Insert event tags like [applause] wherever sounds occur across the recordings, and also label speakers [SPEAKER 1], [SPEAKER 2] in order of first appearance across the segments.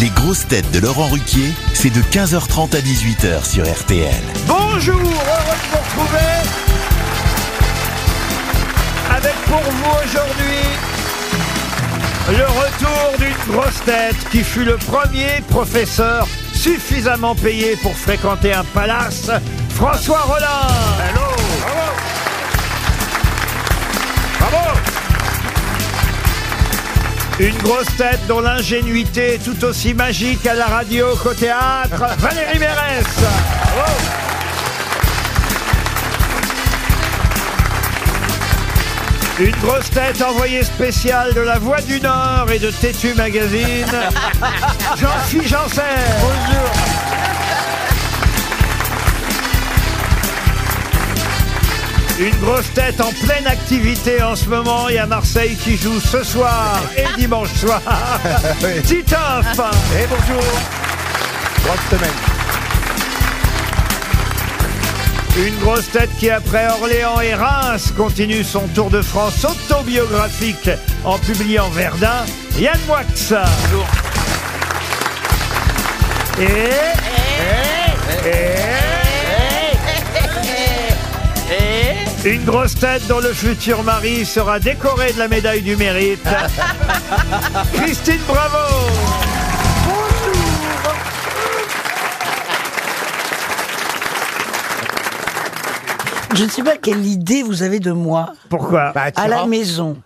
[SPEAKER 1] Les grosses têtes de Laurent Ruquier, c'est de 15h30 à 18h sur RTL.
[SPEAKER 2] Bonjour, heureux de vous retrouver avec pour vous aujourd'hui le retour d'une grosse tête qui fut le premier professeur suffisamment payé pour fréquenter un palace, François Rollin. Hello. Bravo. Une grosse tête dont l'ingénuité est tout aussi magique à la radio qu'au théâtre, Valérie Mérès. Une grosse tête envoyée spéciale de la Voix du Nord et de Tétu Magazine,
[SPEAKER 3] [laughs]
[SPEAKER 2] Jean-Philippe Janssen. Bonjour. Une grosse tête en pleine activité en ce moment et à Marseille qui joue ce soir et dimanche [laughs] soir. Titoff Et bonjour Une grosse tête qui, après Orléans et Reims, continue son tour de France autobiographique en publiant Verdun, Yann Moix. Et... Et... Une grosse tête dont le futur mari sera décoré de la médaille du mérite. Christine Bravo
[SPEAKER 4] Je ne sais pas quelle idée vous avez de moi
[SPEAKER 2] Pourquoi
[SPEAKER 5] Bah,
[SPEAKER 4] à la maison.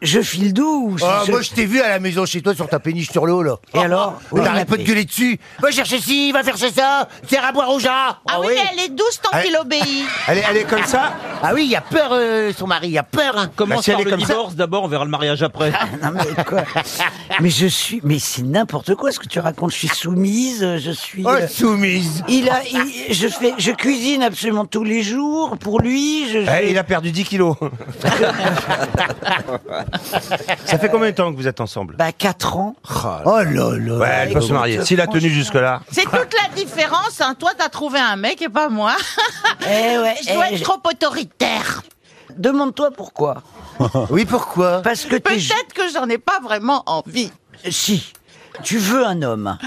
[SPEAKER 4] Je file doux.
[SPEAKER 5] Ah,
[SPEAKER 4] je-
[SPEAKER 5] moi, je t'ai vu à la maison chez toi sur ta péniche sur l'eau, là.
[SPEAKER 4] Et alors
[SPEAKER 2] Ah
[SPEAKER 5] Mais
[SPEAKER 4] Oui,
[SPEAKER 5] T'arrêtes pas de
[SPEAKER 4] mais-
[SPEAKER 5] gueuler dessus. Va chercher ci, va chercher ça, sert à boire au chat.
[SPEAKER 6] Ah oui, mais elle est douce tant
[SPEAKER 5] Ah.
[SPEAKER 6] qu'il obéit.
[SPEAKER 5] Elle est,
[SPEAKER 6] [laughs]
[SPEAKER 5] comme ça Ah oui, il a peur, euh, son mari, il a peur. hein.
[SPEAKER 7] Commence
[SPEAKER 5] Bah, si elle
[SPEAKER 7] par
[SPEAKER 5] est
[SPEAKER 7] le
[SPEAKER 5] comme ça-
[SPEAKER 7] divorce d'abord, on verra le
[SPEAKER 5] [laughs]
[SPEAKER 7] mariage après.
[SPEAKER 4] Non, mais quoi Mais je suis. Mais c'est n'importe quoi ce que tu racontes. Je suis soumise. Je suis.
[SPEAKER 5] Oh,
[SPEAKER 4] euh,
[SPEAKER 5] soumise.
[SPEAKER 4] Il a. il- je fais. Je cuisine absolument tous les jours pour lui. Je.
[SPEAKER 8] Eh, il a perdu 10 kilos. ça fait combien de temps que vous êtes ensemble
[SPEAKER 4] Bah quatre ans.
[SPEAKER 5] Oh là là.
[SPEAKER 8] Ouais, elle peut se marier. S'il a tenu jusque-là.
[SPEAKER 6] C'est toute la différence. Hein. Toi, t'as trouvé un mec et pas moi.
[SPEAKER 4] Eh ouais.
[SPEAKER 6] [laughs] Je dois
[SPEAKER 4] eh,
[SPEAKER 6] être trop autoritaire.
[SPEAKER 4] Demande-toi pourquoi.
[SPEAKER 5] Oui, pourquoi
[SPEAKER 4] Parce que t'es.
[SPEAKER 6] Peut-être que j'en ai pas vraiment envie.
[SPEAKER 4] Si, tu veux un
[SPEAKER 2] [coughs]
[SPEAKER 4] homme.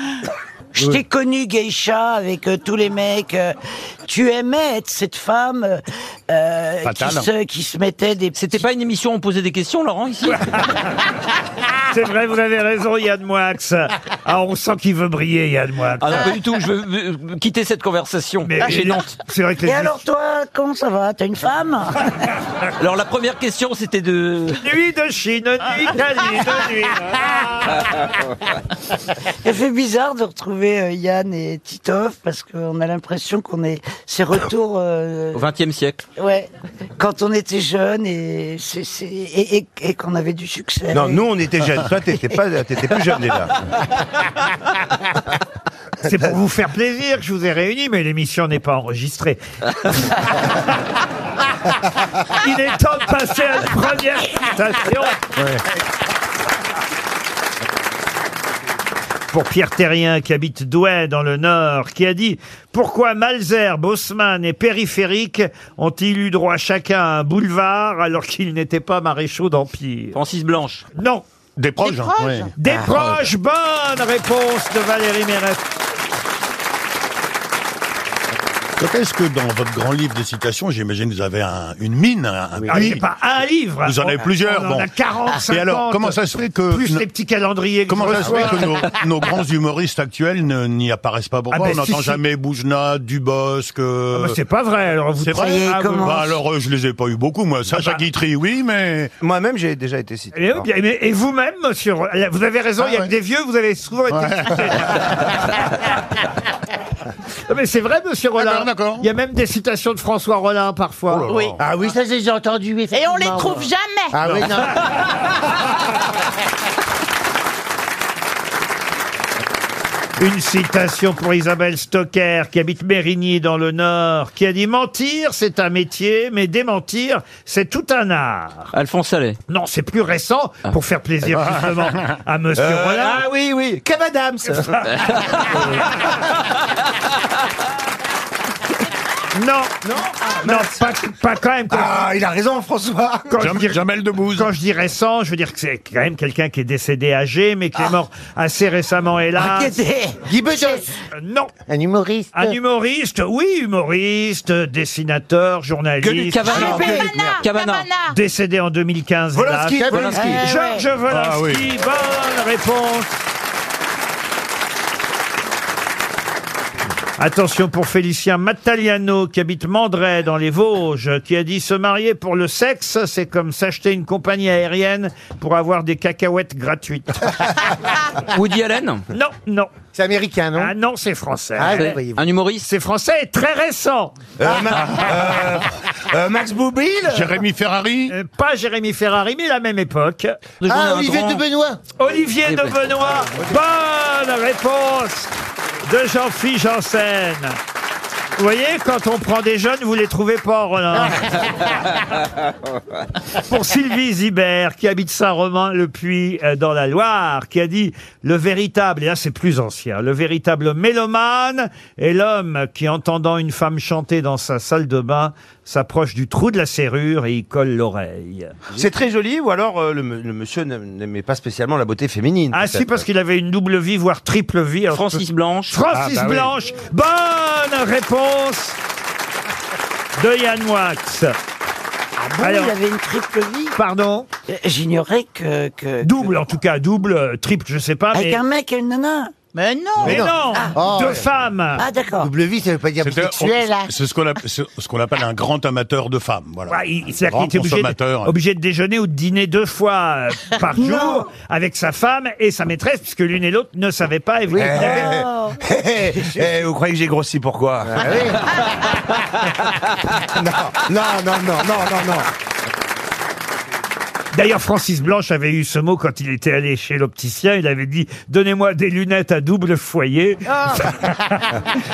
[SPEAKER 4] Je t'ai connu geisha avec euh, tous les mecs. euh, tu aimais être cette femme euh, euh, qui, se, qui se mettait des
[SPEAKER 7] C'était pas une émission où on posait des questions, Laurent, ici
[SPEAKER 2] [laughs] C'est vrai, vous avez raison, Yann Moix. Ah, on sent qu'il veut briller, Yann Moix.
[SPEAKER 7] Ah non, pas du tout, je veux euh, quitter cette conversation gênante.
[SPEAKER 2] [laughs] C'est vrai que les
[SPEAKER 4] Ah, Et alors toi, comment ça va T'as une
[SPEAKER 2] [laughs]
[SPEAKER 4] femme
[SPEAKER 7] Alors la première question, c'était de...
[SPEAKER 2] Nuit de Chine, nuit d'Italie, de nuit.
[SPEAKER 4] Ça fait bizarre de retrouver euh, Yann et Titoff parce qu'on a l'impression qu'on est ces retours. euh,
[SPEAKER 7] Au XXe siècle.
[SPEAKER 4] ouais, quand on était jeune et, c'est- c'est- et, et- et qu'on avait du succès.
[SPEAKER 8] Non, nous, on était jeunes. Toi, t'étais pas, t'étais plus jeune déjà.
[SPEAKER 2] C'est pour vous faire plaisir que je vous ai réunis, mais l'émission n'est pas
[SPEAKER 7] [laughs]
[SPEAKER 2] enregistrée. Il est temps de passer à la première citation. Pour Pierre Terrien, qui habite Douai, dans le Nord, qui a dit « Pourquoi Malzer, Baussmann et Périphérique ont-ils eu droit chacun à un boulevard alors qu'ils n'étaient pas maréchaux d'Empire
[SPEAKER 7] Francis Blanche. ?»
[SPEAKER 2] Non
[SPEAKER 8] Des
[SPEAKER 9] hein.
[SPEAKER 8] proches.
[SPEAKER 6] Des proches
[SPEAKER 2] Des
[SPEAKER 9] Ah,
[SPEAKER 2] proches, bonne réponse de Valérie Mérès.
[SPEAKER 9] Quand est-ce que dans votre grand livre de citations, j'imagine que vous avez un- une mine, un, un
[SPEAKER 2] Ah,
[SPEAKER 9] puits.
[SPEAKER 2] il n'y a pas un livre. hein.
[SPEAKER 9] Vous en avez
[SPEAKER 2] On-
[SPEAKER 9] plusieurs,
[SPEAKER 2] On en a
[SPEAKER 9] bon.
[SPEAKER 2] 40, 50.
[SPEAKER 9] Et alors, comment ça se fait que
[SPEAKER 2] Plus
[SPEAKER 9] no-
[SPEAKER 2] les petits calendriers que
[SPEAKER 9] comment
[SPEAKER 2] je
[SPEAKER 9] ça se fait
[SPEAKER 2] reçois.
[SPEAKER 9] que
[SPEAKER 2] [laughs]
[SPEAKER 9] nos, nos grands humoristes actuels ne- n'y apparaissent pas Pourquoi
[SPEAKER 2] Ah ben,
[SPEAKER 9] on
[SPEAKER 2] si,
[SPEAKER 9] n'entend
[SPEAKER 2] si.
[SPEAKER 9] jamais Boujna, Dubosc
[SPEAKER 2] Ah
[SPEAKER 9] euh,
[SPEAKER 2] bah, C'est pas vrai, alors vous
[SPEAKER 9] C'est vrai
[SPEAKER 2] Ah, vous-
[SPEAKER 4] comment
[SPEAKER 9] bah, Alors, euh, je les ai pas eu beaucoup, moi. Sacha
[SPEAKER 2] bah.
[SPEAKER 9] Guitry, oui, mais...
[SPEAKER 8] Moi-même, j'ai déjà été cité.
[SPEAKER 2] Et, Eh bien, mais- et vous-même, monsieur, Rollin, vous avez raison, il
[SPEAKER 9] Ah,
[SPEAKER 2] y a
[SPEAKER 9] ouais.
[SPEAKER 2] que des vieux, vous avez souvent été cité.
[SPEAKER 9] [laughs]
[SPEAKER 2] Non, [laughs] Mais c'est vrai, monsieur Rollin.
[SPEAKER 9] Ah, d'accord.
[SPEAKER 2] il y a même des citations de François Rollin parfois.
[SPEAKER 6] Oui.
[SPEAKER 5] Ah oui, ça, j'ai entendu.
[SPEAKER 6] Et on les
[SPEAKER 5] effectivement.
[SPEAKER 6] trouve jamais.
[SPEAKER 5] Ah oui, non.
[SPEAKER 2] Une citation pour Isabelle Stocker, qui habite Mérigny dans le Nord, qui a dit Mentir, c'est un métier, mais démentir, c'est tout un art.
[SPEAKER 7] Alphonse Allais.
[SPEAKER 2] Non, c'est plus récent, pour
[SPEAKER 9] [laughs]
[SPEAKER 2] faire plaisir justement à monsieur
[SPEAKER 9] Euh,
[SPEAKER 2] Rollin.
[SPEAKER 8] ah oui, oui. Cavadams.
[SPEAKER 2] [laughs] Non, non, non, pas, pas quand même. Quand,
[SPEAKER 8] il a raison, François.
[SPEAKER 2] quand je dirais-
[SPEAKER 9] Jamel Debbouze.
[SPEAKER 2] quand je dis récent, je veux dire que c'est quand même quelqu'un qui est décédé âgé, mais qui est mort assez récemment, hélas.
[SPEAKER 5] Guy Bedos,
[SPEAKER 2] Euh, non,
[SPEAKER 5] un humoriste.
[SPEAKER 2] un humoriste, oui, humoriste, dessinateur,
[SPEAKER 7] Gueule-
[SPEAKER 2] journaliste.
[SPEAKER 7] Cavana.
[SPEAKER 6] Cavana,
[SPEAKER 7] Cavana.
[SPEAKER 6] Cavana.
[SPEAKER 2] Décédé en 2015. hélas.
[SPEAKER 8] Volinsky.
[SPEAKER 7] Polanski.
[SPEAKER 2] Ah, Georges Volinsky,
[SPEAKER 9] Ah oui.
[SPEAKER 2] bonne réponse. Attention pour Félicien Mattaliano, qui habite Mandray, dans les Vosges, qui a dit se marier pour le sexe, c'est comme s'acheter une compagnie aérienne pour avoir des cacahuètes gratuites.
[SPEAKER 7] [laughs] Woody Allen
[SPEAKER 2] non, non.
[SPEAKER 5] C'est américain, non
[SPEAKER 2] Ah non, c'est français.
[SPEAKER 5] Ah, oui,
[SPEAKER 7] C'est
[SPEAKER 5] voyez-vous.
[SPEAKER 7] Un humoriste
[SPEAKER 2] C'est français et très récent.
[SPEAKER 8] Euh, Max Boublil
[SPEAKER 9] Jérémy Ferrari.
[SPEAKER 2] Euh, Pas Jérémy Ferrari, mais la même époque.
[SPEAKER 7] De
[SPEAKER 5] Ah,
[SPEAKER 7] Journée
[SPEAKER 5] Olivier
[SPEAKER 7] Intrant.
[SPEAKER 5] de Benoît.
[SPEAKER 2] Olivier
[SPEAKER 7] Oui,
[SPEAKER 2] de
[SPEAKER 7] oui.
[SPEAKER 2] Benoît, bonne réponse de Jean-Philippe Janssen. Vous voyez, quand on prend des jeunes, vous les trouvez
[SPEAKER 3] [laughs]
[SPEAKER 2] pas, Roland. Pour Sylvie Zibert, qui habite Saint-Romain-le-Puy, euh, dans la Loire, qui a dit « Le véritable, et là c'est plus ancien, le véritable mélomane est l'homme qui, entendant une femme chanter dans sa salle de bain, s'approche du trou de la serrure et y colle l'oreille. »
[SPEAKER 8] C'est très joli, ou alors euh, le, m- le monsieur n'aime- n'aimait pas spécialement la beauté féminine.
[SPEAKER 2] Ah si, parce qu'il avait une double vie, voire triple vie. Alors,
[SPEAKER 7] Francis Blanche.
[SPEAKER 2] Francis
[SPEAKER 9] Ah, bah oui.
[SPEAKER 2] Blanche, bonne réponse de Yann Wax.
[SPEAKER 4] Ah bon,
[SPEAKER 2] Alors-
[SPEAKER 4] il avait une triple vie.
[SPEAKER 2] Pardon
[SPEAKER 4] Euh, J'ignorais que, que-
[SPEAKER 2] Double en tout cas, double, euh, triple, je sais pas.
[SPEAKER 4] Avec
[SPEAKER 2] Mais,
[SPEAKER 4] un mec et une nana.
[SPEAKER 6] Mais non.
[SPEAKER 2] mais non,
[SPEAKER 8] Oh,
[SPEAKER 5] Ah,
[SPEAKER 2] deux
[SPEAKER 5] ouais.
[SPEAKER 2] femmes.
[SPEAKER 4] Ah d'accord.
[SPEAKER 5] Double vie, ça veut pas dire
[SPEAKER 9] C'était-
[SPEAKER 5] bisexuel. hein.
[SPEAKER 9] on- C'est ce qu'on appelle, c'est ce qu'on appelle un grand amateur de femmes. Voilà.
[SPEAKER 2] Ouais, il- C'est-à-dire qu'il
[SPEAKER 9] Grand
[SPEAKER 2] était obligé de,
[SPEAKER 9] consommateur.
[SPEAKER 2] obligé de déjeuner ou de dîner deux fois
[SPEAKER 4] [laughs]
[SPEAKER 2] euh, par
[SPEAKER 4] Non.
[SPEAKER 2] jour avec sa femme et sa maîtresse, puisque l'une et l'autre ne savaient pas, évidemment.
[SPEAKER 4] Oh.
[SPEAKER 8] Eh, [laughs] eh, vous croyez que j'ai grossi, pourquoi [laughs]
[SPEAKER 2] D'ailleurs, Francis Blanche avait eu ce mot quand il était allé chez l'opticien. Il avait dit Donnez-moi des lunettes à double foyer.
[SPEAKER 4] Oh.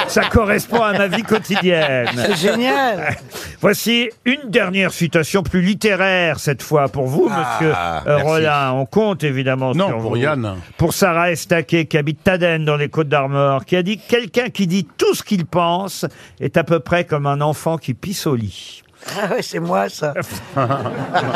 [SPEAKER 2] Ça correspond à ma vie quotidienne.
[SPEAKER 4] C'est génial.
[SPEAKER 2] Voici une dernière citation plus littéraire cette fois pour vous,
[SPEAKER 8] Ah,
[SPEAKER 2] monsieur euh,
[SPEAKER 9] merci.
[SPEAKER 2] Rollin. On compte évidemment
[SPEAKER 9] Non,
[SPEAKER 2] sur
[SPEAKER 9] pour
[SPEAKER 2] vous.
[SPEAKER 9] Yann.
[SPEAKER 2] Pour Sarah Estaquet qui habite Taden dans les Côtes d'Armor, qui a dit quelqu'un qui dit tout ce qu'il pense est à peu près comme un enfant qui pisse au lit.
[SPEAKER 4] Ah ouais, c'est
[SPEAKER 2] [laughs]
[SPEAKER 4] moi ça. Ah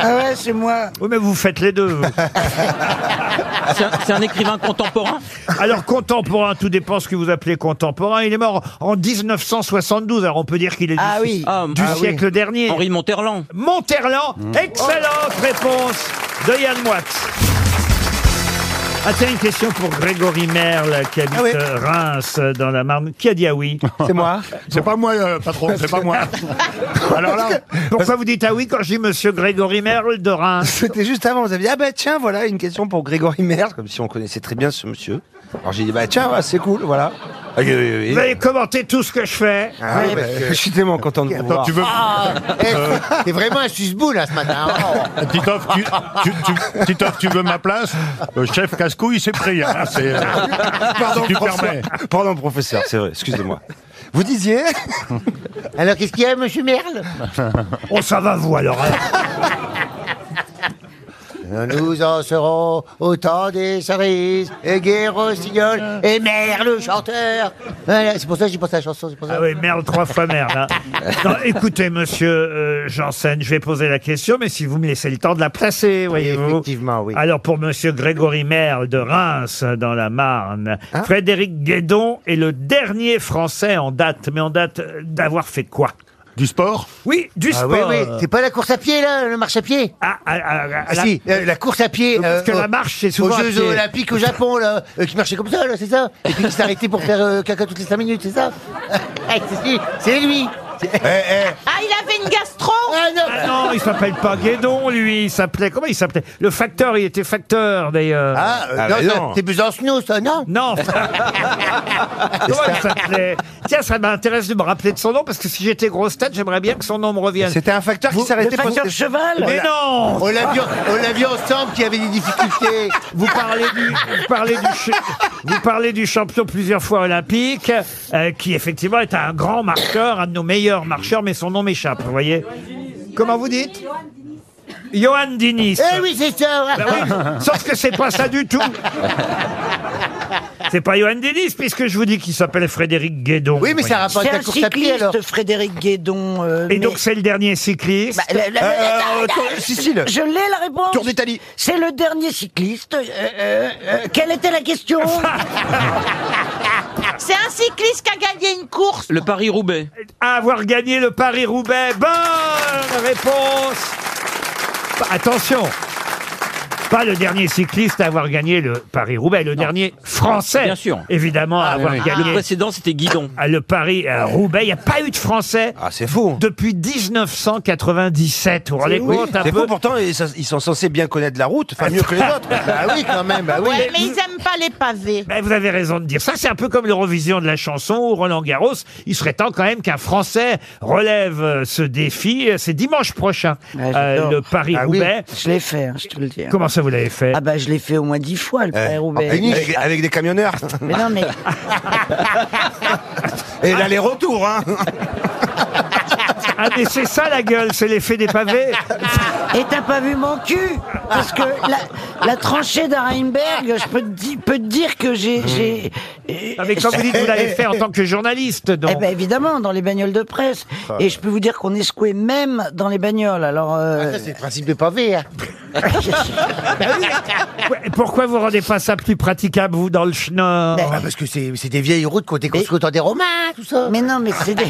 [SPEAKER 4] ouais, c'est moi.
[SPEAKER 2] Oui, mais vous faites les deux. vous.
[SPEAKER 7] [laughs] C'est un, c'est un écrivain contemporain
[SPEAKER 2] Alors contemporain, tout dépend ce que vous appelez contemporain. Il est mort en 1972. Alors on peut dire qu'il est du,
[SPEAKER 4] Ah oui.
[SPEAKER 7] Ah,
[SPEAKER 2] du
[SPEAKER 7] ah oui.
[SPEAKER 2] siècle dernier.
[SPEAKER 7] Henri Monterland.
[SPEAKER 2] Monterland.
[SPEAKER 4] Hmm.
[SPEAKER 2] Excellente réponse de Yann Moix. Ah tiens, une question pour Grégory Merle qui habite
[SPEAKER 8] Ah oui.
[SPEAKER 2] euh, Reims euh, dans la Marne. Qui a dit ah oui
[SPEAKER 8] C'est moi.
[SPEAKER 9] C'est pas moi, euh, patron, c'est pas
[SPEAKER 4] [laughs]
[SPEAKER 9] moi. Alors là,
[SPEAKER 2] Pourquoi vous dites ah oui quand je dis monsieur Grégory Merle de Reims
[SPEAKER 8] [laughs] C'était juste avant, vous avez dit, ah bah tiens, voilà une question pour Grégory Merz, comme si on connaissait très bien ce monsieur. Alors j'ai dit, bah tiens, ouais, c'est cool, voilà. Ah, oui, oui,
[SPEAKER 2] [laughs]
[SPEAKER 8] oui.
[SPEAKER 2] Vous allez commenter tout ce que je fais.
[SPEAKER 8] Ah, oui, parce que [laughs] je suis tellement content de vous voir. Ah,
[SPEAKER 9] tu veux.
[SPEAKER 6] Ah.
[SPEAKER 5] [laughs] Eh, T'es vraiment un susbou là ce
[SPEAKER 2] [laughs]
[SPEAKER 5] matin. hein.
[SPEAKER 9] Titoff, tu, tu, tu- Titoff, tu veux ma place Le chef casse-couille, c'est pris. Hein, c'est, euh,
[SPEAKER 8] [laughs] Pardon,
[SPEAKER 9] si tu
[SPEAKER 8] François.
[SPEAKER 9] permets.
[SPEAKER 8] Pardon, professeur, c'est vrai, excusez-moi. Vous disiez
[SPEAKER 5] [laughs] Alors qu'est-ce qu'il y a, monsieur Merle
[SPEAKER 2] [laughs] On s'en Oh, va vous alors. hein.
[SPEAKER 5] Nous en serons au temps des cerises, et Guy Rossignol, et Merle chanteur. Voilà, c'est pour ça que j'ai pensé à la chanson, c'est pour ça.
[SPEAKER 2] Ah oui, merde, trois fois merde.
[SPEAKER 5] [laughs]
[SPEAKER 2] hein. Non, écoutez, monsieur euh, Janssen, je vais poser la question, mais si vous me laissez le temps de la placer, voyez-vous.
[SPEAKER 5] effectivement, oui.
[SPEAKER 2] Alors, pour monsieur Grégory Merle de Reims, dans la Marne,
[SPEAKER 5] Hein
[SPEAKER 2] Frédéric Guédon est le dernier Français en date, mais en date euh, d'avoir fait quoi
[SPEAKER 9] Du sport
[SPEAKER 2] Oui, du
[SPEAKER 5] Ah
[SPEAKER 2] sport.
[SPEAKER 5] oui, oui, c'est pas la course à pied là, le marche à pied
[SPEAKER 2] Ah, ah, ah, ah,
[SPEAKER 5] Ah
[SPEAKER 2] la-
[SPEAKER 5] si, euh, la course à pied.
[SPEAKER 2] Parce
[SPEAKER 5] euh,
[SPEAKER 2] que
[SPEAKER 5] au-
[SPEAKER 2] la marche, c'est
[SPEAKER 5] aux
[SPEAKER 2] souvent. à
[SPEAKER 5] Jeux
[SPEAKER 2] pied.
[SPEAKER 5] Olympiques au Japon, là, euh, qui marchait comme ça, là, c'est ça Et puis qui s'arrêtait pour faire euh, caca toutes les 5 minutes, c'est ça [laughs] Eh, c'est lui, C'est lui C'est-
[SPEAKER 6] Ah, il avait une gastro.
[SPEAKER 5] Ah non
[SPEAKER 2] Ah non, il s'appelle pas Guédon, lui. Il s'appelait. Comment il s'appelait Le facteur, il était facteur, d'ailleurs.
[SPEAKER 5] Ah, euh,
[SPEAKER 8] Ah,
[SPEAKER 5] non,
[SPEAKER 8] bah
[SPEAKER 5] ça,
[SPEAKER 8] non.
[SPEAKER 5] c'est Besancenot, ça, non
[SPEAKER 2] [laughs] Non. enfin. Comment il s'appelait Tiens, ça m'intéresse de me rappeler de son nom parce que si j'étais grosse tête, j'aimerais bien que son nom me revienne.
[SPEAKER 8] C'était un facteur qui
[SPEAKER 4] Le
[SPEAKER 8] s'arrêtait pour...
[SPEAKER 4] facteur cheval.
[SPEAKER 2] Mais non
[SPEAKER 5] On l'a vu, on l'a vu ensemble qui avait des difficultés.
[SPEAKER 2] vous parlez, du, vous, parlez du, ch- vous parlez du champion plusieurs fois olympique, euh, qui effectivement est un grand marqueur, un de nos meilleurs marcheurs, mais son nom m'échappe, vous voyez Comment vous dites Johan Ben Diniz.
[SPEAKER 5] Eh oui, c'est ça
[SPEAKER 2] Ah oui, Sauf que c'est pas ça du tout. C'est pas Johan Denis, puisque je vous dis qu'il s'appelle Frédéric Guédon.
[SPEAKER 5] Oui, mais ça a rapport
[SPEAKER 4] C'est
[SPEAKER 5] avec la
[SPEAKER 4] un
[SPEAKER 5] course à pied, alors.
[SPEAKER 4] cycliste, Frédéric Guédon. euh,
[SPEAKER 2] Et
[SPEAKER 4] mais-
[SPEAKER 2] donc, c'est le dernier cycliste.
[SPEAKER 4] Bah, la- la-
[SPEAKER 8] Euh,
[SPEAKER 4] la- la-
[SPEAKER 8] tour- Sicile.
[SPEAKER 4] Je l'ai la réponse.
[SPEAKER 8] Tour d'Italie.
[SPEAKER 4] C'est le dernier cycliste. Euh, euh, euh, quelle était la
[SPEAKER 2] [laughs]
[SPEAKER 4] question [laughs]
[SPEAKER 6] C'est un cycliste qui a gagné une course.
[SPEAKER 7] Le Paris-Roubaix.
[SPEAKER 2] à avoir gagné le Paris-Roubaix. Bonne réponse Pa- Attention pas le dernier cycliste à avoir gagné le Paris-Roubaix, le dernier français,
[SPEAKER 7] Bien sûr. Ah,
[SPEAKER 2] évidemment, à avoir
[SPEAKER 7] Le
[SPEAKER 2] gagné
[SPEAKER 7] précédent, c'était Guidon.
[SPEAKER 2] à le Paris-Roubaix. Il n'y a pas eu de français
[SPEAKER 8] Ah, c'est fou.
[SPEAKER 2] depuis 1997. Vous vous rendez compte un
[SPEAKER 8] C'est
[SPEAKER 2] peu
[SPEAKER 8] fou, pourtant, ils, ils sont censés bien connaître la route, enfin mieux
[SPEAKER 2] [laughs]
[SPEAKER 8] que les autres.
[SPEAKER 5] Bah oui,
[SPEAKER 2] Ah,
[SPEAKER 5] quand même, bah oui.
[SPEAKER 6] Ouais, mais ils aiment pas les pavés.
[SPEAKER 2] Ben, vous avez raison de dire ça. C'est un peu comme l'Eurovision de la chanson ou Roland Garros. Il serait temps quand même qu'un Français relève euh, ce défi. C'est dimanche prochain,
[SPEAKER 4] Ouais,
[SPEAKER 2] euh,
[SPEAKER 4] Ah, j'adore.
[SPEAKER 2] le Paris-Roubaix.
[SPEAKER 4] Je l'ai fait, hein, je te le dis.
[SPEAKER 2] Comment ça vous l'avez fait
[SPEAKER 4] Ah bah je l'ai fait au moins dix fois le
[SPEAKER 8] Euh,
[SPEAKER 4] Paris-Roubaix.
[SPEAKER 8] avec, avec des camionneurs.
[SPEAKER 4] Mais non mais
[SPEAKER 8] [laughs] Et l'aller-retour, hein.
[SPEAKER 2] Ah mais c'est ça la gueule, c'est l'effet des pavés.
[SPEAKER 4] et t'as pas vu mon cul parce que la, la tranchée d'Arenberg, je peux te, di- peux te dire que j'ai j'ai euh,
[SPEAKER 2] Non, mais comme vous dites, vous l'avez fait en tant que journaliste, donc.
[SPEAKER 4] Eh ben évidemment dans les bagnoles de presse
[SPEAKER 5] Ah.
[SPEAKER 4] et je peux vous dire qu'on est secoué même dans les bagnoles. Alors euh,
[SPEAKER 5] Ah, Ça, c'est le principe de pavé,
[SPEAKER 4] [laughs]
[SPEAKER 5] hein.
[SPEAKER 2] Ouais, Pourquoi vous rendez pas ça plus praticable, vous, dans le schnorr
[SPEAKER 5] Ah, parce que c'est c'est des vieilles routes qui ont été construites en des Romains, tout ça.
[SPEAKER 4] mais non mais
[SPEAKER 5] [laughs]
[SPEAKER 4] c'est des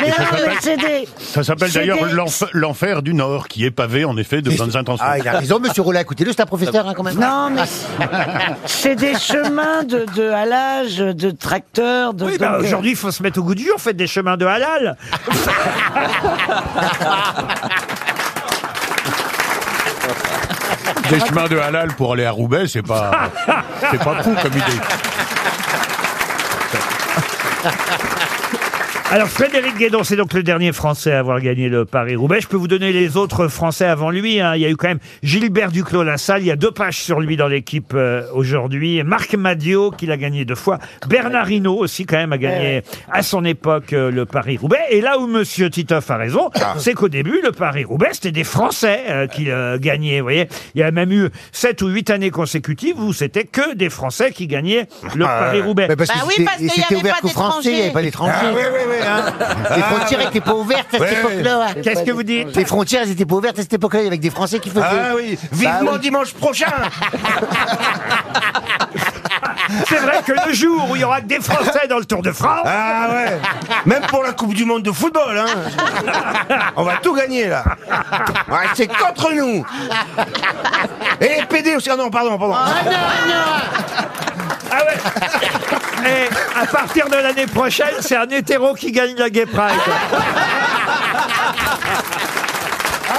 [SPEAKER 4] mais non mais c'est des
[SPEAKER 9] Ça s'appelle
[SPEAKER 4] c'est
[SPEAKER 9] d'ailleurs
[SPEAKER 4] des-
[SPEAKER 9] l'enf- l'enfer du Nord, qui est pavé en effet de bonnes intentions.
[SPEAKER 5] Ah, il a raison, monsieur Rolla, écoutez-le, c'est un professeur, hein, quand même.
[SPEAKER 4] Non, mais
[SPEAKER 5] [laughs]
[SPEAKER 4] c'est des chemins de, de halage, de tracteurs, de.
[SPEAKER 2] Oui, bah,
[SPEAKER 4] donc, euh,
[SPEAKER 2] aujourd'hui, il faut se mettre au goût du jour, faites des chemins de halal.
[SPEAKER 9] Des chemins de halal pour aller à Roubaix, c'est pas, c'est pas fou comme idée.
[SPEAKER 2] Alors, Frédéric Guédon, c'est donc le dernier Français à avoir gagné le Paris-Roubaix. Je peux vous donner les autres Français avant lui. hein. Il y a eu quand même Gilbert Duclos-Lassalle. Il y a deux pages sur lui dans l'équipe euh, aujourd'hui. Et Marc Madio, qui l'a gagné deux fois. Bernard Hinault aussi, quand même, a gagné à son époque euh, le Paris-Roubaix. Et là où Monsieur Titoff a raison,
[SPEAKER 6] Ah.
[SPEAKER 2] c'est qu'au début, le Paris-Roubaix, c'était des Français euh, qui euh, gagnaient. Vous voyez, il y a même eu sept ou huit années consécutives où c'était que des Français qui gagnaient le Paris-Roubaix.
[SPEAKER 5] Mais parce
[SPEAKER 6] Bah
[SPEAKER 5] que
[SPEAKER 6] oui,
[SPEAKER 5] c'était-
[SPEAKER 6] parce qu'il y
[SPEAKER 5] c'était
[SPEAKER 6] avait
[SPEAKER 5] ouvert
[SPEAKER 6] pas Ah.
[SPEAKER 5] qu'aux Français, il n'y avait pas d'étrangers. Les frontières n'étaient pas ouvertes à cette époque-là. hein.
[SPEAKER 2] Qu'est-ce que vous dites
[SPEAKER 5] Les frontières n'étaient pas ouvertes à cette époque-là, il y avait que des Français qui faisaient.
[SPEAKER 8] Ah oui, vivement
[SPEAKER 5] oui.
[SPEAKER 8] dimanche prochain.
[SPEAKER 5] [laughs]
[SPEAKER 2] C'est vrai que le jour où il y aura que des Français dans le Tour de France,
[SPEAKER 8] Ah ouais. Même pour la Coupe du Monde de football, hein.
[SPEAKER 2] [laughs]
[SPEAKER 8] On va tout gagner là. Ouais, c'est contre nous.
[SPEAKER 2] [laughs]
[SPEAKER 8] Et les PD aussi. Ah non, pardon, pardon.
[SPEAKER 2] ah ouais. [laughs] Et à partir de l'année prochaine, c'est un hétéro qui gagne la Gay Pride.
[SPEAKER 8] Ah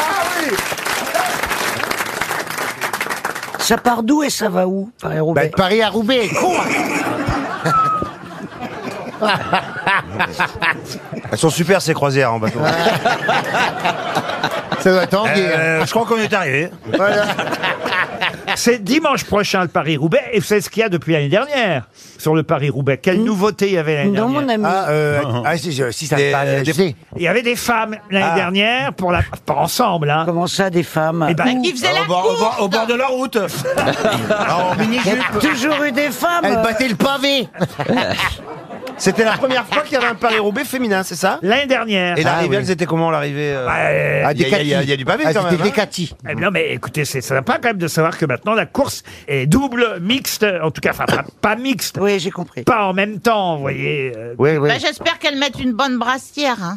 [SPEAKER 4] Ça part d'où et ça va où,
[SPEAKER 5] Bah,
[SPEAKER 4] Paris-Roubaix
[SPEAKER 5] de Paris à Roubaix.
[SPEAKER 8] Elles sont super ces croisières en bateau.
[SPEAKER 5] [laughs] Ça doit tanguer. hein.
[SPEAKER 8] Euh, je crois qu'on est arrivé.
[SPEAKER 2] C'est dimanche prochain le Paris-Roubaix et c'est ce qu'il y a depuis l'année dernière sur le Paris-Roubaix. Quelle nouveauté il y avait l'année
[SPEAKER 4] Non,
[SPEAKER 2] dernière Mmh.
[SPEAKER 4] Mmh. mon ami.
[SPEAKER 8] Ah, euh, ah, si, je- si ça me parle,
[SPEAKER 5] Je
[SPEAKER 8] je-
[SPEAKER 5] sais.
[SPEAKER 2] Il y avait des femmes l'année
[SPEAKER 8] Ah.
[SPEAKER 2] dernière pour la pas ensemble hein.
[SPEAKER 4] Comment ça, des femmes
[SPEAKER 2] Eh ben,
[SPEAKER 6] Ils faisaient
[SPEAKER 5] Ah,
[SPEAKER 8] Au
[SPEAKER 6] la
[SPEAKER 8] bord, au
[SPEAKER 6] course.
[SPEAKER 8] bord- au bord de
[SPEAKER 5] [laughs]
[SPEAKER 8] la route. en mini-jupe.
[SPEAKER 4] Toujours eu des
[SPEAKER 5] Elle
[SPEAKER 4] femmes
[SPEAKER 5] battait le [laughs] pavé.
[SPEAKER 8] C'était la première fois qu'il y avait un Paris-Roubaix féminin, c'est ça
[SPEAKER 2] l'année dernière.
[SPEAKER 8] Et l'arrivée,
[SPEAKER 5] Ah oui.
[SPEAKER 8] elles étaient comment l'arrivée euh
[SPEAKER 2] Ouais.
[SPEAKER 8] Ah, il y, a- il y a- il y a du pavé
[SPEAKER 5] Ah,
[SPEAKER 8] quand même.
[SPEAKER 5] C'était des
[SPEAKER 8] hein.
[SPEAKER 5] catis.
[SPEAKER 2] Eh bien, mais écoutez, c'est sympa quand même de savoir que maintenant la course est double, mixte, en tout cas, enfin, pas, pas mixte,
[SPEAKER 4] Oui, j'ai compris.
[SPEAKER 2] pas en même temps, vous voyez. euh,
[SPEAKER 5] Oui, oui.
[SPEAKER 6] Bah, J'espère qu'elles mettent une bonne brassière. hein.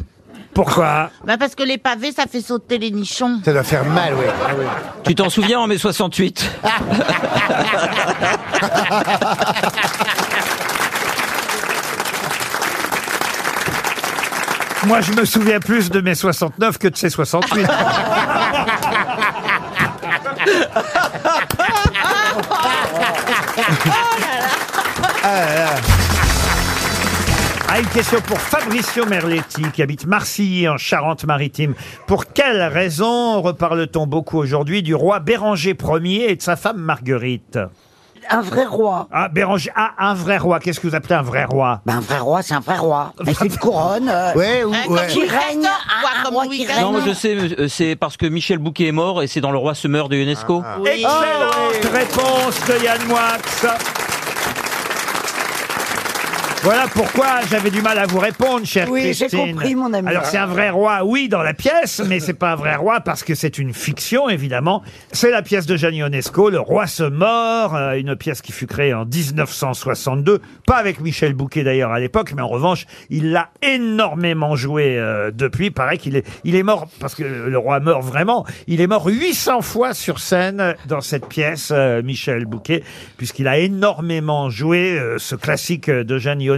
[SPEAKER 2] Pourquoi
[SPEAKER 6] Bah, parce que les pavés, ça fait sauter les nichons.
[SPEAKER 5] Ça doit faire mal, ouais.
[SPEAKER 7] Ah Tu t'en souviens en mai
[SPEAKER 5] [laughs]
[SPEAKER 7] 68
[SPEAKER 2] Moi, je me souviens plus de mes 69 que de ses
[SPEAKER 4] [laughs]
[SPEAKER 2] 68. Ah, une question pour Fabricio Merletti, qui habite Marcilly, en Charente-Maritime. Pour quelle raison reparle-t-on beaucoup aujourd'hui du roi Béranger Ier et de sa femme Marguerite
[SPEAKER 4] Un vrai roi.
[SPEAKER 2] Ah, Béranger, ah, un vrai roi. Qu'est-ce que vous appelez un vrai roi
[SPEAKER 4] Ben, un vrai roi, c'est un vrai roi. Avec une couronne. euh,
[SPEAKER 5] Ouais, ou-
[SPEAKER 6] Hein, comme
[SPEAKER 5] ouais.
[SPEAKER 6] Louis
[SPEAKER 4] Qui
[SPEAKER 6] XIV,
[SPEAKER 4] règne,
[SPEAKER 6] quoi,
[SPEAKER 4] un
[SPEAKER 6] comme
[SPEAKER 4] roi
[SPEAKER 6] Louis
[SPEAKER 4] qui
[SPEAKER 6] XIV.
[SPEAKER 4] règne.
[SPEAKER 7] Non, mais je sais, euh, c'est parce que Michel Bouquet est mort et c'est dans le
[SPEAKER 5] Ah,
[SPEAKER 2] Ah.
[SPEAKER 7] roi Summer de UNESCO.
[SPEAKER 2] Excellente réponse de Yann Moix. Voilà pourquoi j'avais du mal à vous répondre, cher
[SPEAKER 4] Oui, j'ai compris, mon ami.
[SPEAKER 2] Alors, c'est un vrai roi, oui, dans la pièce, mais c'est pas un vrai roi parce que c'est une fiction, évidemment. C'est la pièce de Gianni Ionesco, Le roi se mord, euh, une pièce qui fut créée en 1962, pas avec Michel Bouquet d'ailleurs à l'époque, mais en revanche, il l'a énormément joué euh, depuis. Pareil qu'il est, il est mort, parce que le roi meurt vraiment, il est mort 800 fois sur scène euh, dans cette pièce, euh, Michel Bouquet, puisqu'il a énormément joué euh, ce classique euh, de Jeanne Ionesco,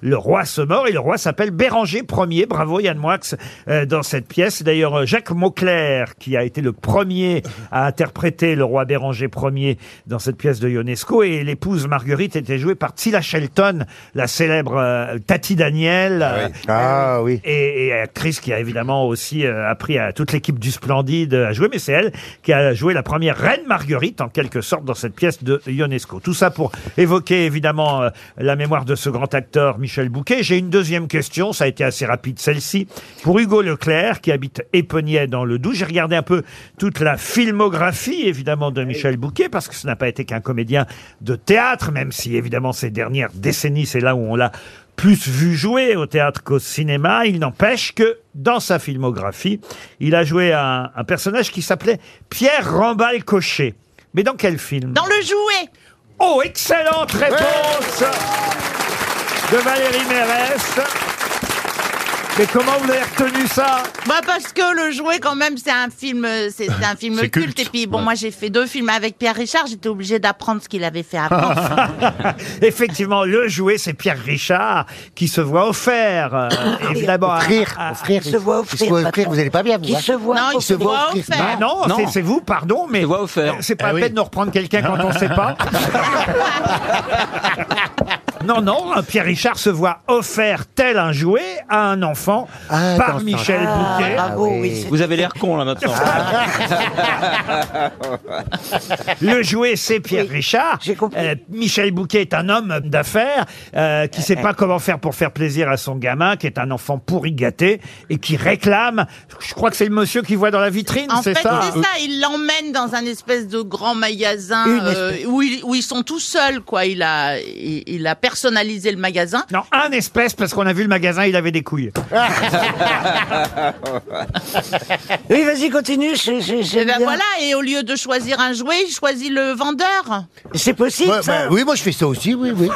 [SPEAKER 2] Le roi se mord, et le roi s'appelle Béranger Ier, bravo Yann Moix, euh, dans cette pièce. D'ailleurs, euh, Jacques Mauclerc, qui a été le premier à interpréter le roi Béranger Ier dans cette pièce de Ionesco, et l'épouse Marguerite était jouée par Tila Shelton, la célèbre euh, Tati Daniel. euh,
[SPEAKER 8] Ah oui.
[SPEAKER 2] et, et actrice qui a évidemment aussi euh, appris à toute l'équipe du Splendide à jouer, mais c'est elle qui a joué la première reine Marguerite, en quelque sorte, dans cette pièce de Ionesco. Tout ça pour évoquer évidemment euh, la mémoire de ce grand acteur Michel Bouquet. J'ai une deuxième question, ça a été assez rapide celle-ci, pour Hugo Leclerc, qui habite Épenier dans le Doubs. J'ai regardé un peu toute la filmographie, évidemment, de Michel Bouquet, parce que ce n'a pas été qu'un comédien de théâtre, même si, évidemment, ces dernières décennies, c'est là où on l'a plus vu jouer au théâtre qu'au cinéma. Il n'empêche que dans sa filmographie, il a joué un, un personnage qui s'appelait Pierre Rambal Cochet. Mais dans quel film
[SPEAKER 6] Dans le jouet
[SPEAKER 2] Oh, excellente [laughs] réponse de Valérie Mérès. Mais comment vous avez retenu ça
[SPEAKER 6] Bah parce que le jouet quand même c'est un film euh, c'est c'est un film
[SPEAKER 9] C'est
[SPEAKER 6] culte.
[SPEAKER 9] culte.
[SPEAKER 6] et puis bon
[SPEAKER 9] Ouais.
[SPEAKER 6] moi j'ai fait deux films avec Pierre Richard j'étais obligée d'apprendre ce qu'il avait fait avant
[SPEAKER 2] [laughs] Effectivement, le jouet, c'est Pierre Richard qui se voit offert, euh, évidemment. à-
[SPEAKER 5] Offrir,
[SPEAKER 2] à-
[SPEAKER 5] offrir.
[SPEAKER 4] se voit
[SPEAKER 5] Il se
[SPEAKER 4] offrir,
[SPEAKER 5] voit offrir,
[SPEAKER 4] patron.
[SPEAKER 5] vous n'allez pas bien, vous.
[SPEAKER 4] Qui
[SPEAKER 5] hein.
[SPEAKER 4] se voit
[SPEAKER 6] non il se
[SPEAKER 5] se voit
[SPEAKER 6] voit
[SPEAKER 5] offrir.
[SPEAKER 6] offert
[SPEAKER 2] Ah non,
[SPEAKER 7] Non.
[SPEAKER 2] c'est- c'est vous, pardon, mais
[SPEAKER 7] Se voit offert.
[SPEAKER 2] c'est pas
[SPEAKER 9] Ah
[SPEAKER 2] la
[SPEAKER 9] oui.
[SPEAKER 2] peine de reprendre quelqu'un quand on sait pas. Non, non, un Pierre Richard se voit offert tel un jouet à un enfant
[SPEAKER 5] Ah,
[SPEAKER 2] par
[SPEAKER 5] attention.
[SPEAKER 2] Michel
[SPEAKER 4] Ah,
[SPEAKER 2] Bouquet.
[SPEAKER 4] bravo,
[SPEAKER 5] Ah oui.
[SPEAKER 4] oui. c'est-
[SPEAKER 7] Vous avez l'air con là
[SPEAKER 5] [laughs]
[SPEAKER 7] maintenant. [laughs]
[SPEAKER 2] Le jouet, c'est Pierre Richard. Euh,
[SPEAKER 4] j'ai compris.
[SPEAKER 2] Michel Bouquet est un homme d'affaires euh, qui
[SPEAKER 4] Eh,
[SPEAKER 2] sait pas comment faire pour faire plaisir à son gamin, qui est un enfant pourri gâté et qui réclame. Je crois que c'est le monsieur qui voit dans la vitrine,
[SPEAKER 6] En fait, c'est
[SPEAKER 2] c'est ça. Euh,
[SPEAKER 6] ça. Il l'emmène dans un espèce de grand magasin
[SPEAKER 4] Une
[SPEAKER 6] euh, où, ils, où ils sont tout seuls, quoi. Il a, il, il a personnalisé le magasin.
[SPEAKER 2] Non, un espèce parce qu'on a vu le magasin, il avait des couilles.
[SPEAKER 4] Oui, vas-y, continue. j'ai- j'ai-
[SPEAKER 6] Et
[SPEAKER 4] j'aime
[SPEAKER 6] ben
[SPEAKER 4] bien.
[SPEAKER 6] voilà. Et au lieu de choisir un jouet, il choisit le vendeur.
[SPEAKER 4] C'est possible,
[SPEAKER 5] Ouais,
[SPEAKER 4] ça
[SPEAKER 5] bah, oui, moi je fais ça aussi, oui, oui.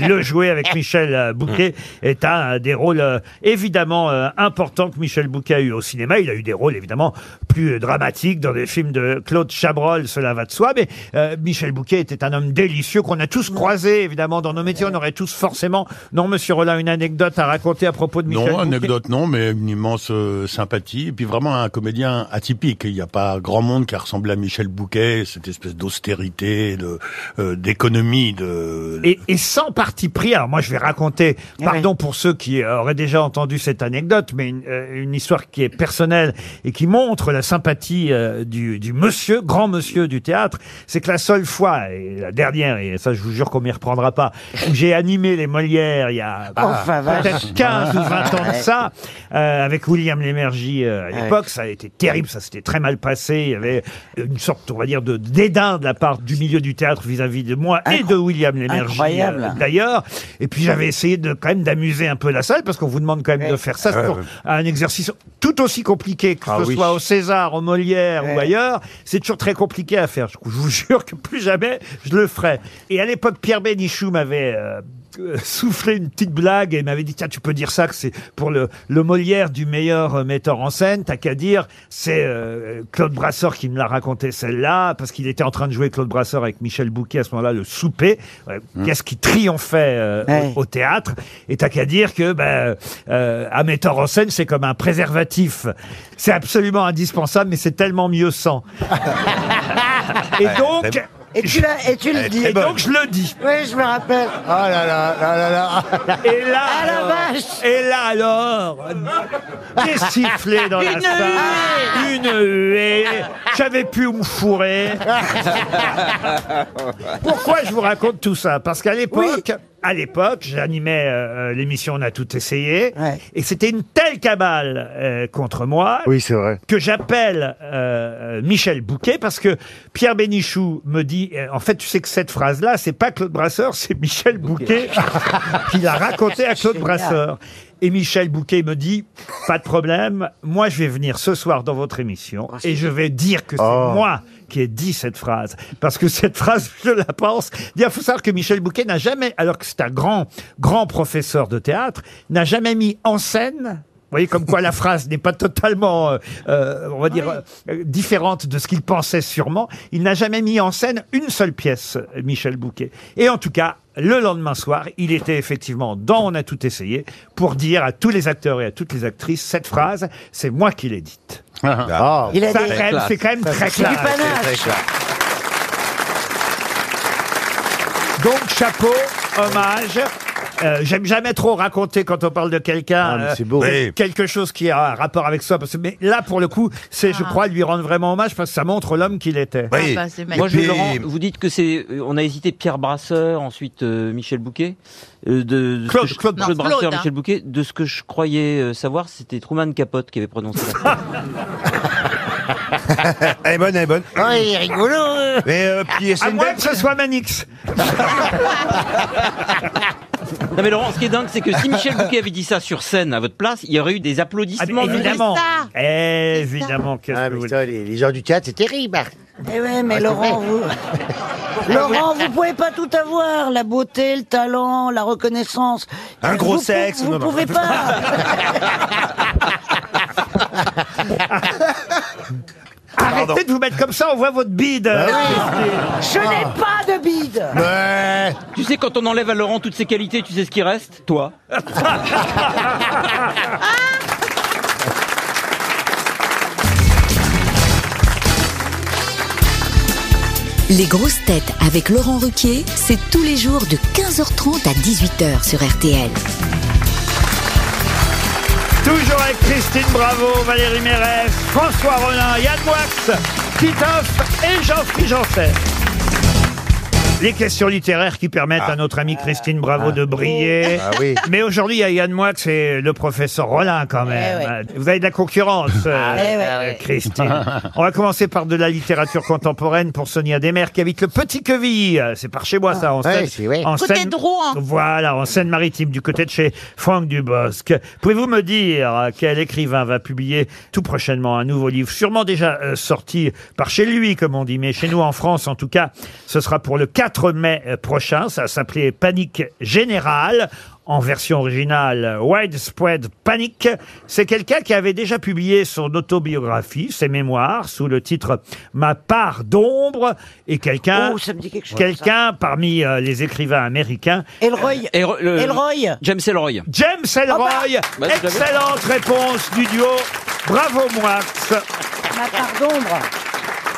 [SPEAKER 2] Le jouet avec Michel euh, Bouquet est un euh, des rôles euh, évidemment euh, importants que Michel Bouquet a eu au cinéma. Il a eu des rôles évidemment plus euh, dramatiques dans des films de Claude Chabrol, cela va de soi. Mais euh, Michel Bouquet était un homme délicieux qu'on a tous croisé évidemment dans nos métiers. On aurait tous forcément, non Monsieur Rollin, une anecdote à raconter à propos de Michel
[SPEAKER 9] Non,
[SPEAKER 2] Bouquet.
[SPEAKER 9] anecdote non, mais une immense euh, sympathie. Et puis vraiment un comédien atypique. Il n'y a pas grand monde qui a ressemblé à Michel Bouquet, cette espèce d'austérité, de, euh, d'économie, de...
[SPEAKER 2] et, et sans parti pris. Alors moi, je vais raconter, pardon pour ceux qui euh, auraient déjà entendu cette anecdote, mais une, euh, une histoire qui est personnelle et qui montre la sympathie euh, du, du monsieur, grand monsieur du théâtre. C'est que la seule fois, et la dernière, et ça je vous jure qu'on m'y reprendra pas, où j'ai animé les Molières il y a
[SPEAKER 4] Enfin, vache.
[SPEAKER 2] peut-être 15 ou 20 ans de ça, euh, avec William Lémergie euh, à l'époque, ça a été terrible, ça s'était très mal passé, il y avait une sorte, on va dire, de dédain de la part du milieu du théâtre vis-à-vis de moi et de William Lémergie.
[SPEAKER 4] Incroyable.
[SPEAKER 2] euh, D'ailleurs, et puis j'avais essayé de quand même d'amuser un peu la salle, parce qu'on vous demande quand même de faire ça, c'est toujours un exercice tout aussi compliqué, que
[SPEAKER 8] Ah
[SPEAKER 2] ce
[SPEAKER 8] oui.
[SPEAKER 2] soit au César, au Molière ou
[SPEAKER 4] Ouais.
[SPEAKER 2] ailleurs, c'est toujours très compliqué à faire. Je je vous [laughs] jure que plus jamais je le ferai. Et à l'époque, Pierre Bénichou m'avait euh, [laughs] euh, soufflé une petite blague et m'avait dit tiens tu peux dire ça que c'est pour le, le Molière du meilleur euh, metteur en scène t'as qu'à dire c'est euh, Claude Brasseur qui me l'a raconté celle-là parce qu'il était en train de jouer Claude Brasseur avec Michel Bouquet à ce moment-là le souper Euh, qu'est-ce qui triomphait euh, au-
[SPEAKER 4] Ouais.
[SPEAKER 2] au, théâtre et t'as qu'à dire que ben euh, un metteur en scène c'est comme un préservatif c'est absolument indispensable mais c'est tellement mieux [laughs] sans et donc
[SPEAKER 4] Et tu, l'as- et tu le dis.
[SPEAKER 2] et donc je le [laughs] dis
[SPEAKER 4] Oui, je me rappelle.
[SPEAKER 5] Ah là là, là là là.
[SPEAKER 2] Et là,
[SPEAKER 4] la
[SPEAKER 2] Ah, alors,
[SPEAKER 4] vache
[SPEAKER 2] Et là alors, j'ai sifflé dans la salle, une huée, j'avais pu me [laughs]
[SPEAKER 4] [laughs]
[SPEAKER 2] fourrer. Pourquoi je vous raconte tout ça Parce qu'à l'époque, à l'époque, j'animais euh, euh, l'émission On a tout essayé, et c'était une telle cabale euh, contre moi
[SPEAKER 8] Oui, c'est vrai.
[SPEAKER 2] que j'appelle euh, euh, Michel Bouquet parce que Pierre Bénichou me dit, euh, en fait, tu sais que cette phrase-là, c'est pas Claude Brasseur, c'est Michel Bouquet [laughs] qui l'a raconté à Claude
[SPEAKER 10] Génial.
[SPEAKER 2] Brasseur. Et Michel Bouquet me dit, pas de problème, moi je vais venir ce soir dans votre émission et je vais dire que c'est
[SPEAKER 8] Oh.
[SPEAKER 2] moi qui ai dit cette phrase. Parce que cette phrase, je la pense. Il faut savoir que Michel Bouquet n'a jamais, alors que c'est un grand, grand professeur de théâtre, n'a jamais mis en scène vous voyez comme quoi la phrase n'est pas totalement, euh, euh, on va dire, euh, différente de ce qu'il pensait sûrement. Il n'a jamais mis en scène une seule pièce, euh, Michel Bouquet. Et en tout cas, le lendemain soir, il était effectivement dans On a tout essayé pour dire à tous les acteurs et à toutes les actrices cette phrase, c'est moi qui l'ai dite.
[SPEAKER 4] Il a
[SPEAKER 2] Ça,
[SPEAKER 4] des-
[SPEAKER 2] quand même, c'est quand même
[SPEAKER 4] Ça,
[SPEAKER 2] très
[SPEAKER 4] c'est du
[SPEAKER 2] clair.
[SPEAKER 4] panache.
[SPEAKER 2] Donc chapeau, hommage. Euh, J'aime jamais trop raconter quand on parle de quelqu'un
[SPEAKER 8] Ah, mais
[SPEAKER 2] euh,
[SPEAKER 8] c'est beau.
[SPEAKER 2] quel-
[SPEAKER 8] Oui.
[SPEAKER 2] quelque chose qui a un rapport avec soi. Parce que, mais là, pour le coup, c'est, je crois, lui rendre vraiment hommage parce que ça montre l'homme qu'il était.
[SPEAKER 6] Ah.
[SPEAKER 8] Oui.
[SPEAKER 6] bah, c'est magnifique.
[SPEAKER 7] Moi, je vais,
[SPEAKER 8] puis-
[SPEAKER 7] Laurent, vous dites que c'est. euh, On a hésité Pierre Brasseur, ensuite euh, Michel Bouquet. euh, de, de ce
[SPEAKER 2] Claude,
[SPEAKER 7] que je-
[SPEAKER 2] Claude.
[SPEAKER 6] Non,
[SPEAKER 7] Brasseur,
[SPEAKER 6] Claude, hein.
[SPEAKER 7] Michel Bouquet. De ce que je croyais euh, savoir, c'était Truman Capote qui avait prononcé la phrase.
[SPEAKER 8] [laughs] Elle est bonne, elle est bonne.
[SPEAKER 5] Oh, il est rigolo euh.
[SPEAKER 8] Mais euh, puis c'est
[SPEAKER 2] À
[SPEAKER 8] une
[SPEAKER 2] moins
[SPEAKER 8] belle
[SPEAKER 2] que ce soit Manix.
[SPEAKER 7] [laughs] Non, mais Laurent, ce qui est dingue, c'est que si Michel Bouquet avait dit ça sur scène à votre place, il y aurait eu des
[SPEAKER 2] Ah,
[SPEAKER 7] applaudissements.
[SPEAKER 2] mais
[SPEAKER 7] de-
[SPEAKER 2] évidemment.
[SPEAKER 6] c'est
[SPEAKER 2] Évidemment. Qu'est-ce
[SPEAKER 5] Ah, mais
[SPEAKER 2] que vous voulez.
[SPEAKER 5] putain, les, les gens du théâtre, c'est terrible.
[SPEAKER 4] [laughs] Eh ouais, mais Laurent, vous...
[SPEAKER 5] [laughs]
[SPEAKER 4] Laurent, vous pouvez pas tout avoir. La beauté, le talent, la reconnaissance.
[SPEAKER 8] Un gros
[SPEAKER 4] Vous pou-
[SPEAKER 8] sexe,
[SPEAKER 4] Vous
[SPEAKER 8] non, non.
[SPEAKER 4] pouvez pas.
[SPEAKER 2] Arrêtez de vous mettre comme ça, on voit votre bide.
[SPEAKER 8] Bah
[SPEAKER 4] Je n'ai
[SPEAKER 8] Ah.
[SPEAKER 4] pas de bide.
[SPEAKER 8] Ouais.
[SPEAKER 7] Tu sais, quand on enlève à Laurent toutes ses qualités, tu sais ce qui reste Toi.
[SPEAKER 11] Les grosses têtes avec Laurent Ruquier, c'est tous les jours de 15h30 à 18h sur RTL.
[SPEAKER 2] Toujours avec Christine Bravo, Valérie Mérès, François Rollin, Yann Moix, Titoff et Jean-Philippe Janssen. Les questions littéraires qui permettent à notre amie Christine Bravo de briller.
[SPEAKER 8] Ah oui.
[SPEAKER 2] Mais aujourd'hui, il y a Yann Moix et le professeur Rollin quand même. Vous avez de la concurrence, euh,
[SPEAKER 4] Eh ouais.
[SPEAKER 2] euh, Christine. On va commencer par de la littérature contemporaine pour Sonia Demer qui habite le Petit Queville. C'est par chez moi ça, en
[SPEAKER 5] Ouais,
[SPEAKER 2] Seine-
[SPEAKER 5] c'est- ouais.
[SPEAKER 2] en
[SPEAKER 6] Côté
[SPEAKER 2] Seine-
[SPEAKER 6] de Rouen.
[SPEAKER 2] Voilà, en Seine-Maritime, du côté de chez Franck Dubosc. Pouvez-vous me dire euh, quel écrivain va publier tout prochainement un nouveau livre, sûrement déjà euh, sorti par chez lui, comme on dit, mais chez nous en France en tout cas, ce sera pour le 4 mai euh, prochain. Ça s'appelait Panique Générale. En version originale, Widespread Panic, c'est quelqu'un qui avait déjà publié son autobiographie, ses mémoires, sous le titre Ma part d'ombre, et quelqu'un,
[SPEAKER 4] Oh, ça me dit quelque chose.
[SPEAKER 2] quelqu'un parmi euh, les écrivains américains
[SPEAKER 4] ça. Elroy.
[SPEAKER 7] Et re- Oh, le-
[SPEAKER 4] Elroy.
[SPEAKER 7] James Elroy.
[SPEAKER 2] James Elroy,
[SPEAKER 7] Bah, je l'avais.
[SPEAKER 2] excellente réponse du duo. Bravo Moix.
[SPEAKER 4] Ma part d'ombre.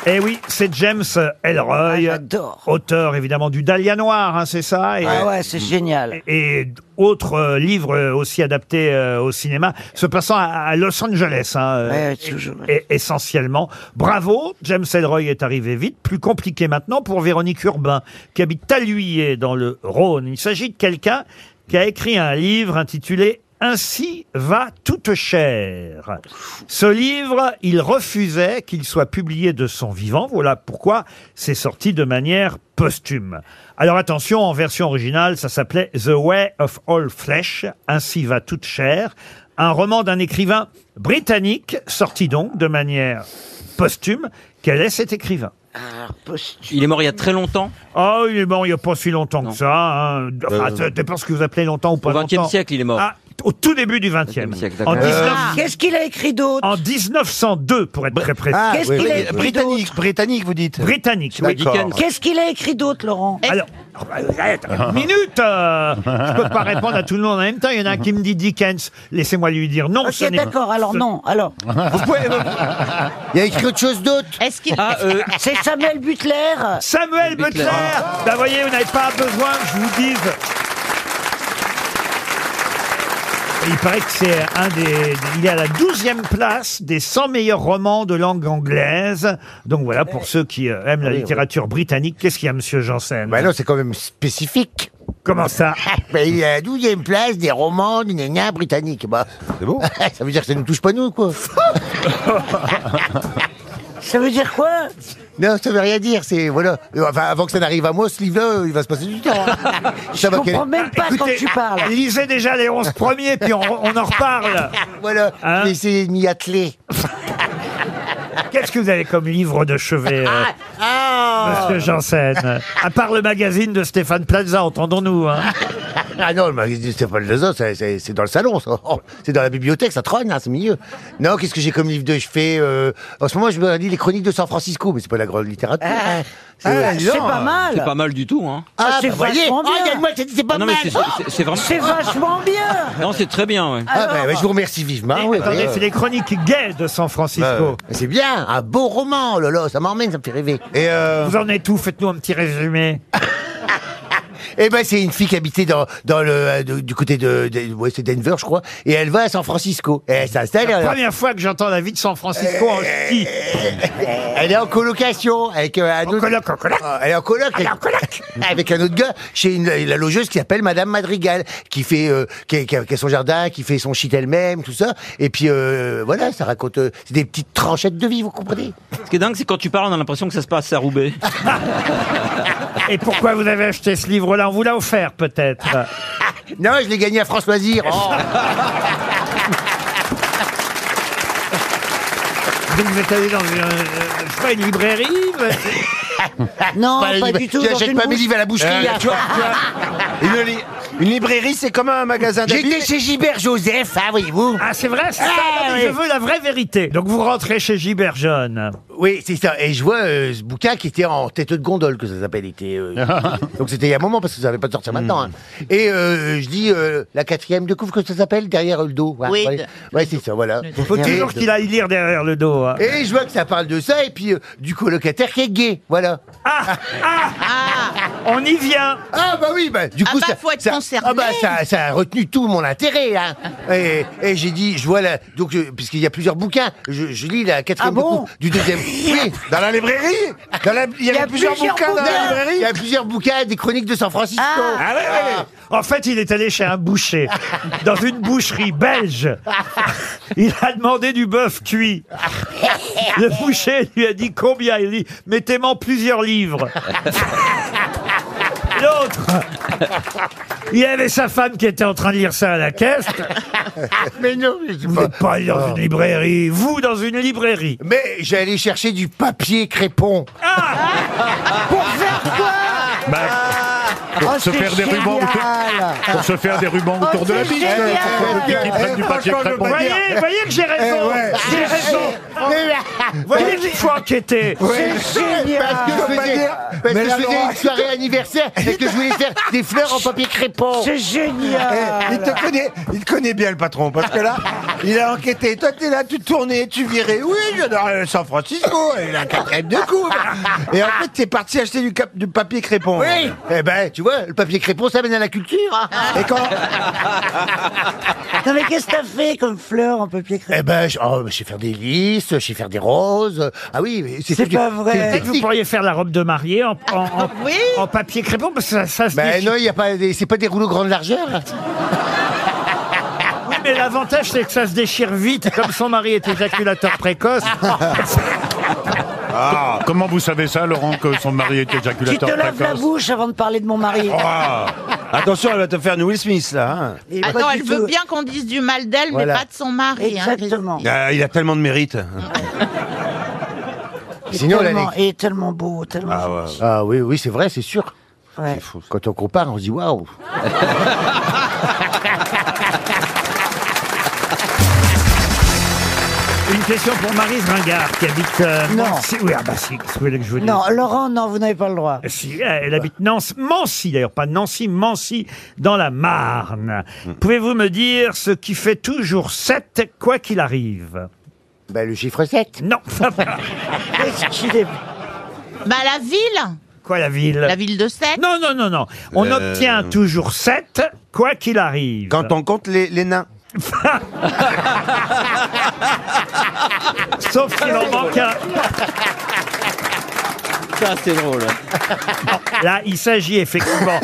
[SPEAKER 2] Et Eh oui, c'est James Elroy,
[SPEAKER 4] Ah, j'adore.
[SPEAKER 2] auteur évidemment du Dahlia Noir, hein, c'est ça et, Mm.
[SPEAKER 4] Ah ouais, c'est génial.
[SPEAKER 2] et autre euh, livre euh, aussi adapté euh, au cinéma, se passant à, à Los Angeles. hein, euh,
[SPEAKER 4] Ouais, toujours.
[SPEAKER 2] et- essentiellement. Bravo, James Elroy est arrivé vite. Plus compliqué maintenant pour Véronique Urbain, qui habite Taluyer dans le Rhône. Il s'agit de quelqu'un qui a écrit un livre intitulé Ainsi va toute chair. Ce livre, il refusait qu'il soit publié de son vivant. Voilà pourquoi c'est sorti de manière posthume. Alors attention, en version originale, ça s'appelait The Way of All Flesh, Ainsi va toute chair, un roman d'un écrivain britannique, sorti donc de manière posthume. Quel est cet écrivain
[SPEAKER 5] Ah,
[SPEAKER 7] Il est mort il y a très longtemps,
[SPEAKER 2] Oh, il est mort il n'y a pas si longtemps
[SPEAKER 7] Non.
[SPEAKER 2] que ça. hein.
[SPEAKER 8] Euh.
[SPEAKER 2] Enfin, ça dépend ce que vous appelez longtemps ou pas
[SPEAKER 7] au XXe
[SPEAKER 2] longtemps.
[SPEAKER 7] siècle, il est mort.
[SPEAKER 2] Ah, au tout début du 20e.
[SPEAKER 7] 20e siècle,
[SPEAKER 2] en,
[SPEAKER 7] d'accord. Euh.
[SPEAKER 2] 19
[SPEAKER 4] Ah. Qu'est-ce qu'il a écrit d'autre
[SPEAKER 2] en 1902, pour être très précis.
[SPEAKER 8] Ah,
[SPEAKER 4] Qu'est-ce
[SPEAKER 8] oui,
[SPEAKER 4] qu'il
[SPEAKER 8] oui.
[SPEAKER 4] a écrit
[SPEAKER 8] Britannique, Britannique, vous dites.
[SPEAKER 2] Britannique, oui.
[SPEAKER 8] Ah, D'accord. Eh. Ah,
[SPEAKER 7] Dickens.
[SPEAKER 4] Qu'est-ce qu'il a écrit d'autre, Laurent
[SPEAKER 2] Alors, oh, bah, arrête,
[SPEAKER 4] Ah.
[SPEAKER 2] une minute euh, Je peux pas répondre à tout le monde en même temps. Il y en a un qui me dit Dickens. Laissez-moi lui dire non. ce euh,
[SPEAKER 4] Ok,
[SPEAKER 2] n'est pas-
[SPEAKER 4] d'accord. Alors non. Alors,
[SPEAKER 8] Vous pouvez-
[SPEAKER 5] Il a écrit autre chose d'autre.
[SPEAKER 6] Est-ce qu'il
[SPEAKER 7] Ah, euh,
[SPEAKER 4] c'est Samuel Butler.
[SPEAKER 2] Samuel Butler.
[SPEAKER 7] Butler. Ah.
[SPEAKER 2] Bah, voyez, vous n'avez pas besoin que je vous dise. Il paraît que c'est un des. Il est à la 12e place des 100 meilleurs romans de langue anglaise. Donc [laughs]
[SPEAKER 4] Eh. Ah
[SPEAKER 5] Ben
[SPEAKER 2] voilà, pour ceux qui euh, aiment la littérature britannique, qu'est-ce qu'il y a, monsieur Janssen
[SPEAKER 5] Bah non, c'est quand même spécifique. [laughs]
[SPEAKER 2] Comment ça
[SPEAKER 5] Ben, Il est à la 12e place des romans du néna britannique. Bah. C'est bon [laughs] Ça veut dire que ça ne touche pas nous, quoi.
[SPEAKER 4] Ça veut dire quoi
[SPEAKER 5] Non, ça veut rien dire. C'est voilà. Euh, Enfin, avant que ça n'arrive à moi, ce livre-là, euh, il va se passer du temps.
[SPEAKER 4] [laughs]
[SPEAKER 5] hein. ça
[SPEAKER 4] Je
[SPEAKER 5] va
[SPEAKER 4] comprends
[SPEAKER 5] qu'elle-
[SPEAKER 4] même pas
[SPEAKER 2] Écoutez,
[SPEAKER 4] quand tu parles.
[SPEAKER 2] Lisez déjà les 11 premiers, puis on, on en reparle.
[SPEAKER 5] [laughs] Voilà,
[SPEAKER 2] Hein
[SPEAKER 5] j'ai essayé de m'y atteler.
[SPEAKER 2] Qu'est-ce que vous avez comme livre de chevet, euh,
[SPEAKER 5] Ah
[SPEAKER 2] monsieur Janssen À part le magazine de Stéphane Plaza, entendons-nous. hein.
[SPEAKER 5] [laughs] Ah non, mais c'est pas le Lezot, c'est- c'est c'est dans le salon, ça. Oh, c'est dans la bibliothèque, ça trône, hein, c'est au milieu. Non, qu'est-ce que j'ai comme livre de chevet euh, En ce moment, je me lis les chroniques de San Francisco, mais c'est pas de la grande littérature. hein.
[SPEAKER 4] Ah, c'est pas
[SPEAKER 7] C'est
[SPEAKER 4] mal.
[SPEAKER 7] pas mal du tout, hein.
[SPEAKER 4] Ah, c'est
[SPEAKER 5] bah, voyez. Oh,
[SPEAKER 4] vachement bien.
[SPEAKER 5] regarde-moi, c'est c'est pas
[SPEAKER 7] non,
[SPEAKER 5] mal.
[SPEAKER 7] mais c'est- c'est- c'est vraiment.
[SPEAKER 4] C'est vachement
[SPEAKER 3] [laughs]
[SPEAKER 4] bien.
[SPEAKER 7] Non, c'est très bien, ouais.
[SPEAKER 2] ben,
[SPEAKER 5] Ah, bah,
[SPEAKER 4] Alors-
[SPEAKER 5] bah, je vous remercie vivement. oui,
[SPEAKER 2] Eh Attendez,
[SPEAKER 5] bah,
[SPEAKER 2] c'est les chroniques gays de San Francisco.
[SPEAKER 5] bah, C'est bien, un beau roman, oh là là, ça m'emmène, ça me fait rêver. Et, euh,
[SPEAKER 2] Vous en êtes où Faites-nous un petit résumé.
[SPEAKER 5] [laughs] Eh ben, c'est une fille qui habitait dans, dans le, euh, de- du côté de, de- ouais, c'est Denver, je crois, et elle va à San Francisco. Et elle s'installe, et elle,
[SPEAKER 2] Première fois que j'entends la vie de San Francisco en ski.
[SPEAKER 5] elle est en colocation avec euh, un autre.
[SPEAKER 2] coloc, en coloc.
[SPEAKER 5] Euh, Elle est en coloc, avec, [laughs] avec un autre gars chez une, la logeuse qui s'appelle Madame Madrigal, qui fait, euh, qui, a- qui a, qui a son jardin, qui fait son shit elle-même, tout ça. Et puis euh, voilà, ça raconte, euh, c'est des petites tranchettes de vie, vous comprenez
[SPEAKER 7] Ce qui est dingue, c'est quand tu parles, on a l'impression que ça se passe à Roubaix.
[SPEAKER 2] Et pourquoi vous avez acheté ce livre-là On vous l'a offert peut-être.
[SPEAKER 5] Non, je l'ai gagné à France Loisir. Oh.
[SPEAKER 2] Donc vous êtes allé dans une, euh, je sais pas, une
[SPEAKER 5] [laughs]
[SPEAKER 2] librairie mais-
[SPEAKER 4] [laughs] Non,
[SPEAKER 5] Bah,
[SPEAKER 4] pas
[SPEAKER 5] il-
[SPEAKER 4] du tout.
[SPEAKER 5] Tu
[SPEAKER 4] dans
[SPEAKER 5] achètes
[SPEAKER 4] une
[SPEAKER 5] pas mes
[SPEAKER 4] bouche.
[SPEAKER 5] livres à la boucherie.
[SPEAKER 8] Euh,
[SPEAKER 5] hein.
[SPEAKER 8] Une, li- une librairie, c'est comme un magasin d'habits.
[SPEAKER 5] J'étais chez Gilbert Joseph, hein, voyez-vous.
[SPEAKER 2] Ah, c'est vrai, c'est ça.
[SPEAKER 5] Ah,
[SPEAKER 2] Non, mais
[SPEAKER 5] oui.
[SPEAKER 2] Je veux la vraie vérité. Donc vous rentrez chez Gilbert Jaune.
[SPEAKER 5] Oui, c'est ça. Et je vois euh, ce bouquin qui était en tête de gondole, que ça s'appelle. il était,
[SPEAKER 2] [laughs]
[SPEAKER 5] euh, Donc c'était il y a un moment, parce que ça n'avait pas de sortir maintenant.
[SPEAKER 2] Hmm.
[SPEAKER 5] hein. Et euh, je dis euh, la quatrième de couvre, que ça s'appelle Derrière le dos. Ouais,
[SPEAKER 6] Oui,
[SPEAKER 5] ouais.
[SPEAKER 6] de-
[SPEAKER 5] Ouais, c'est ça, voilà.
[SPEAKER 2] Faut toujours
[SPEAKER 5] Et- euh,
[SPEAKER 2] qu'il aille lire derrière le dos. hein.
[SPEAKER 5] Et je vois que ça parle de ça, et puis euh, du colocataire qui est gay, voilà.
[SPEAKER 2] Ah, ah, On y vient.
[SPEAKER 5] Ah bah oui, bah, du
[SPEAKER 6] Ah
[SPEAKER 5] coup
[SPEAKER 6] bah,
[SPEAKER 5] ça,
[SPEAKER 6] faut être
[SPEAKER 5] ça-
[SPEAKER 6] concerné.
[SPEAKER 5] Ah bah ça, ça a retenu tout mon intérêt, hein. Et, et j'ai dit, je vois la, donc je- puisqu'il y a plusieurs bouquins, je, je lis la quatrième
[SPEAKER 4] Ah
[SPEAKER 5] de
[SPEAKER 4] bon
[SPEAKER 5] couvre du deuxième. Oui,
[SPEAKER 8] Dans la librairie Dans la- Il y avait plusieurs,
[SPEAKER 4] plusieurs
[SPEAKER 8] bouquins dans la
[SPEAKER 4] bouquins.
[SPEAKER 5] Il y
[SPEAKER 8] librairie
[SPEAKER 5] a plusieurs bouquins des chroniques de San Francisco.
[SPEAKER 8] Ah ouais, ouais, ouais.
[SPEAKER 2] En fait, il est allé chez un
[SPEAKER 8] [laughs]
[SPEAKER 2] boucher, dans une boucherie belge. Il a demandé du bœuf
[SPEAKER 8] [laughs]
[SPEAKER 2] cuit. Le boucher lui a dit combien Il dit mettez-moi plusieurs
[SPEAKER 8] [laughs]
[SPEAKER 2] livres. L'autre, il avait sa femme qui était en train de lire ça à la caisse.
[SPEAKER 5] [laughs] Mais non, mais je sais
[SPEAKER 2] Vous
[SPEAKER 5] pas. Ah. Oh,
[SPEAKER 2] n'êtes pas allé dans une librairie, vous dans une librairie.
[SPEAKER 5] Mais j'allais chercher du papier crépon.
[SPEAKER 2] Ah
[SPEAKER 5] [laughs]
[SPEAKER 2] [laughs] Bah,
[SPEAKER 5] Ah,
[SPEAKER 9] Pour se faire des rubans autour, pour se faire des
[SPEAKER 5] Oh,
[SPEAKER 9] rubans autour de la bite.
[SPEAKER 3] euh,
[SPEAKER 9] Qui prennent du papier
[SPEAKER 8] franchement, je veux
[SPEAKER 9] crépon.
[SPEAKER 8] pas
[SPEAKER 2] Voyez, voyez que j'ai
[SPEAKER 3] Eh
[SPEAKER 2] raison. J'ai raison. Voyez qu'il faut enquêter.
[SPEAKER 5] Parce que je
[SPEAKER 8] pas
[SPEAKER 5] faisais,
[SPEAKER 8] dire.
[SPEAKER 5] parce
[SPEAKER 8] Mais
[SPEAKER 5] que
[SPEAKER 8] la
[SPEAKER 5] je faisais
[SPEAKER 8] loi-
[SPEAKER 5] une soirée anniversaire et que je voulais faire des fleurs en papier crépon.
[SPEAKER 4] C'est génial.
[SPEAKER 8] Eh, il te connaît, il te connaît bien le patron parce que là, il a enquêté. Toi, t'es là, tu tournais, tu virais. Oui, je dans euh, San Francisco, et la quatrième de coupe. Et en fait, t'es parti acheter du, cap- du papier crépon.
[SPEAKER 5] Oui. Eh ben, tu vois, le papier crépon, ça mène à la culture. hein.
[SPEAKER 8] Et quand
[SPEAKER 4] Ah. [laughs] Non, mais qu'est-ce que t'as fait comme fleur en papier crépon
[SPEAKER 5] Eh ben, je, oh, je sais faire des lys, je sais faire des roses. Ah oui, mais
[SPEAKER 4] C'est
[SPEAKER 5] tout-
[SPEAKER 4] pas vrai.
[SPEAKER 5] c'est une
[SPEAKER 2] Peut-être que vous
[SPEAKER 5] technique.
[SPEAKER 2] pourriez faire la robe de mariée en, en-
[SPEAKER 4] [laughs]
[SPEAKER 2] en- en papier crépon, parce que ça, ça se
[SPEAKER 5] Ben
[SPEAKER 2] déchire.
[SPEAKER 5] non, il y a pas, des- c'est pas des rouleaux grande largeur.
[SPEAKER 2] Oui, mais l'avantage, c'est que ça se déchire vite. Comme son mari est éjaculateur
[SPEAKER 8] [laughs]
[SPEAKER 2] précoce,
[SPEAKER 5] Ah.
[SPEAKER 9] Comment vous savez ça, Laurent, que son mari est
[SPEAKER 4] Tu te
[SPEAKER 9] éjaculateur
[SPEAKER 4] laves la
[SPEAKER 9] précoce
[SPEAKER 4] bouche avant de parler de mon mari.
[SPEAKER 8] Oh. Ah. Attention, elle va te faire une Will Smith là. hein.
[SPEAKER 4] Et
[SPEAKER 6] Ah
[SPEAKER 4] pas
[SPEAKER 6] non,
[SPEAKER 4] du
[SPEAKER 6] elle veut
[SPEAKER 4] tout.
[SPEAKER 6] bien qu'on dise du mal d'elle,
[SPEAKER 8] Voilà.
[SPEAKER 6] mais pas de son mari. hein.
[SPEAKER 4] Exactement.
[SPEAKER 8] Euh, il a tellement de mérite.
[SPEAKER 2] Ah.
[SPEAKER 4] Et
[SPEAKER 5] Sinon, la-
[SPEAKER 4] tellement, et tellement beau, tellement.
[SPEAKER 5] Ah oui, oui, c'est vrai, c'est sûr.
[SPEAKER 4] Ouais.
[SPEAKER 5] Quand on compare, on se dit waouh.
[SPEAKER 2] une question pour Marie Ringard, qui habite euh,
[SPEAKER 4] Non.
[SPEAKER 2] Nancy. Oui, ah bah si, qu'est-ce que vous voulez que je vous dise
[SPEAKER 4] Non, Laurent, Oh non, vous n'avez pas le droit.
[SPEAKER 2] Si, elle habite Nancy, Mancy d'ailleurs, pas Nancy, Mancy, dans la Marne. Pouvez-vous me dire ce qui fait toujours 7, quoi qu'il arrive
[SPEAKER 5] Ben, le chiffre 7.
[SPEAKER 2] Non.
[SPEAKER 6] Bah la ville,
[SPEAKER 2] quoi la ville
[SPEAKER 6] la ville de Sète.
[SPEAKER 2] Non, non, non, non. On obtient toujours 7, quoi qu'il arrive.
[SPEAKER 8] Euh. Quand on compte les, les
[SPEAKER 2] [laughs]
[SPEAKER 8] nains.
[SPEAKER 5] [laughs]
[SPEAKER 2] Sauf s'il en manque un.
[SPEAKER 7] ça, c'est drôle.
[SPEAKER 2] Là, il s'agit effectivement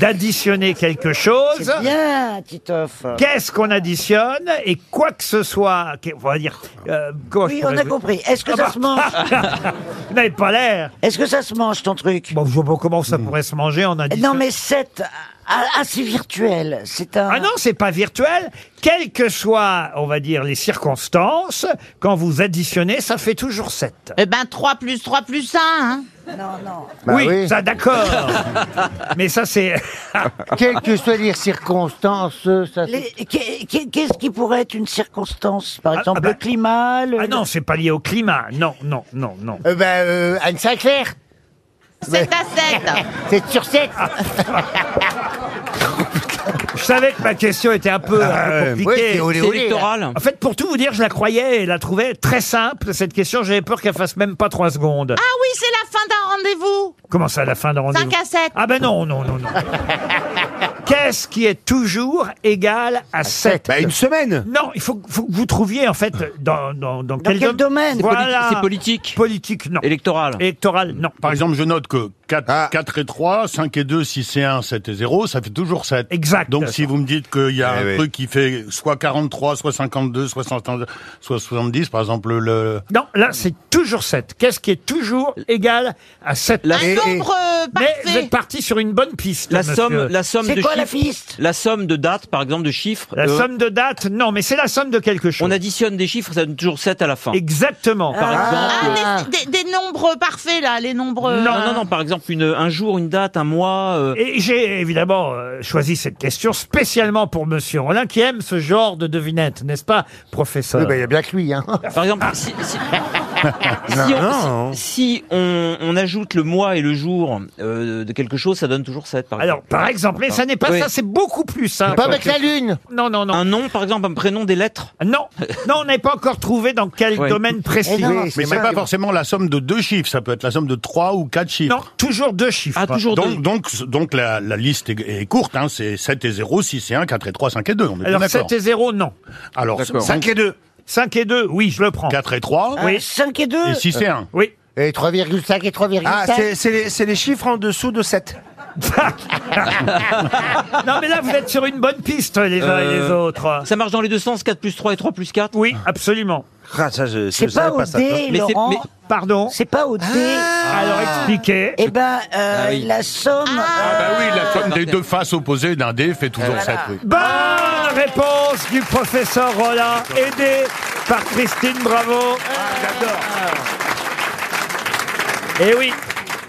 [SPEAKER 2] d'additionner quelque chose.
[SPEAKER 4] C'est bien, Titoff.
[SPEAKER 2] Qu'est-ce qu'on additionne et quoi que ce soit, qu'est- on va dire. euh, comment je
[SPEAKER 4] Oui, on
[SPEAKER 2] pourrais
[SPEAKER 4] a
[SPEAKER 2] vous-
[SPEAKER 4] compris. Est-ce que
[SPEAKER 2] Ah
[SPEAKER 4] ça
[SPEAKER 2] bah.
[SPEAKER 4] se mange
[SPEAKER 2] Vous n'avez pas l'air.
[SPEAKER 4] Est-ce que ça se mange, ton truc
[SPEAKER 2] Bon, je vois pas comment ça pourrait se manger en addition.
[SPEAKER 4] Non, mais c'est ah, ah, c'est virtuel. C'est un.
[SPEAKER 2] Ah non, c'est pas virtuel. Quelles que soient, on va dire, les circonstances, quand vous additionnez, ça fait toujours 7.
[SPEAKER 6] Eh ben, 3 plus 3 plus 1, hein.
[SPEAKER 4] non, non.
[SPEAKER 5] Bah
[SPEAKER 2] oui,
[SPEAKER 5] oui.
[SPEAKER 2] ça d'accord. [laughs] mais ça [laughs] c'est
[SPEAKER 5] Quelles que soient les circonstances, ça se-
[SPEAKER 4] Les- qu'est- qu'est- Qu'est-ce qui pourrait être une circonstance Par
[SPEAKER 2] Ah,
[SPEAKER 4] exemple,
[SPEAKER 2] ah bah.
[SPEAKER 4] le climat le-
[SPEAKER 2] Ah non, c'est pas lié au climat. Non, non, non, non.
[SPEAKER 5] Euh, bah, euh, Anne Sinclair,
[SPEAKER 6] 7 à 7.
[SPEAKER 5] [laughs] 7
[SPEAKER 6] [laughs]
[SPEAKER 5] sur 7.
[SPEAKER 2] Je savais que ma question était un peu, un peu compliquée.
[SPEAKER 5] c'est olé
[SPEAKER 7] C'est
[SPEAKER 5] olé. là.
[SPEAKER 7] électoral.
[SPEAKER 2] en fait, pour tout vous dire, je la croyais et la trouvais très simple, cette question. J'avais peur qu'elle fasse même pas trois secondes.
[SPEAKER 6] Ah oui, c'est la fin d'un rendez-vous.
[SPEAKER 2] Comment ça, la fin de rendez-vous
[SPEAKER 6] 5 à 7.
[SPEAKER 2] Ah ben non, non, non, non. Qu'est-ce qui est toujours égal à 7
[SPEAKER 8] Bah, une semaine.
[SPEAKER 2] Non, il faut, faut que vous trouviez en fait dans, dans, dans,
[SPEAKER 4] Dans quel domaine
[SPEAKER 7] C'est politi-
[SPEAKER 2] Voilà.
[SPEAKER 7] c'est politique.
[SPEAKER 2] Politique, non.
[SPEAKER 7] Électoral.
[SPEAKER 2] Électoral, non.
[SPEAKER 9] Par exemple, je note que 4,
[SPEAKER 8] Ah.
[SPEAKER 9] et 3, 5 et 2, 6 et 1, 7 et 0, ça fait toujours 7.
[SPEAKER 2] Exact.
[SPEAKER 9] Donc si vous me dites qu'il y a
[SPEAKER 8] Eh
[SPEAKER 9] un
[SPEAKER 8] oui.
[SPEAKER 9] truc qui fait soit 43, soit 52, soit 72, soit 70, par exemple le...
[SPEAKER 2] Non, là, c'est toujours 7. Qu'est-ce qui est toujours égal à 7
[SPEAKER 7] La,
[SPEAKER 6] Un nombre euh,
[SPEAKER 2] Mais vous
[SPEAKER 6] parfait.
[SPEAKER 2] êtes parti sur une bonne piste.
[SPEAKER 7] la
[SPEAKER 2] monsieur.
[SPEAKER 7] somme, la somme de
[SPEAKER 4] C'est quoi la
[SPEAKER 7] chiffres.
[SPEAKER 4] piste
[SPEAKER 7] La somme de dates, par exemple, de chiffres.
[SPEAKER 2] La
[SPEAKER 7] euh,
[SPEAKER 2] somme de dates, non, mais c'est la somme de quelque chose.
[SPEAKER 7] On additionne des chiffres, ça donne toujours 7 à la fin.
[SPEAKER 2] Exactement.
[SPEAKER 7] Par exemple.
[SPEAKER 6] Ah, des, des- des nombres parfaits, là, les nombres. euh,
[SPEAKER 7] Non, non, non, par exemple, une, un jour, une date, un mois. euh,
[SPEAKER 2] Ah. Et j'ai évidemment euh, choisi cette question spécialement pour Monsieur Rollin, qui aime ce genre de devinette, n'est-ce pas, professeur Ah,
[SPEAKER 5] Oui, bah, Il y a bien que lui. Hein.
[SPEAKER 7] [laughs] Par exemple, si, si- si on,
[SPEAKER 8] non.
[SPEAKER 7] si- si on- on ajoute le mois et le jour euh, de quelque chose, ça donne toujours 7, par
[SPEAKER 2] Alors,
[SPEAKER 7] exemple.
[SPEAKER 2] par exemple, mais ça n'est pas
[SPEAKER 7] Oui.
[SPEAKER 2] ça, c'est beaucoup plus simple.
[SPEAKER 5] Pas avec la lune.
[SPEAKER 2] Non, non, non.
[SPEAKER 7] Un nom, par exemple, un prénom, des lettres.
[SPEAKER 2] Non, non, on n'est pas encore trouvé dans quel
[SPEAKER 7] Ouais.
[SPEAKER 2] domaine
[SPEAKER 4] Eh
[SPEAKER 2] précis.
[SPEAKER 4] non.
[SPEAKER 5] Oui,
[SPEAKER 9] Mais c'est
[SPEAKER 5] ça.
[SPEAKER 9] pas forcément la somme de deux chiffres, ça peut être la somme de trois ou quatre chiffres.
[SPEAKER 2] Non, toujours deux chiffres.
[SPEAKER 7] Ah, toujours deux.
[SPEAKER 9] Donc, donc, donc la, la liste est, est courte, hein, c'est 7 et 0, 6 et 1, 4 et 3, 5 et 2, on est
[SPEAKER 2] Alors
[SPEAKER 9] bien
[SPEAKER 2] 7
[SPEAKER 9] d'accord.
[SPEAKER 2] et 0, non.
[SPEAKER 9] Alors,
[SPEAKER 7] D'accord.
[SPEAKER 9] 5 et 2.
[SPEAKER 2] 5 et 2, oui, je le prends.
[SPEAKER 9] 4 et 3,
[SPEAKER 2] Oui.
[SPEAKER 4] 5 et 2
[SPEAKER 9] et 6 et 1.
[SPEAKER 2] Oui.
[SPEAKER 5] Et 3,5 et 3,5.
[SPEAKER 8] Ah, c'est- c'est les, c'est les chiffres en dessous de 7. [laughs]
[SPEAKER 2] [laughs] Non, mais là, vous êtes sur une bonne piste, les uns et les
[SPEAKER 7] Euh,
[SPEAKER 2] autres.
[SPEAKER 7] Ça marche dans les deux sens, 4 plus 3 et 3 plus 4.
[SPEAKER 2] Oui, absolument.
[SPEAKER 8] Ah, ça, je,
[SPEAKER 4] C'est pas au dé,
[SPEAKER 7] Mais c'est-
[SPEAKER 4] Laurent.
[SPEAKER 7] mais-
[SPEAKER 2] Pardon.
[SPEAKER 4] C'est pas au dé.
[SPEAKER 2] Alors, expliquez.
[SPEAKER 4] Eh ben, euh,
[SPEAKER 7] Ah oui.
[SPEAKER 4] la somme.
[SPEAKER 9] Ah bah oui, la somme des
[SPEAKER 7] Martin.
[SPEAKER 9] deux faces opposées d'un dé fait toujours 7, oui.
[SPEAKER 2] Bonne réponse du professeur Rollin, aidé par Christine Bravo. Et Eh oui,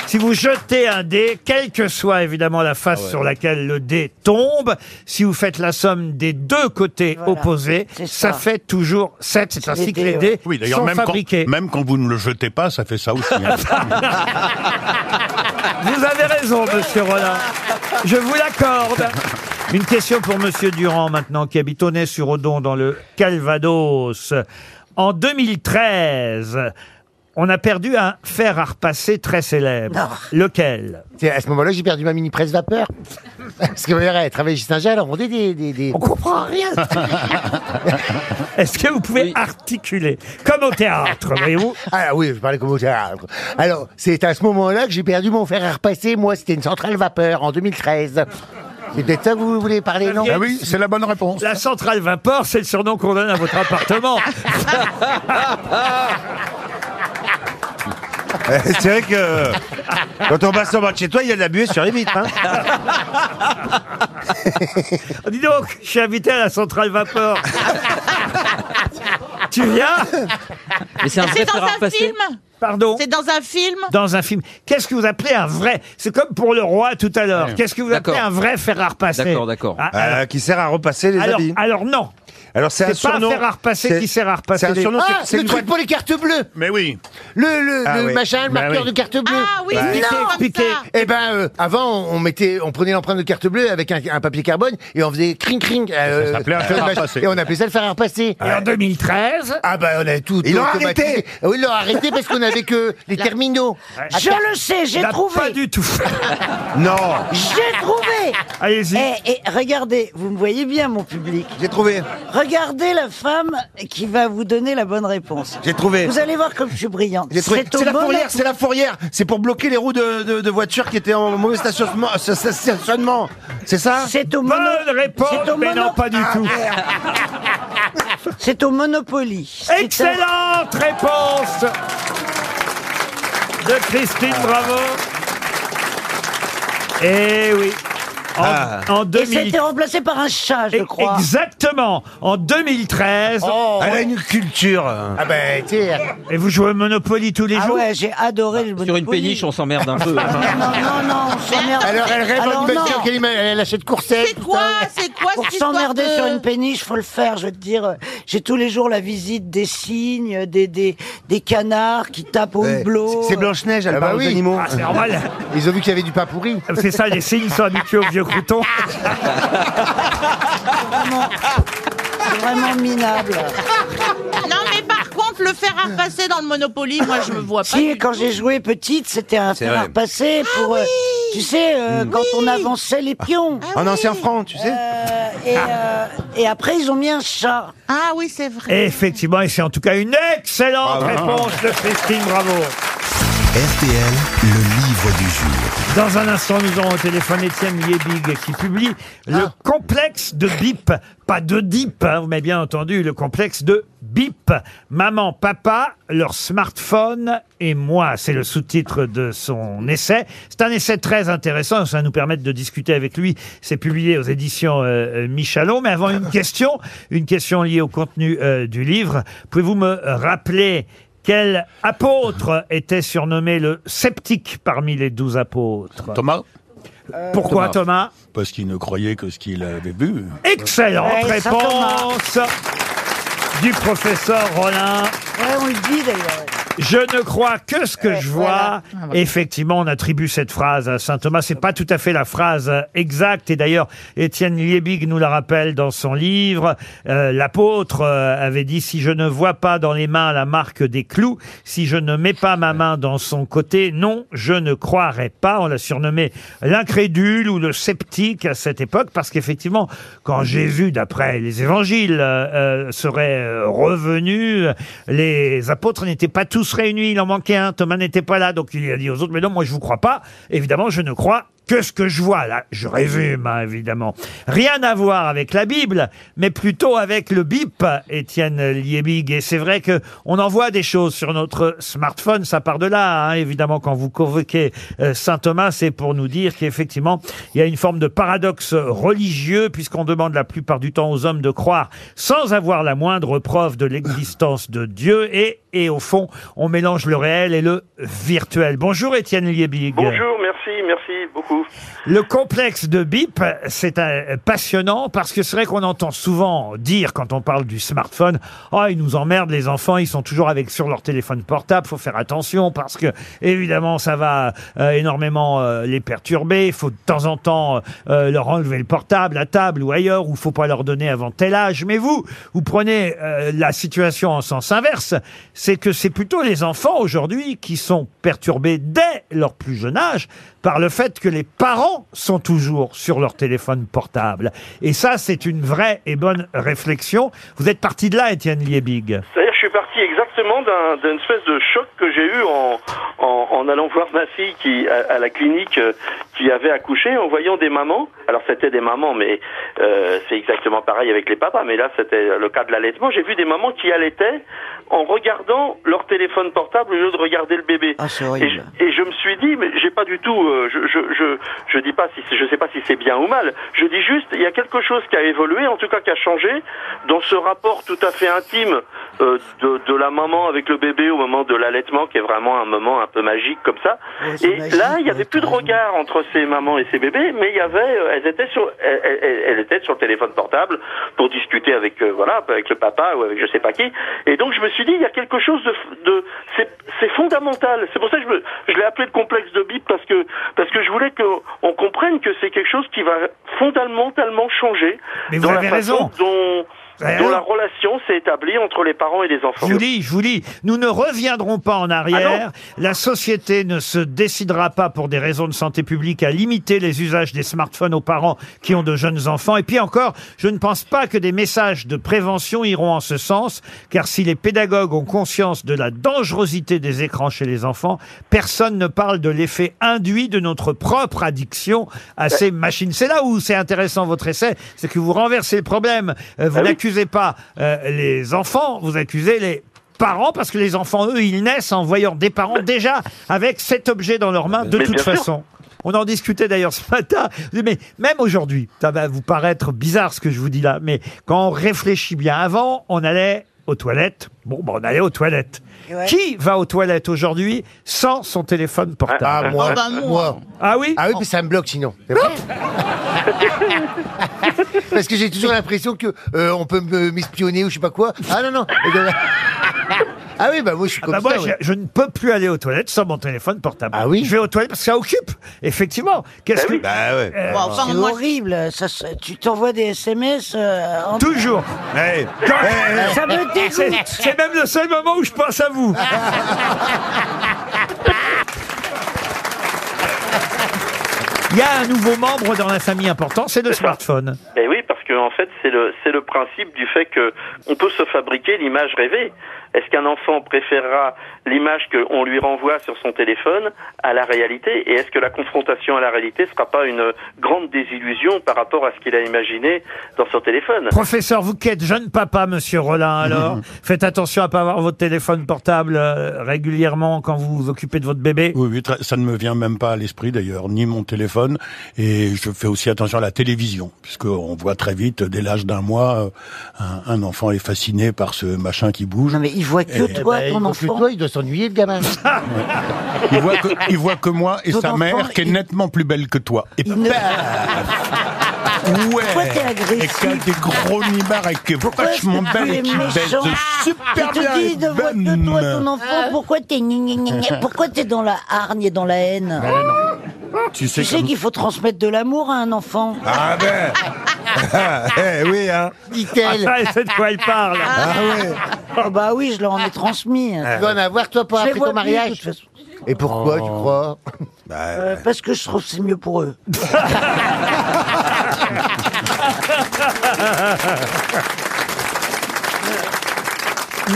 [SPEAKER 2] si vous jetez un dé, quelle que soit évidemment la
[SPEAKER 9] Ah
[SPEAKER 2] face sur laquelle le dé tombe, si vous faites la somme des deux côtés
[SPEAKER 4] Voilà,
[SPEAKER 2] opposés, ça.
[SPEAKER 4] c'est ça.
[SPEAKER 2] fait toujours 7. C'est ainsi que
[SPEAKER 4] dés,
[SPEAKER 2] les
[SPEAKER 4] ouais.
[SPEAKER 2] dés
[SPEAKER 9] Oui, d'ailleurs,
[SPEAKER 2] sont
[SPEAKER 9] même
[SPEAKER 2] fabriqués.
[SPEAKER 9] quand, même quand vous ne le jetez pas, ça fait ça aussi.
[SPEAKER 2] [laughs]
[SPEAKER 9] hein.
[SPEAKER 2] Vous avez raison, monsieur Rollin. Je vous l'accorde. Une question pour monsieur Durand maintenant, qui habite Aunay-sur-Odon dans le Calvados. En 2013, on a perdu un fer à repasser très célèbre.
[SPEAKER 4] Non.
[SPEAKER 2] Lequel
[SPEAKER 5] C'est- À ce moment-là, j'ai perdu ma mini presse vapeur. [laughs] Parce que ma mère, elle travaillait chez Saint-Jean, elle rendait des, des, des-
[SPEAKER 2] On
[SPEAKER 5] [laughs]
[SPEAKER 2] comprend rien. Est-ce que vous pouvez
[SPEAKER 7] Oui.
[SPEAKER 2] articuler Comme au théâtre, voyez-vous
[SPEAKER 5] Ah oui, je parlais comme au théâtre. Alors, c'est à ce moment-là que j'ai perdu mon fer à repasser. Moi, c'était une centrale vapeur en 2013. C'est peut-être ça que vous voulez parler, non
[SPEAKER 2] Ah
[SPEAKER 9] Ah oui, c'est la bonne réponse.
[SPEAKER 2] La centrale Vimport, c'est le surnom qu'on donne à votre appartement.
[SPEAKER 8] [laughs] Eh, C'est vrai que quand on passe en bas de chez toi, il y a de la buée sur les vitres. hein.
[SPEAKER 2] [laughs]
[SPEAKER 9] Hein
[SPEAKER 2] Oh, Dis donc, je suis invité à la centrale Vimport. tu viens
[SPEAKER 7] Mais c'est un vrai
[SPEAKER 6] C'est dans
[SPEAKER 7] fer à
[SPEAKER 6] un
[SPEAKER 7] repasser.
[SPEAKER 6] film
[SPEAKER 2] Pardon
[SPEAKER 6] C'est dans un film
[SPEAKER 2] dans un film. Qu'est-ce que vous appelez un vrai C'est comme pour le roi tout à l'heure. Qu'est-ce que vous appelez
[SPEAKER 7] D'accord.
[SPEAKER 2] un vrai fer à repasser
[SPEAKER 7] D'accord, d'accord.
[SPEAKER 2] Ah,
[SPEAKER 8] Euh,
[SPEAKER 2] alors,
[SPEAKER 8] qui sert à repasser les
[SPEAKER 2] alors,
[SPEAKER 8] habits.
[SPEAKER 2] alors non.
[SPEAKER 8] Alors c'est un
[SPEAKER 2] C'est pas
[SPEAKER 8] surnom.
[SPEAKER 2] un fer à repasser
[SPEAKER 8] c'est-
[SPEAKER 2] qui sert à repasser
[SPEAKER 8] C'est un
[SPEAKER 2] les-
[SPEAKER 8] surnom. c'est-
[SPEAKER 5] Ah,
[SPEAKER 8] c'est
[SPEAKER 5] le
[SPEAKER 8] une
[SPEAKER 5] truc
[SPEAKER 8] boîte-
[SPEAKER 5] pour les cartes bleues
[SPEAKER 9] Mais oui.
[SPEAKER 5] Le, le,
[SPEAKER 8] Ah
[SPEAKER 5] le
[SPEAKER 8] oui.
[SPEAKER 5] machin, le
[SPEAKER 9] Bah
[SPEAKER 5] marqueur
[SPEAKER 9] oui.
[SPEAKER 5] de carte bleue
[SPEAKER 6] Ah oui,
[SPEAKER 2] Expliquez,
[SPEAKER 6] non, comme
[SPEAKER 2] expliquez.
[SPEAKER 6] ça.
[SPEAKER 5] Eh ben, euh, avant, on mettait, on prenait l'empreinte de carte bleue avec un, un papier carbone et on faisait cring cring. euh,
[SPEAKER 9] Ça s'appelait un fer à
[SPEAKER 5] mach-
[SPEAKER 9] repasser.
[SPEAKER 5] Et on appelait ça le fer à repasser.
[SPEAKER 2] Et en 2013,
[SPEAKER 5] Ah bah on avait tout.
[SPEAKER 8] Ils
[SPEAKER 5] tout
[SPEAKER 8] l'ont
[SPEAKER 5] automatisé.
[SPEAKER 8] arrêté.
[SPEAKER 5] Ah Oui, ils l'ont arrêté parce qu'on avait que les terminaux.
[SPEAKER 4] Je le sais, j'ai
[SPEAKER 2] t'as pas
[SPEAKER 4] trouvé.
[SPEAKER 5] [laughs]
[SPEAKER 2] du tout.
[SPEAKER 8] Non,
[SPEAKER 4] Ah. J'ai trouvé.
[SPEAKER 2] Allez-y.
[SPEAKER 4] Et, regardez, vous me voyez bien, mon public.
[SPEAKER 8] j'ai trouvé.
[SPEAKER 4] Regardez la femme qui va vous donner la bonne réponse.
[SPEAKER 8] J'ai trouvé.
[SPEAKER 4] Vous allez voir comme je suis brillante.
[SPEAKER 8] J'ai trouvé-
[SPEAKER 4] C'est au
[SPEAKER 8] C'est la fourrière,
[SPEAKER 4] moment-
[SPEAKER 8] c'est la fourrière. C'est pour bloquer les roues de, de- de voitures qui étaient en mauvais stationnement. sta- sta- stationnement. C'est ça Ah,
[SPEAKER 4] C'est au mono-
[SPEAKER 2] Bonne réponse,
[SPEAKER 4] c'est au Ah,
[SPEAKER 2] mais
[SPEAKER 4] mono-
[SPEAKER 2] non, pas du tout.
[SPEAKER 4] C'est au Monopoly. C'est un-
[SPEAKER 2] Excellente réponse de Christine
[SPEAKER 4] Ah.
[SPEAKER 2] Bravo. Eh oui. En,
[SPEAKER 8] Ah.
[SPEAKER 2] en
[SPEAKER 4] Ah. Et c'était
[SPEAKER 2] 2000.
[SPEAKER 4] remplacé par un chat, je crois.
[SPEAKER 2] Exactement. En 2013.
[SPEAKER 8] Elle a une culture.
[SPEAKER 5] Ah ben, tu sais,
[SPEAKER 2] Et vous jouez au Monopoly tous les
[SPEAKER 4] Ah
[SPEAKER 2] jours Bah,
[SPEAKER 4] ouais, j'ai adoré le
[SPEAKER 7] Sur une
[SPEAKER 4] Monopoly.
[SPEAKER 7] péniche, on s'emmerde
[SPEAKER 4] [laughs]
[SPEAKER 7] un peu.
[SPEAKER 4] Non, non, non,
[SPEAKER 7] [laughs]
[SPEAKER 4] on s'emmerde.
[SPEAKER 5] alors elle rêve
[SPEAKER 4] Alors
[SPEAKER 5] d'une voiture
[SPEAKER 4] non.
[SPEAKER 5] qu'elle ima- elle achète Courcelles.
[SPEAKER 6] C'est
[SPEAKER 5] tout
[SPEAKER 6] quoi
[SPEAKER 5] ça.
[SPEAKER 6] C'est quoi
[SPEAKER 4] Pour
[SPEAKER 6] cette histoire
[SPEAKER 4] s'emmerder
[SPEAKER 6] de-
[SPEAKER 4] sur une péniche, faut le faire. Je veux te dire, j'ai tous les jours la visite des cygnes, des des, des canards qui tapent au
[SPEAKER 8] Ouais.
[SPEAKER 4] hublot.
[SPEAKER 8] C'est Blanche-Neige, elle
[SPEAKER 5] Ah bah
[SPEAKER 8] parle aux
[SPEAKER 5] oui.
[SPEAKER 8] animaux.
[SPEAKER 2] Ah, c'est normal.
[SPEAKER 5] [laughs]
[SPEAKER 4] [laughs]
[SPEAKER 2] Ah,
[SPEAKER 5] Ils ont vu qu'il y avait du pain pourri.
[SPEAKER 2] C'est ça, les signes sont habitués aux vieux croutons.
[SPEAKER 4] C'est vraiment minable.
[SPEAKER 6] Non, mais par contre, le fer à repasser dans le Monopoly, moi, je me vois pas.
[SPEAKER 4] Si,
[SPEAKER 6] du
[SPEAKER 4] quand
[SPEAKER 6] tout.
[SPEAKER 4] j'ai joué petite, c'était un fer à
[SPEAKER 8] vrai.
[SPEAKER 4] repasser
[SPEAKER 6] Ah
[SPEAKER 4] pour, euh, tu sais, euh, quand on avançait les
[SPEAKER 6] Ah
[SPEAKER 4] pions.
[SPEAKER 8] En ancien franc, tu sais.
[SPEAKER 4] Euh, et, euh, et après, ils ont mis un chat.
[SPEAKER 6] Ah oui, c'est vrai.
[SPEAKER 2] Effectivement, et c'est en tout cas une excellente réponse de Christine Bravo.
[SPEAKER 1] RTL, le livre du jour.
[SPEAKER 2] Dans un instant, nous aurons au téléphone Étienne Liebig qui publie le complexe de Bip. Pas de Dip, hein, vous m'avez bien entendu, le complexe de Bip. Maman, papa, leur smartphone et moi. C'est le sous-titre de son essai. C'est un essai très intéressant, ça va nous permettre de discuter avec lui. C'est publié aux éditions euh, euh, Michalon. Mais avant, une question, une question liée au contenu euh, du livre. Pouvez-vous me rappeler quel apôtre était surnommé le sceptique parmi les douze apôtres Euh,
[SPEAKER 9] Thomas
[SPEAKER 2] Pourquoi Thomas,
[SPEAKER 9] Parce qu'il ne croyait que ce qu'il avait vu.
[SPEAKER 2] Excellente
[SPEAKER 4] Ouais, Saint
[SPEAKER 2] réponse du professeur Rollin.
[SPEAKER 4] Ouais, on le dit d'ailleurs.
[SPEAKER 2] Je ne crois que ce que je vois.
[SPEAKER 4] voilà.
[SPEAKER 2] Effectivement, on attribue cette phrase à saint Thomas. C'est pas tout à fait la phrase euh, exacte. Et d'ailleurs, Étienne Liebig nous la rappelle dans son livre. Euh, L'apôtre euh, avait dit si je ne vois pas dans les mains la marque des clous, si je ne mets pas ma main dans son côté, non, je ne croirai pas. On l'a surnommé l'incrédule ou le sceptique à cette époque parce qu'effectivement, quand Jésus, d'après les évangiles, euh, euh, serait euh, revenu, euh, les apôtres n'étaient pas tous réunis. Il en manquait un. Thomas n'était pas là. Donc il a dit aux autres, mais non, moi je vous crois pas. Évidemment, je ne crois que ce que je vois. Là, je résume, hein, évidemment. Rien à voir avec la Bible, mais plutôt avec le bip, Étienne Liebig. Et c'est vrai que on en voit des choses sur notre smartphone. Ça part de là, hein, évidemment, quand vous convoquez euh, Saint Thomas, c'est pour nous dire qu'effectivement, il y a une forme de paradoxe religieux, puisqu'on demande la plupart du temps aux hommes de croire sans avoir la moindre preuve de l'existence de Dieu. Et, et au fond, on mélange le réel et le virtuel. Bonjour, Étienne Liebig.
[SPEAKER 10] Bonjour, merci, merci beaucoup.
[SPEAKER 2] Le complexe de BIP, c'est euh, passionnant parce que c'est vrai qu'on entend souvent dire quand on parle du smartphone, oh ils nous emmerdent les enfants, ils sont toujours avec sur leur téléphone portable, faut faire attention parce que évidemment ça va euh, énormément euh, les perturber, il faut de temps en temps euh, leur enlever le portable à table ou ailleurs ou faut pas leur donner avant tel âge. Mais vous, vous prenez euh, la situation en sens inverse, c'est que c'est plutôt les enfants aujourd'hui qui sont perturbés dès leur plus jeune âge par le fait que les parents sont toujours sur leur téléphone portable. Et ça, c'est une vraie et bonne réflexion. Vous êtes parti de là, Étienne Liebig.
[SPEAKER 10] C'est-à-dire, que je suis parti exactement d'un- d'une espèce de choc que j'ai eu en, en, en allant voir ma fille qui, à, à la clinique euh, qui avait accouché, en voyant des mamans. Alors, c'était des mamans, mais euh, c'est exactement pareil avec les papas. Mais là, c'était le cas de l'allaitement. J'ai vu des mamans qui allaitaient en regardant leur téléphone portable au lieu de regarder le bébé.
[SPEAKER 4] Ah, c'est
[SPEAKER 10] Et
[SPEAKER 4] horrible.
[SPEAKER 10] je, et je me suis dit, mais j'ai pas du tout, euh, je, je, je, je dis pas si, c'est- je sais pas si c'est bien ou mal. Je dis juste, il y a quelque chose qui a évolué, en tout cas qui a changé, dans ce rapport tout à fait intime euh, de, de la maman avec le bébé au moment de l'allaitement, qui est vraiment un moment un peu magique comme ça.
[SPEAKER 4] Ouais, c'est
[SPEAKER 10] et
[SPEAKER 4] magique,
[SPEAKER 10] là, il y
[SPEAKER 4] ouais,
[SPEAKER 10] avait
[SPEAKER 4] t'as
[SPEAKER 10] plus de
[SPEAKER 4] raison.
[SPEAKER 10] regard entre ces mamans et ces bébés, mais il y avait, euh, elles étaient sur, elles, elles- elles étaient sur le téléphone portable pour discuter avec, euh, voilà, avec le papa ou avec je sais pas qui. Et donc je me suis dit, il y a quelque chose de, de c'est c'est fondamental. C'est pour ça que je, me- je l'ai appelé le complexe de Bip parce que parce que je voulais qu'on comprenne que c'est quelque chose qui va fondamentalement changer
[SPEAKER 2] Mais vous
[SPEAKER 10] dans la
[SPEAKER 2] avez
[SPEAKER 10] façon
[SPEAKER 2] raison.
[SPEAKER 10] dont dont la relation s'est établie entre les parents et les enfants.
[SPEAKER 2] Je vous lis, je vous lis. Nous ne reviendrons pas en arrière. la société ne se décidera pas pour des raisons de santé publique à limiter les usages des smartphones aux parents qui ont de jeunes enfants. Et puis encore, je ne pense pas que des messages de prévention iront en ce sens, car si les pédagogues ont conscience de la dangerosité des écrans chez les enfants, personne ne parle de l'effet induit de notre propre addiction à ces machines. C'est là où c'est intéressant votre essai, c'est que vous renversez le problème. Euh, Vous
[SPEAKER 10] Ah oui.
[SPEAKER 2] n'accusez pas euh, les enfants, vous accusez les parents parce que les enfants, eux, ils naissent en voyant des parents déjà avec cet objet dans leurs mains de
[SPEAKER 10] Mais
[SPEAKER 2] toute
[SPEAKER 10] bien sûr.
[SPEAKER 2] façon. On en discutait d'ailleurs ce matin. Je dis, Mais même aujourd'hui, ça va vous paraître bizarre ce que je vous dis là, mais quand on réfléchit bien avant, on allait aux toilettes. Bon, ben, on allait aux toilettes.
[SPEAKER 12] Ouais.
[SPEAKER 2] Qui va aux toilettes aujourd'hui sans son téléphone portable
[SPEAKER 5] Ah, moi. Oh, bah, moi. Moi.
[SPEAKER 2] Ah oui
[SPEAKER 5] Ah oui, puis ça me bloque sinon. C'est vrai. [laughs] Parce que j'ai toujours l'impression que euh, on peut me- m'espionner ou je sais pas quoi. Ah non non. Et donc- [laughs] Ah oui, bah moi je suis
[SPEAKER 2] Ah
[SPEAKER 5] comme
[SPEAKER 2] bah moi,
[SPEAKER 5] ça. ouais.
[SPEAKER 2] je, je ne peux plus aller aux toilettes sans mon téléphone portable. Ah oui Je vais aux toilettes parce que ça occupe, effectivement. Qu'est-ce que... Euh,
[SPEAKER 4] c'est horrible. Ça, se- tu t'envoies des SMS euh, en-
[SPEAKER 2] Toujours. Quand-
[SPEAKER 4] eh, Ça me dégoûte.
[SPEAKER 2] C'est c'est même le seul moment où je pense à vous. Il y a un nouveau membre dans la famille important, c'est le smartphone.
[SPEAKER 10] Et Ben oui, parce que en fait, c'est le c'est le principe du fait que on peut se fabriquer l'image rêvée. Est-ce qu'un enfant préférera l'image qu'on lui renvoie sur son téléphone à la réalité Et est-ce que la confrontation à la réalité sera pas une grande désillusion par rapport à ce qu'il a imaginé dans son téléphone
[SPEAKER 2] Professeur, vous qui êtes jeune papa, monsieur Rollin, alors, faites attention à pas avoir votre téléphone portable euh, régulièrement quand vous vous occupez de votre bébé.
[SPEAKER 9] Oui, oui, très- ça ne me vient même pas à l'esprit d'ailleurs, ni mon téléphone. Et je fais aussi attention à la télévision, puisqu'on voit très vite, dès l'âge d'un mois, euh, un, un enfant est fasciné par ce machin qui bouge. Non,
[SPEAKER 4] mais il voit
[SPEAKER 5] Que toi,
[SPEAKER 2] Eh ben,
[SPEAKER 5] ton enfant. Eh ben, toi, il doit s'ennuyer, le gamin.
[SPEAKER 9] [laughs] Il voit que, il voit que moi et
[SPEAKER 5] Ton
[SPEAKER 9] sa
[SPEAKER 5] enfant,
[SPEAKER 9] mère, qui est
[SPEAKER 5] il-
[SPEAKER 9] nettement plus belle que toi. Et paf Ouais
[SPEAKER 5] Pourquoi t'es
[SPEAKER 9] Et
[SPEAKER 5] agressif
[SPEAKER 9] qui a des gros nibards et qui est vachement
[SPEAKER 4] Parce que
[SPEAKER 9] belle et
[SPEAKER 4] tu
[SPEAKER 9] qui
[SPEAKER 4] es
[SPEAKER 9] baise
[SPEAKER 4] méchant.
[SPEAKER 9] super
[SPEAKER 4] Je
[SPEAKER 9] bien.
[SPEAKER 4] te dis de voir que toi, ton
[SPEAKER 9] bonne.
[SPEAKER 4] enfant, pourquoi t'es gna gna gna gna pourquoi t'es dans la hargne et dans la haine
[SPEAKER 9] Ouais, Tu
[SPEAKER 4] Tu
[SPEAKER 9] sais
[SPEAKER 4] sais
[SPEAKER 9] comme-
[SPEAKER 4] qu'il faut transmettre de l'amour à un enfant.
[SPEAKER 8] Ah ben Eh oui, hein
[SPEAKER 4] Dit-elle.
[SPEAKER 2] Ah, elle sait de quoi elle parle.
[SPEAKER 4] Ah bah oui, je leur en ai transmis.
[SPEAKER 5] Tu dois en avoir, toi, pas
[SPEAKER 4] Je les
[SPEAKER 5] après ton
[SPEAKER 4] vois plus, de
[SPEAKER 5] mariage.
[SPEAKER 4] toute façon.
[SPEAKER 5] Et pourquoi
[SPEAKER 9] Oh.
[SPEAKER 5] tu crois
[SPEAKER 9] Bah.
[SPEAKER 4] Euh, parce que je trouve que c'est mieux pour eux.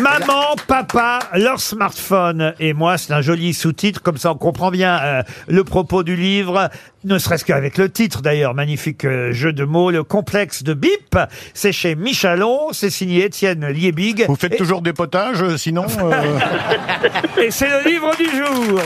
[SPEAKER 2] Maman, papa, leur smartphone et moi, c'est un joli sous-titre, comme ça on comprend bien euh, le propos du livre, ne serait-ce qu'avec le titre d'ailleurs, magnifique euh, jeu de mots, le complexe de Bip, c'est chez Michalon, c'est signé Étienne Liebig. Vous faites
[SPEAKER 9] toujours des potages, euh, sinon euh,
[SPEAKER 2] [laughs] Et c'est le livre du jour.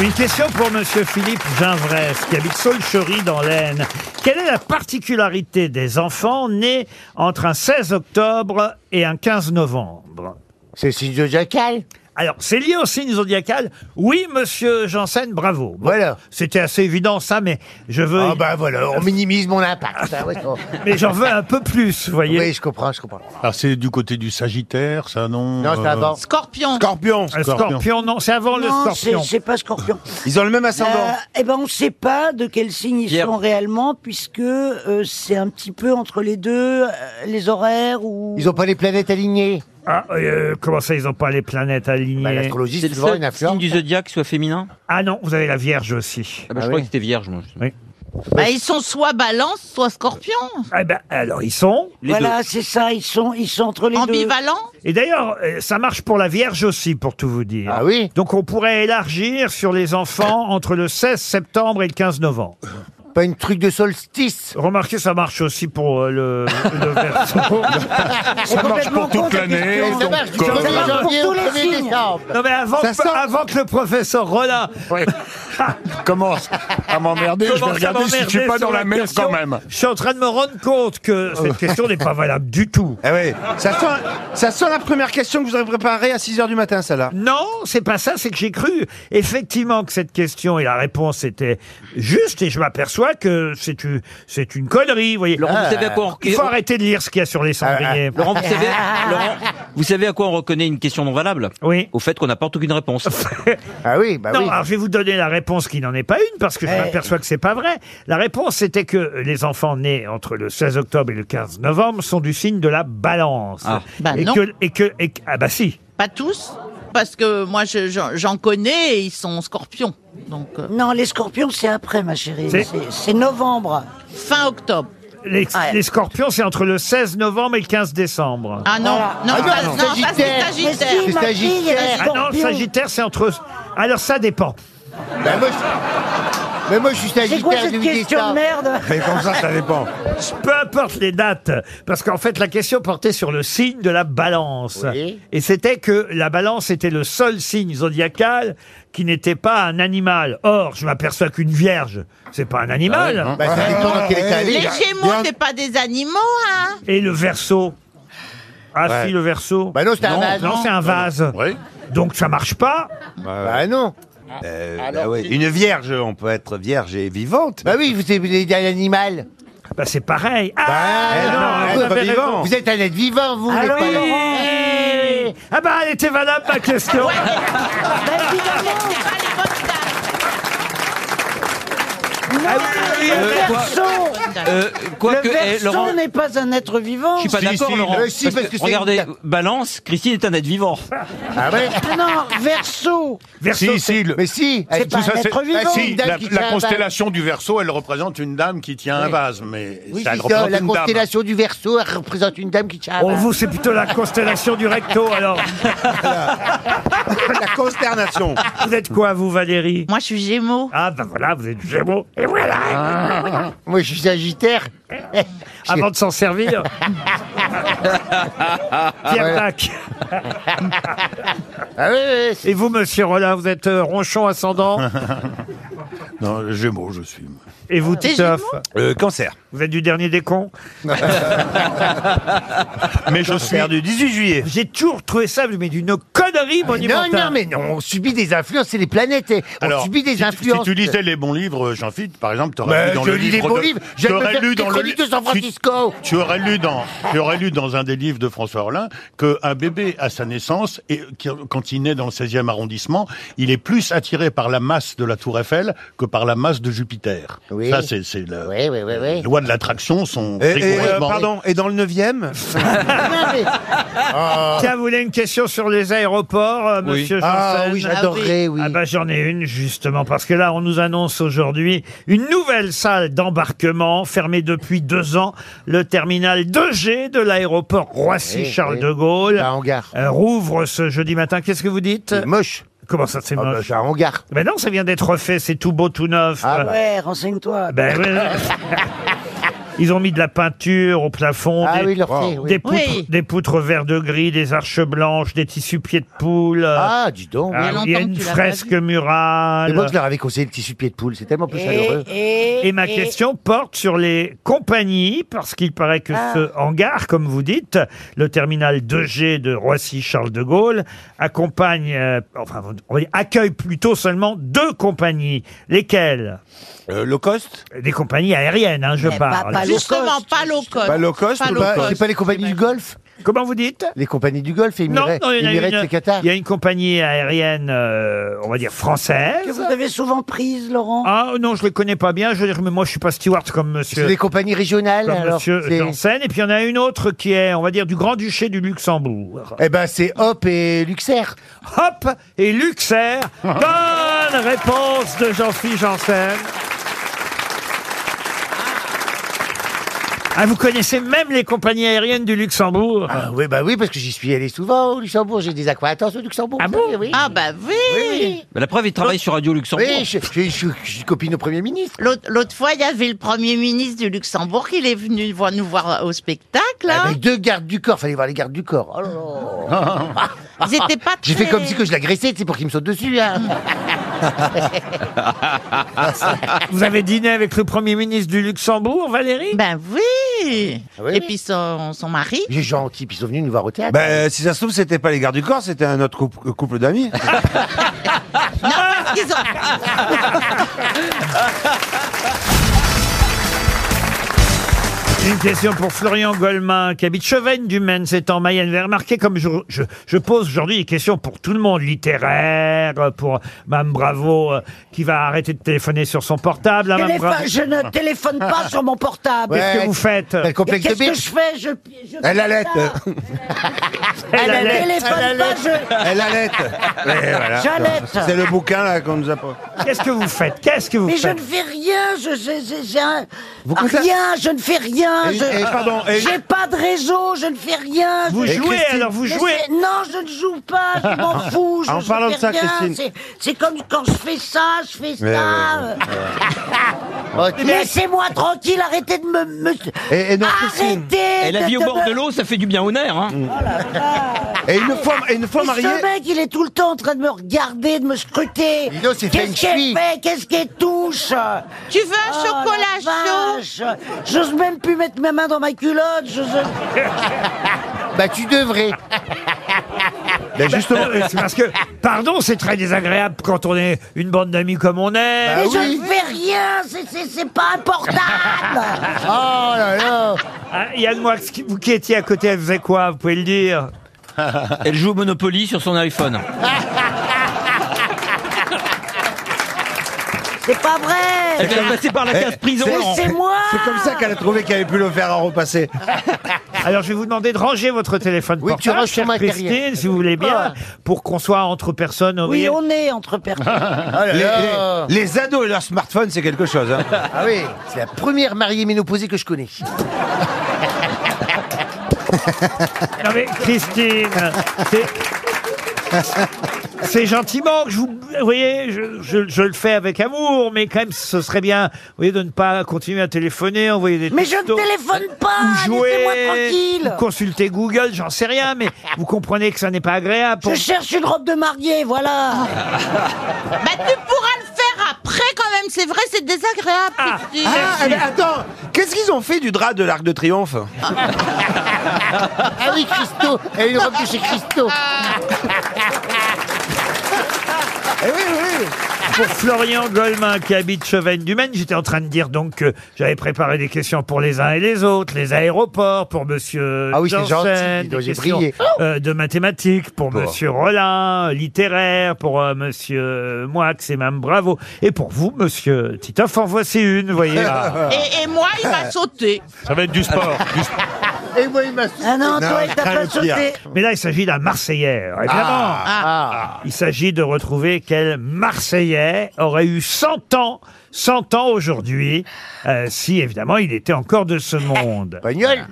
[SPEAKER 2] Une question pour Monsieur Philippe Ginvresse, qui habite Saulcherie dans l'Aisne. Quelle est la particularité des enfants nés entre un 16 octobre et un 15 novembre
[SPEAKER 5] C'est le signe zodiacal
[SPEAKER 2] Alors, c'est lié au signe zodiacal Oui, Monsieur Janssen, bravo. voilà. C'était assez évident, ça, mais je veux...
[SPEAKER 5] Ah bah voilà, on minimise mon impact. Ah ouais, non.
[SPEAKER 2] Mais j'en veux un peu plus, vous voyez.
[SPEAKER 5] Oui, je comprends, je comprends.
[SPEAKER 9] Alors Ah, c'est du côté du Sagittaire, ça non euh,
[SPEAKER 5] Non, c'est avant.
[SPEAKER 6] Scorpion.
[SPEAKER 9] Scorpion.
[SPEAKER 7] Euh,
[SPEAKER 2] Un scorpion, non, c'est avant le
[SPEAKER 4] Non,
[SPEAKER 2] scorpion.
[SPEAKER 4] c'est- c'est pas scorpion.
[SPEAKER 8] Ils ont le même ascendant.
[SPEAKER 4] Euh, eh ben, on ne sait pas de quel signe ils
[SPEAKER 8] Pierre.
[SPEAKER 4] sont réellement, puisque euh, c'est un petit peu entre les deux, euh, les horaires ou.
[SPEAKER 5] Ils ont pas les planètes alignées.
[SPEAKER 2] Ah, euh, comment ça, ils n'ont pas les planètes alignées
[SPEAKER 5] Bah, l'astrologie, c'est C'est le souvent seul une influence. signe du
[SPEAKER 2] zodiaque soit féminin Ah non, vous avez la Vierge aussi.
[SPEAKER 7] Ah bah, je croyais que c'était vierge, moi.
[SPEAKER 2] Oui.
[SPEAKER 6] Bah, ils sont soit balance, soit scorpion.
[SPEAKER 2] Eh ben, alors, ils sont
[SPEAKER 4] Voilà, c'est ça, ils sont, ils sont entre les
[SPEAKER 6] Ambivalents
[SPEAKER 2] Et d'ailleurs, euh, ça marche pour la Vierge aussi, pour tout vous dire. Ah oui Donc on pourrait élargir sur les enfants entre le 16 septembre et le 15 novembre.
[SPEAKER 5] Pas une truc de solstice.
[SPEAKER 2] Remarquez, ça marche aussi pour euh, le, le
[SPEAKER 5] [laughs]
[SPEAKER 2] Verseau.
[SPEAKER 5] Ça marche pour toute l'année, Ça donc, marche du euh, 1er janvier au 1er décembre.
[SPEAKER 2] Non mais avant,
[SPEAKER 5] Ça
[SPEAKER 2] que,
[SPEAKER 5] sort.
[SPEAKER 2] avant que le professeur Rollin [laughs]
[SPEAKER 9] commence à m'emmerder, Ah, je vais
[SPEAKER 2] Commence à
[SPEAKER 9] regarder si je suis
[SPEAKER 2] m'emmerder
[SPEAKER 9] pas dans
[SPEAKER 2] sur
[SPEAKER 9] la merde
[SPEAKER 2] question.
[SPEAKER 9] quand même.
[SPEAKER 2] Je suis en train de me rendre compte que cette question n'est pas valable du tout.
[SPEAKER 8] Eh oui. Ça sent, ça sent la première question que vous avez préparée à 6h du matin, celle-là.
[SPEAKER 2] Non, c'est pas ça, c'est que j'ai cru effectivement que cette question et la réponse étaient justes et je m'aperçois que c'est une, c'est une connerie, vous voyez.
[SPEAKER 7] Laurent, vous savez à quoi on- Ah,
[SPEAKER 2] Il faut arrêter de lire ce qu'il y a sur les cendriers. [laughs]
[SPEAKER 7] Laurent, vous savez, Laurent, vous savez à quoi on reconnaît une question non valable au fait qu'on n'apporte aucune
[SPEAKER 2] [laughs]
[SPEAKER 7] réponse.
[SPEAKER 5] ah oui, bah
[SPEAKER 2] non, alors je vais vous donner la réponse qui n'en est pas une, parce que je
[SPEAKER 7] Eh.
[SPEAKER 2] m'aperçois que c'est pas vrai. La réponse c'était que les enfants nés entre le 16 octobre et le 15 novembre sont du signe de la balance.
[SPEAKER 6] Ah. Bah
[SPEAKER 2] et
[SPEAKER 6] non.
[SPEAKER 2] que, et que, et que- ah bah si.
[SPEAKER 6] Pas tous, parce que moi je- j'en j'en connais et ils sont scorpions. Donc, euh,
[SPEAKER 4] Non, les scorpions, c'est après, ma chérie.
[SPEAKER 2] C'est-
[SPEAKER 4] C'est- C'est novembre.
[SPEAKER 6] Fin octobre.
[SPEAKER 2] Les,
[SPEAKER 4] Ouais.
[SPEAKER 2] les scorpions, c'est entre le 16 novembre et le 15 décembre.
[SPEAKER 6] Ah non,
[SPEAKER 4] Voilà.
[SPEAKER 6] non,
[SPEAKER 4] Ah non,
[SPEAKER 6] ça- non,
[SPEAKER 4] non,
[SPEAKER 6] ça c'est
[SPEAKER 4] Sagittaire.
[SPEAKER 6] Sagittaire.
[SPEAKER 4] Mais si, ma C'est fille, elle est Sagittaire.
[SPEAKER 2] Ah non,
[SPEAKER 4] scorpion.
[SPEAKER 2] Sagittaire, c'est entre. Alors ça dépend.
[SPEAKER 5] Bah, Mais moi, je suis
[SPEAKER 4] C'est quoi cette question de merde
[SPEAKER 2] dépend. Peu importe les dates, parce qu'en fait, la question portait sur le signe de la balance.
[SPEAKER 5] Oui.
[SPEAKER 2] Et c'était que la balance était le seul signe zodiacal qui n'était pas un animal. Or, je m'aperçois qu'une vierge, c'est pas un animal.
[SPEAKER 5] Bah, ça dépend dans quel état elle est.
[SPEAKER 6] Les Gémeaux, c'est pas des animaux, hein
[SPEAKER 2] Et le verso Ah
[SPEAKER 5] Ouais.
[SPEAKER 2] si, le verso
[SPEAKER 5] Bah non, c'est un
[SPEAKER 2] Non,
[SPEAKER 5] vase.
[SPEAKER 2] non, c'est un vase. Donc ça marche pas.
[SPEAKER 5] Bah non.
[SPEAKER 8] Euh, bah Une vierge, on peut être vierge et vivante.
[SPEAKER 5] Bah oui, vous êtes, vous êtes un animal.
[SPEAKER 2] Bah c'est pareil. Ah,
[SPEAKER 5] Bah
[SPEAKER 2] non, elle
[SPEAKER 5] vous,
[SPEAKER 2] est pas
[SPEAKER 5] vous-
[SPEAKER 2] vivante.
[SPEAKER 5] vous êtes un être vivant, vous. Eh, vous
[SPEAKER 4] Ah
[SPEAKER 5] n'êtes pas-
[SPEAKER 4] oui.
[SPEAKER 2] oui. Ah bah elle était valable ma question.
[SPEAKER 4] Bah, évidemment. Non, le
[SPEAKER 7] Euh, quoi-
[SPEAKER 4] verso,
[SPEAKER 7] Euh, quoi
[SPEAKER 4] le
[SPEAKER 7] que, eh,
[SPEAKER 4] verso
[SPEAKER 7] Laurent,
[SPEAKER 4] n'est pas un être vivant.
[SPEAKER 7] je suis pas
[SPEAKER 5] Si,
[SPEAKER 7] d'accord,
[SPEAKER 5] si,
[SPEAKER 7] Laurent.
[SPEAKER 5] euh, si, parce que c'est-
[SPEAKER 7] regardez, balance, Christine est un être vivant.
[SPEAKER 5] Ah ouais
[SPEAKER 4] Ah Non,
[SPEAKER 9] [laughs]
[SPEAKER 4] verso.
[SPEAKER 2] Verso,
[SPEAKER 9] Si, si, le-
[SPEAKER 5] Mais si.
[SPEAKER 9] Eh,
[SPEAKER 5] elle-
[SPEAKER 4] pas un être vivant,
[SPEAKER 9] si,
[SPEAKER 5] une dame
[SPEAKER 9] la,
[SPEAKER 5] qui
[SPEAKER 9] la
[SPEAKER 5] tient un
[SPEAKER 9] constellation du verso, elle représente une dame qui tient un vase, mais
[SPEAKER 5] Oui,
[SPEAKER 9] ça,
[SPEAKER 5] c'est
[SPEAKER 9] elle
[SPEAKER 5] ça,
[SPEAKER 9] représente
[SPEAKER 5] la
[SPEAKER 9] une dame.
[SPEAKER 5] constellation du verso, elle représente une dame qui tient un
[SPEAKER 2] Oh,
[SPEAKER 5] vase.
[SPEAKER 2] vous, c'est plutôt la constellation du
[SPEAKER 5] [laughs]
[SPEAKER 2] recto, alors.
[SPEAKER 8] [laughs] La consternation.
[SPEAKER 2] Vous êtes quoi, vous, Valérie
[SPEAKER 6] Moi, je suis Gémeaux. Ah.
[SPEAKER 2] Ah, ben voilà, vous êtes Gémeaux. Et voilà
[SPEAKER 5] Moi, je suis sagittaire.
[SPEAKER 2] [laughs] Avant de
[SPEAKER 5] [laughs]
[SPEAKER 2] s'en servir.
[SPEAKER 6] Ah
[SPEAKER 2] Pierre Dac.
[SPEAKER 9] [laughs]
[SPEAKER 5] Ah oui, oui, oui, c'est-
[SPEAKER 2] Et vous, monsieur Rollin, vous êtes euh,
[SPEAKER 6] [laughs]
[SPEAKER 2] ronchon ascendant.
[SPEAKER 9] Non, Gémeaux, je suis.
[SPEAKER 2] Et vous,
[SPEAKER 6] T'es
[SPEAKER 2] Titoff
[SPEAKER 8] cancer.
[SPEAKER 2] Vous êtes du dernier des cons
[SPEAKER 9] Mais je suis.
[SPEAKER 8] du 18 juillet.
[SPEAKER 2] J'ai toujours trouvé ça, mais d'une connerie
[SPEAKER 5] Non,
[SPEAKER 2] monumentale.
[SPEAKER 5] non, Ah, mais non, on subit des influences, c'est les planètes. et On
[SPEAKER 9] Alors,
[SPEAKER 5] subit des
[SPEAKER 9] si, tu-
[SPEAKER 5] influences.
[SPEAKER 9] si tu lisais les bons livres, Jean-Philippe, par exemple, t'aurais
[SPEAKER 5] Bah,
[SPEAKER 9] lu dans
[SPEAKER 5] je
[SPEAKER 9] le
[SPEAKER 5] lis
[SPEAKER 9] livre.
[SPEAKER 5] les bons
[SPEAKER 9] de-
[SPEAKER 5] livres. Je viens de me
[SPEAKER 9] t'aurais
[SPEAKER 5] faire
[SPEAKER 9] lu
[SPEAKER 5] des
[SPEAKER 9] dans le
[SPEAKER 5] chroniques
[SPEAKER 9] li-
[SPEAKER 5] de San Francisco.
[SPEAKER 9] Tu, tu aurais lu dans, tu aurais lu dans un des livres de François Orlin que un bébé à sa naissance et qui- quand il naît dans le 16e arrondissement, il est plus attiré par la masse de la Tour Eiffel que par la masse de Jupiter.
[SPEAKER 5] Oui.
[SPEAKER 9] Ça, c'est c'est la
[SPEAKER 5] Oui, oui, oui, oui.
[SPEAKER 9] les lois de l'attraction sont
[SPEAKER 8] Et, et, euh,
[SPEAKER 9] rigoureusement-
[SPEAKER 8] pardon, et dans le 9e
[SPEAKER 5] [laughs] Non, mais-
[SPEAKER 2] Tiens, vous voulez une question sur les aéroports, euh,
[SPEAKER 7] Oui.
[SPEAKER 2] monsieur
[SPEAKER 5] Ah
[SPEAKER 2] Janssen
[SPEAKER 5] oui, j'adorerais, oui.
[SPEAKER 2] Ah bah j'en ai une justement parce que là on nous annonce aujourd'hui une nouvelle salle d'embarquement fermée depuis deux ans, le terminal 2G de l'aéroport Roissy
[SPEAKER 5] Oui,
[SPEAKER 2] Charles
[SPEAKER 5] oui.
[SPEAKER 2] de Gaulle
[SPEAKER 5] C'est un eh. Bah, hangar.
[SPEAKER 2] euh, rouvre ce jeudi matin. Qu'est-ce que vous dites
[SPEAKER 5] C'est moche.
[SPEAKER 2] Comment ça c'est
[SPEAKER 5] Ah, bah,
[SPEAKER 2] moche
[SPEAKER 5] c'est un hangar.
[SPEAKER 2] Mais non, ça vient d'être refait, c'est tout beau, tout neuf.
[SPEAKER 5] Ah,
[SPEAKER 2] Euh,
[SPEAKER 4] Ouais, renseigne-toi.
[SPEAKER 2] ben, ouais, ouais. Ils ont mis de la peinture au plafond.
[SPEAKER 5] Ah
[SPEAKER 2] des-
[SPEAKER 5] oui, leur fait, oui.
[SPEAKER 2] Des poutres,
[SPEAKER 6] Oui.
[SPEAKER 2] des poutres vert de gris, des arches blanches, des tissus pieds de poule. euh,
[SPEAKER 5] Ah, dis donc.
[SPEAKER 2] ah,
[SPEAKER 6] Il y a
[SPEAKER 2] il y a
[SPEAKER 6] longtemps que
[SPEAKER 2] une
[SPEAKER 6] tu l'as
[SPEAKER 2] fresque
[SPEAKER 6] pas
[SPEAKER 5] C'est
[SPEAKER 2] murale.
[SPEAKER 5] moi, je leur avais conseillé le tissu pied de poule. C'est tellement plus chaleureux.
[SPEAKER 2] Et ma question porte sur les compagnies, parce qu'il paraît que
[SPEAKER 6] Ah.
[SPEAKER 2] ce hangar, comme vous dites, le terminal 2G de Roissy-Charles de Gaulle, accompagne, euh, enfin, on dit accueille plutôt seulement deux compagnies. Lesquelles
[SPEAKER 8] Euh, Low cost
[SPEAKER 2] Des compagnies aériennes, hein, je
[SPEAKER 4] Mais pas-
[SPEAKER 2] parle.
[SPEAKER 4] pas low
[SPEAKER 6] Justement,
[SPEAKER 4] cost.
[SPEAKER 6] pas low cost.
[SPEAKER 8] Pas low cost,
[SPEAKER 6] Pas
[SPEAKER 8] ou
[SPEAKER 6] low
[SPEAKER 5] Bah,
[SPEAKER 6] cost.
[SPEAKER 5] c'est pas les compagnies du golf
[SPEAKER 2] Comment vous dites
[SPEAKER 5] Les compagnies du golf,
[SPEAKER 2] Non,
[SPEAKER 5] Emirates,
[SPEAKER 2] non, il y en a
[SPEAKER 5] Emirates
[SPEAKER 2] une-
[SPEAKER 5] c'est Qatar.
[SPEAKER 2] il y a une compagnie aérienne, euh, on va dire
[SPEAKER 4] Que
[SPEAKER 7] [laughs]
[SPEAKER 4] vous
[SPEAKER 2] française.
[SPEAKER 4] avez souvent prise, Laurent
[SPEAKER 2] Ah non, je les connais pas bien. Je veux dire, mais moi, je suis pas steward comme
[SPEAKER 5] C'est
[SPEAKER 2] monsieur.
[SPEAKER 5] des compagnies régionales,
[SPEAKER 2] comme
[SPEAKER 5] alors.
[SPEAKER 2] Monsieur
[SPEAKER 5] c'est-
[SPEAKER 2] Janssen. Et puis il y en a une autre qui est, on va dire, du Grand-Duché du Luxembourg.
[SPEAKER 5] Eh ben, c'est Hop et Luxair. Ah.
[SPEAKER 2] Hop et Luxair. Bonne réponse de Jean-Philippe Janssen. Ah, vous connaissez même les compagnies aériennes du Luxembourg
[SPEAKER 5] Ah oui, bah oui, parce que j'y suis allé souvent au Luxembourg. J'ai des acquaintances au Luxembourg.
[SPEAKER 2] Ah
[SPEAKER 5] vous
[SPEAKER 2] bon
[SPEAKER 5] savez, oui.
[SPEAKER 6] Ah bah oui,
[SPEAKER 7] Mais la preuve, il travaille sur Radio Luxembourg.
[SPEAKER 5] Oui, je, je- je- je suis copine au Premier ministre.
[SPEAKER 6] L'autre l'autre fois, il y avait le Premier ministre du Luxembourg, il est venu voir, nous voir au spectacle. hein.
[SPEAKER 5] Avec deux gardes du corps, fallait voir les gardes du corps. Oh là là.
[SPEAKER 6] [laughs] Ils étaient pas
[SPEAKER 5] J'ai fait
[SPEAKER 6] très-
[SPEAKER 5] comme si que je l'agressais, c'est pour qu'il me saute dessus. hein.
[SPEAKER 9] [laughs]
[SPEAKER 2] Vous avez
[SPEAKER 5] [laughs]
[SPEAKER 2] dîné avec le Premier ministre du Luxembourg, Valérie
[SPEAKER 6] Ben oui.
[SPEAKER 5] Ah oui,
[SPEAKER 6] Et
[SPEAKER 5] oui.
[SPEAKER 6] puis son, son mari.
[SPEAKER 5] J'ai gentil, puis ils sont venus nous voir au théâtre.
[SPEAKER 8] Bah, si ça se trouve, c'était pas les gardes du corps, c'était un autre couple, euh,
[SPEAKER 5] [laughs]
[SPEAKER 8] couple d'amis.
[SPEAKER 6] Ils ont-
[SPEAKER 2] Une question pour Florian Goldman, qui habite Chevennes du Maine, c'est en Mayenne. Vous avez remarqué, comme je, je- je pose aujourd'hui des questions pour tout le monde, littéraire, pour Mme Bravo, euh, qui va arrêter de téléphoner sur son portable. hein, Mme
[SPEAKER 4] Téléphone-
[SPEAKER 2] Bravo.
[SPEAKER 4] je ne téléphone pas sur mon portable.
[SPEAKER 2] Qu'est-ce que vous faites
[SPEAKER 4] Qu'est-ce que je fais je, je fais
[SPEAKER 8] [laughs]
[SPEAKER 4] ça.
[SPEAKER 8] Elle
[SPEAKER 4] Elle
[SPEAKER 8] allait.
[SPEAKER 4] téléphone
[SPEAKER 8] Elle
[SPEAKER 4] pas,
[SPEAKER 8] allait.
[SPEAKER 4] je-
[SPEAKER 8] Elle allait. Ouais, voilà.
[SPEAKER 4] J'allaite.
[SPEAKER 8] C'est le bouquin là qu'on nous a pas.
[SPEAKER 2] Qu'est-ce que vous faites Qu'est-ce que vous
[SPEAKER 4] Mais je
[SPEAKER 8] faites
[SPEAKER 4] ne fais rien, je, je- je- j'ai un-
[SPEAKER 8] Vous comptez-
[SPEAKER 4] rien, je ne fais rien.
[SPEAKER 8] Et-
[SPEAKER 4] je-
[SPEAKER 8] et- pardon, et-
[SPEAKER 4] J'ai pas de réseau, je ne fais rien.
[SPEAKER 8] Vous
[SPEAKER 4] je-
[SPEAKER 8] jouez,
[SPEAKER 4] Christine-
[SPEAKER 8] alors, vous
[SPEAKER 4] Mais
[SPEAKER 8] jouez
[SPEAKER 4] c'est- Non, je ne joue pas, je m'en fous. Je,
[SPEAKER 8] Ah, En
[SPEAKER 4] je
[SPEAKER 8] parlant de
[SPEAKER 4] fais
[SPEAKER 8] ça,
[SPEAKER 4] rien,
[SPEAKER 8] Christine.
[SPEAKER 4] c'est- C'est comme quand je fais ça, je fais
[SPEAKER 8] Mais
[SPEAKER 4] ça. [laughs]
[SPEAKER 8] ouais.
[SPEAKER 4] Laissez-moi tranquille, arrêtez de me. me-
[SPEAKER 8] Et, et non, Christine.
[SPEAKER 4] arrêtez
[SPEAKER 12] Et la vie
[SPEAKER 4] de-
[SPEAKER 12] au
[SPEAKER 4] de
[SPEAKER 12] bord
[SPEAKER 4] me-
[SPEAKER 12] de l'eau, ça fait du bien au nerf. Hein.
[SPEAKER 5] Oh
[SPEAKER 8] Et une fois, et une fois
[SPEAKER 4] Mais
[SPEAKER 8] mariée.
[SPEAKER 4] Ce mec, il est tout le temps en train de me regarder, de me scruter.
[SPEAKER 8] c'est
[SPEAKER 4] Qu'est-ce
[SPEAKER 8] feng shui.
[SPEAKER 4] qu'il fait Qu'est-ce qu'il touche
[SPEAKER 6] Tu veux un chocolat chaud
[SPEAKER 4] chaud J'ose même plus mettre ma main dans ma culotte. j'ose- [laughs]
[SPEAKER 5] Bah tu
[SPEAKER 2] [laughs]
[SPEAKER 5] devrais.
[SPEAKER 2] Ben, justement, c'est parce que, pardon, c'est très désagréable quand on est une bande d'amis comme on est.
[SPEAKER 4] Mais je ne fais rien, c'est- c'est c'est pas important.
[SPEAKER 2] Oh là là Ah, Yann Moix, qui- vous qui étiez à côté, elle faisait quoi Vous pouvez le dire
[SPEAKER 12] Elle joue au Monopoly sur son iPhone.
[SPEAKER 4] C'est pas vrai.
[SPEAKER 12] Elle vient de passer par la
[SPEAKER 2] Eh,
[SPEAKER 12] case prison, Laurent.
[SPEAKER 4] Laissez-moi.
[SPEAKER 8] Eh, C'est comme ça qu'elle a trouvé qu'elle avait pu le faire en repasser.
[SPEAKER 2] [laughs] Alors, je vais vous demander de ranger votre téléphone
[SPEAKER 8] Oui, tu
[SPEAKER 2] portable,
[SPEAKER 8] ranges
[SPEAKER 2] chère
[SPEAKER 8] ton matériel.
[SPEAKER 2] Christine, si vous voulez bien, pour qu'on soit entre personnes. vous
[SPEAKER 4] Oui,
[SPEAKER 2] voyez. [laughs]
[SPEAKER 4] on est
[SPEAKER 5] Oh
[SPEAKER 4] entre personnes.
[SPEAKER 8] les, les- [laughs] les ados et leur smartphone, c'est quelque chose. hein.
[SPEAKER 5] [laughs] Ah oui, c'est la première mariée ménopausée que je connais.
[SPEAKER 2] Non mais, Christine, c'est... C'est gentiment que je vous, vous voyez, je, je- je le fais avec amour, mais quand même, ce serait bien, vous voyez, de ne pas continuer à téléphoner, envoyer des
[SPEAKER 4] Mais je ne
[SPEAKER 2] textos.
[SPEAKER 4] téléphone pas.
[SPEAKER 2] ou jouer,
[SPEAKER 4] Laissez-moi tranquille.
[SPEAKER 2] ou consulter Google, j'en sais rien,
[SPEAKER 4] [laughs]
[SPEAKER 2] mais vous comprenez que ça n'est pas agréable. pour-
[SPEAKER 4] Je cherche une robe de
[SPEAKER 2] [laughs]
[SPEAKER 4] mariée, voilà.
[SPEAKER 3] Ah
[SPEAKER 6] Bah tu pourras le faire après quand même, c'est vrai, c'est désagréable. Christine.
[SPEAKER 8] Ah, mais attends, qu'est-ce qu'ils ont fait du drap de l'Arc de Triomphe
[SPEAKER 5] Ah oui, Christo, elle est une robe de chez Christo.
[SPEAKER 8] Eh oui, oui.
[SPEAKER 2] Pour Florian Goldman qui habite Chevennes du Maine, j'étais en train de dire donc que j'avais préparé des questions pour les uns et les autres, les aéroports, pour Monsieur
[SPEAKER 5] Ah oui, c'est gentil,
[SPEAKER 2] Janssen,
[SPEAKER 5] dis donc,
[SPEAKER 2] des
[SPEAKER 5] j'ai
[SPEAKER 2] questions,
[SPEAKER 5] brillé.
[SPEAKER 2] euh, de mathématiques, pour
[SPEAKER 5] Bon.
[SPEAKER 2] Monsieur Rollin, euh, littéraire, pour euh, Monsieur Moix et Mme Bravo, et pour vous Monsieur Titoff, en voici une, vous voyez.
[SPEAKER 6] Et, et moi, il m'a
[SPEAKER 5] Ah.
[SPEAKER 6] sauté.
[SPEAKER 9] [laughs] Ça va être du sport. du sport.
[SPEAKER 5] Et moi, il m'a sauté.
[SPEAKER 4] Ah non, toi,
[SPEAKER 8] Non,
[SPEAKER 4] il t'a
[SPEAKER 8] crains
[SPEAKER 4] pas
[SPEAKER 8] le pire.
[SPEAKER 4] sauté.
[SPEAKER 2] Mais là, il s'agit d'un Marseillais, évidemment. Ah. Il s'agit de retrouver quel Marseillais aurait eu 100 ans, 100 ans aujourd'hui, euh, si évidemment il était encore de ce monde.
[SPEAKER 5] Pagnol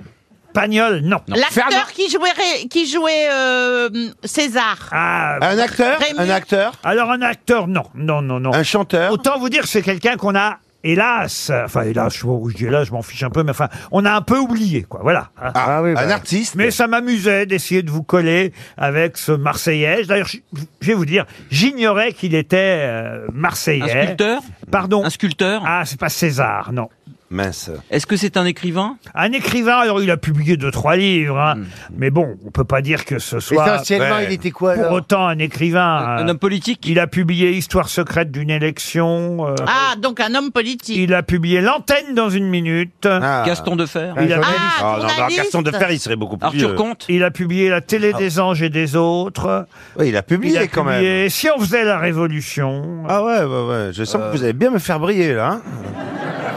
[SPEAKER 2] Pagnol, non.
[SPEAKER 8] Fernand-
[SPEAKER 6] L'acteur qui jouait, Ré- qui jouait euh, César.
[SPEAKER 2] Ah,
[SPEAKER 8] Un acteur
[SPEAKER 6] Rémi.
[SPEAKER 8] Un acteur
[SPEAKER 2] alors un acteur, non, non, non, non.
[SPEAKER 8] Un chanteur
[SPEAKER 2] Autant vous dire que c'est quelqu'un qu'on a, hélas, euh, enfin hélas, je sais pas où je dis hélas, je m'en fiche un peu, mais enfin, on a un peu oublié, quoi, voilà. hein.
[SPEAKER 8] Ah, Un artiste
[SPEAKER 2] Mais ça m'amusait d'essayer de vous coller avec ce Marseillais. D'ailleurs, je je vais vous dire, j'ignorais qu'il était euh,
[SPEAKER 12] Un
[SPEAKER 2] Marseillais.
[SPEAKER 12] sculpteur
[SPEAKER 2] Pardon.
[SPEAKER 12] Un sculpteur
[SPEAKER 2] Ah, c'est pas César, non.
[SPEAKER 5] Ah,
[SPEAKER 8] Mince.
[SPEAKER 12] Est-ce que c'est un écrivain Hmm.
[SPEAKER 2] Un écrivain, alors il a publié deux, trois livres, hein. mais bon, on peut pas dire que ce soit
[SPEAKER 5] Essentiellement,
[SPEAKER 8] ouais.
[SPEAKER 5] il était quoi
[SPEAKER 2] pour
[SPEAKER 5] alors
[SPEAKER 2] autant un écrivain.
[SPEAKER 12] Un
[SPEAKER 2] hein.
[SPEAKER 12] homme politique
[SPEAKER 2] Il a publié Histoire secrète d'une élection, euh,
[SPEAKER 6] Ah, donc un homme politique.
[SPEAKER 2] il a publié L'antenne dans une minute,
[SPEAKER 8] Ah.
[SPEAKER 12] Gaston Defer
[SPEAKER 2] il, a,
[SPEAKER 6] Ah,
[SPEAKER 8] Ah, non, dans
[SPEAKER 6] journaliste.
[SPEAKER 8] Gaston de Fer, il serait beaucoup plus
[SPEAKER 12] Arthur
[SPEAKER 8] vieux. Ah.
[SPEAKER 12] Comte
[SPEAKER 2] il a publié La télé des anges et des autres,
[SPEAKER 8] Oui, il a publié
[SPEAKER 2] il a
[SPEAKER 8] quand même.
[SPEAKER 2] publié Si on faisait la révolution,
[SPEAKER 8] Ah ouais, ouais, ouais. Je sens que vous allez bien me faire briller là. hein.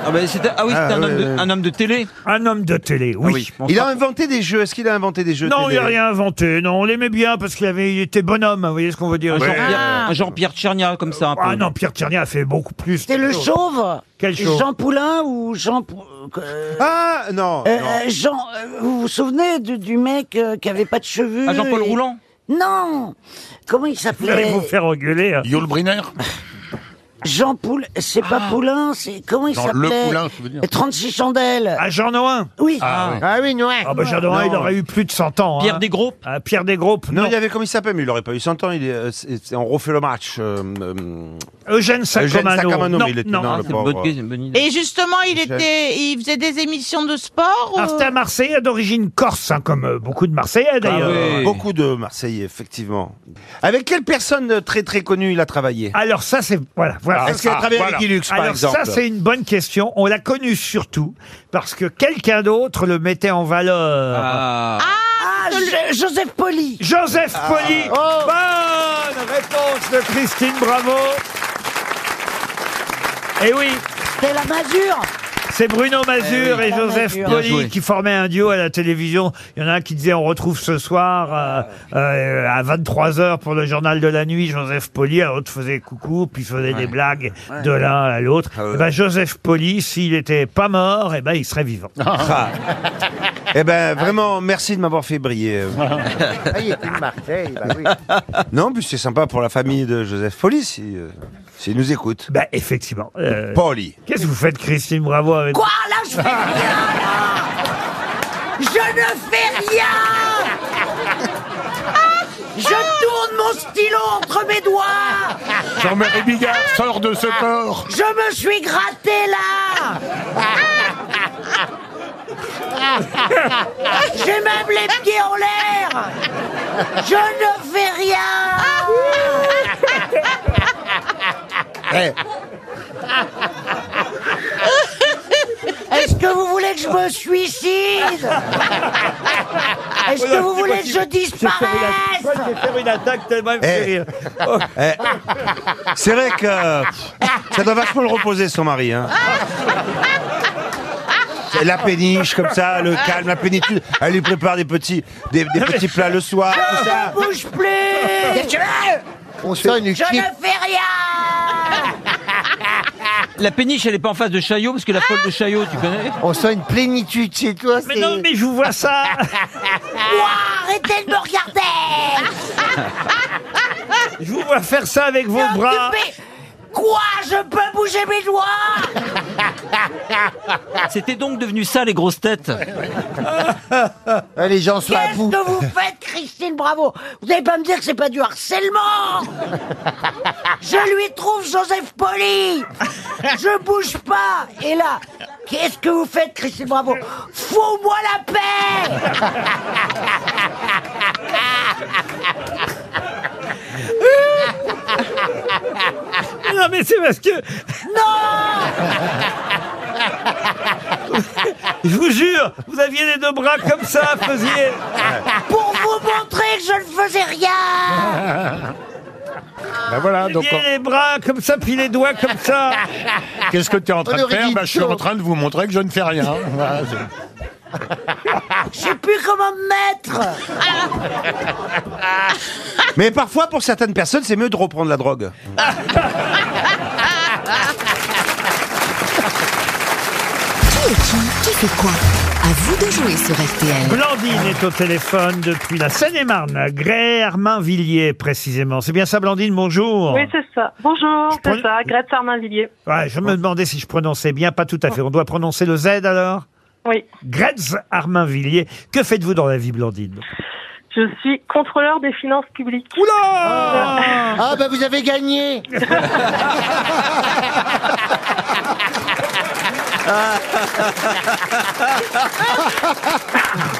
[SPEAKER 12] Ah, bah, c'était- ah oui,
[SPEAKER 8] Ah,
[SPEAKER 12] c'était un,
[SPEAKER 8] ouais,
[SPEAKER 12] homme de-
[SPEAKER 8] ouais.
[SPEAKER 12] un homme de télé.
[SPEAKER 2] un homme de télé, oui.
[SPEAKER 12] Ah oui, bon,
[SPEAKER 8] Il
[SPEAKER 12] ça-
[SPEAKER 8] a inventé des jeux. Est-ce qu'il a inventé des jeux
[SPEAKER 2] Non,
[SPEAKER 8] télé
[SPEAKER 2] il a rien inventé. Non, on l'aimait bien parce qu'il avait, hein. il était bonhomme. Vous voyez ce qu'on veut dire
[SPEAKER 12] un Jean-Pierre
[SPEAKER 6] Ah.
[SPEAKER 12] un Jean-Pierre Tchernia, comme ça, un peu.
[SPEAKER 2] Ah non, Pierre Tchernia a fait beaucoup plus.
[SPEAKER 4] C'est le chauve
[SPEAKER 2] Quel chauve
[SPEAKER 4] Jean Poulain ou Jean... Pou- euh,
[SPEAKER 8] Ah non.
[SPEAKER 4] euh,
[SPEAKER 8] non.
[SPEAKER 4] euh, Jean, euh, vous vous souvenez du, du mec euh, qui avait pas de cheveux
[SPEAKER 12] Ah, Jean-Paul
[SPEAKER 4] et-
[SPEAKER 12] Roulant
[SPEAKER 4] Non Comment il
[SPEAKER 2] Vous allez
[SPEAKER 4] s'appelait
[SPEAKER 2] vous faire engueuler. hein.
[SPEAKER 9] Yul Brynner
[SPEAKER 4] Jean Poulain, c'est pas Poulain, c'est comment il
[SPEAKER 9] Non, le
[SPEAKER 4] s'appelait
[SPEAKER 9] Poulain, je veux dire.
[SPEAKER 4] 36 chandelles.
[SPEAKER 2] Ah, Jean Noin
[SPEAKER 4] oui.
[SPEAKER 5] Ah oui, non.
[SPEAKER 2] Ah bah Jean Noin, il aurait eu plus de 100 ans.
[SPEAKER 12] Pierre
[SPEAKER 2] hein.
[SPEAKER 12] Desgroupes
[SPEAKER 2] Ah, Pierre Desgroupes, non.
[SPEAKER 8] Non, il y avait comme il s'appelle, mais il aurait pas eu 100 ans. Il est, euh, c'est- c'est- on refait le match. euh, euh,
[SPEAKER 2] Eugène Sacramano.
[SPEAKER 8] Sacramano,
[SPEAKER 2] non,
[SPEAKER 8] mais il était-
[SPEAKER 2] non.
[SPEAKER 8] non,
[SPEAKER 12] Ah,
[SPEAKER 8] le
[SPEAKER 12] c'est une bonne
[SPEAKER 8] pauvre.
[SPEAKER 12] question, une bonne idée.
[SPEAKER 6] Et justement, il
[SPEAKER 8] Michel.
[SPEAKER 6] était, il faisait des émissions de sport.
[SPEAKER 2] Alors,
[SPEAKER 6] ou-
[SPEAKER 2] c'était un Marseillais d'origine corse, hein, comme euh, beaucoup de
[SPEAKER 8] Ah
[SPEAKER 2] Marseillais d'ailleurs.
[SPEAKER 12] oui. Et-
[SPEAKER 8] Beaucoup de Marseillais, effectivement. Avec quelle personne euh, très très connue il a travaillé
[SPEAKER 2] Ah. Alors ça, c'est voilà, voilà Voilà.
[SPEAKER 8] Est-ce qu'il a travaillé avec Hilux, par
[SPEAKER 2] Alors,
[SPEAKER 8] exemple
[SPEAKER 2] ça, c'est une bonne question. On l'a connu surtout parce que quelqu'un d'autre le mettait en valeur.
[SPEAKER 12] Ah,
[SPEAKER 13] Euh,
[SPEAKER 4] Jo- Joseph Poli.
[SPEAKER 2] Joseph
[SPEAKER 4] Ah.
[SPEAKER 2] Poli. Bonne réponse de Christine Bravo. Eh oui.
[SPEAKER 4] C'est la masure.
[SPEAKER 2] C'est Bruno Mazur
[SPEAKER 4] Eh oui.
[SPEAKER 2] et Joseph
[SPEAKER 4] Bien
[SPEAKER 2] Poli
[SPEAKER 4] joué.
[SPEAKER 2] qui formaient un duo à la télévision. Il y en a un qui disait on retrouve ce soir euh, euh, à 23h pour le journal de la nuit Joseph Poli, alors l'autre faisait coucou, puis faisait des blagues
[SPEAKER 3] Ouais.
[SPEAKER 2] de l'un à l'autre.
[SPEAKER 3] Ah ouais.
[SPEAKER 2] Eh ben, Joseph Poli, s'il était pas mort, eh ben, il serait vivant.
[SPEAKER 8] Ah. Eh ben, vraiment, merci de m'avoir fait briller. euh.
[SPEAKER 5] Ah, il était de Marseille, bah oui.
[SPEAKER 8] non, puis c'est sympa pour la famille de Joseph Poli, si, euh, s'il nous écoute.
[SPEAKER 2] Ben, effectivement. Euh,
[SPEAKER 8] Poli.
[SPEAKER 2] Qu'est-ce que vous faites, Christine Bravo avec
[SPEAKER 3] Quoi là je fais rien là Je ne fais rien Ah, Je tourne mon stylo entre mes doigts
[SPEAKER 9] Jean-Marie Bigard, sors de
[SPEAKER 5] Ah.
[SPEAKER 9] ce corps
[SPEAKER 3] Je me suis gratté là J'ai même les pieds en l'air Je ne fais rien
[SPEAKER 9] Eh.
[SPEAKER 4] Est-ce que vous voulez que je me suicide
[SPEAKER 2] Ah,
[SPEAKER 4] Est-ce que vous voulez que je disparaisse
[SPEAKER 2] J'ai fait une attaque tellement
[SPEAKER 9] Eh.
[SPEAKER 2] elle me fait rire.
[SPEAKER 8] Eh, c'est vrai que euh, ça doit vachement le reposer, son mari. hein. C'est La péniche, comme ça, le calme, la pénitude. Elle lui prépare des petits, des, des petits plats le soir, tout ça.
[SPEAKER 3] Ne bouge plus
[SPEAKER 8] On sonne
[SPEAKER 3] Je ne fais rien
[SPEAKER 12] La péniche, elle est pas en face de Chaillot, parce que la folle de Chaillot, tu connais
[SPEAKER 5] On sent une plénitude chez toi.
[SPEAKER 12] Mais
[SPEAKER 5] c'est-
[SPEAKER 12] non, mais je vous vois
[SPEAKER 7] [laughs]
[SPEAKER 12] ça.
[SPEAKER 3] Ouah, Arrêtez de me regarder
[SPEAKER 2] Je vous vois faire ça avec vos bras.
[SPEAKER 3] Occupé. Quoi Je peux bouger mes doigts
[SPEAKER 12] C'était donc devenu ça, les grosses têtes.
[SPEAKER 5] les gens sont à
[SPEAKER 3] Qu'est-ce
[SPEAKER 5] bout.
[SPEAKER 3] que vous faites, Christine Bravo Vous n'allez pas me dire que c'est pas du harcèlement Je lui trouve Joseph Poli Je bouge pas Et là, qu'est-ce que vous faites, Christine Bravo Fous-moi la paix
[SPEAKER 2] [laughs] Non, mais c'est parce que
[SPEAKER 3] Non
[SPEAKER 2] [laughs] Je vous jure, vous aviez les deux bras comme ça, faisiez.
[SPEAKER 3] Pour vous montrer que je ne faisais rien
[SPEAKER 9] Ben voilà,
[SPEAKER 2] Vous
[SPEAKER 9] donc...
[SPEAKER 2] aviez les bras comme ça, puis les doigts comme ça.
[SPEAKER 5] [laughs]
[SPEAKER 9] Qu'est-ce que tu es en train de
[SPEAKER 3] Honoré
[SPEAKER 9] faire
[SPEAKER 3] dit
[SPEAKER 9] Ben, Je suis
[SPEAKER 3] chaud.
[SPEAKER 9] en train de vous montrer que je ne fais rien. Voilà, c'est-
[SPEAKER 3] Je sais plus comment me
[SPEAKER 9] [laughs]
[SPEAKER 3] mettre
[SPEAKER 8] Mais parfois, pour certaines personnes, c'est mieux de reprendre la drogue.
[SPEAKER 11] Qui est qui Qui fait quoi À vous de jouer sur RTL.
[SPEAKER 2] Blandine est au téléphone depuis la Seine-et-Marne, Grès, Mainvilliers précisément. C'est bien ça, Blandine, bonjour.
[SPEAKER 14] Oui, c'est ça. Bonjour,
[SPEAKER 2] prends-
[SPEAKER 14] c'est ça, Grete Sarmainvilliers.
[SPEAKER 2] Ouais, je me demandais si je prononçais bien, pas tout à fait. On doit prononcer le Z alors
[SPEAKER 14] Oui.
[SPEAKER 2] Gretz Armainvilliers. Que faites-vous dans la vie, Blandine
[SPEAKER 14] Je suis contrôleur des finances publiques.
[SPEAKER 2] Oula
[SPEAKER 5] Ah bah vous avez gagné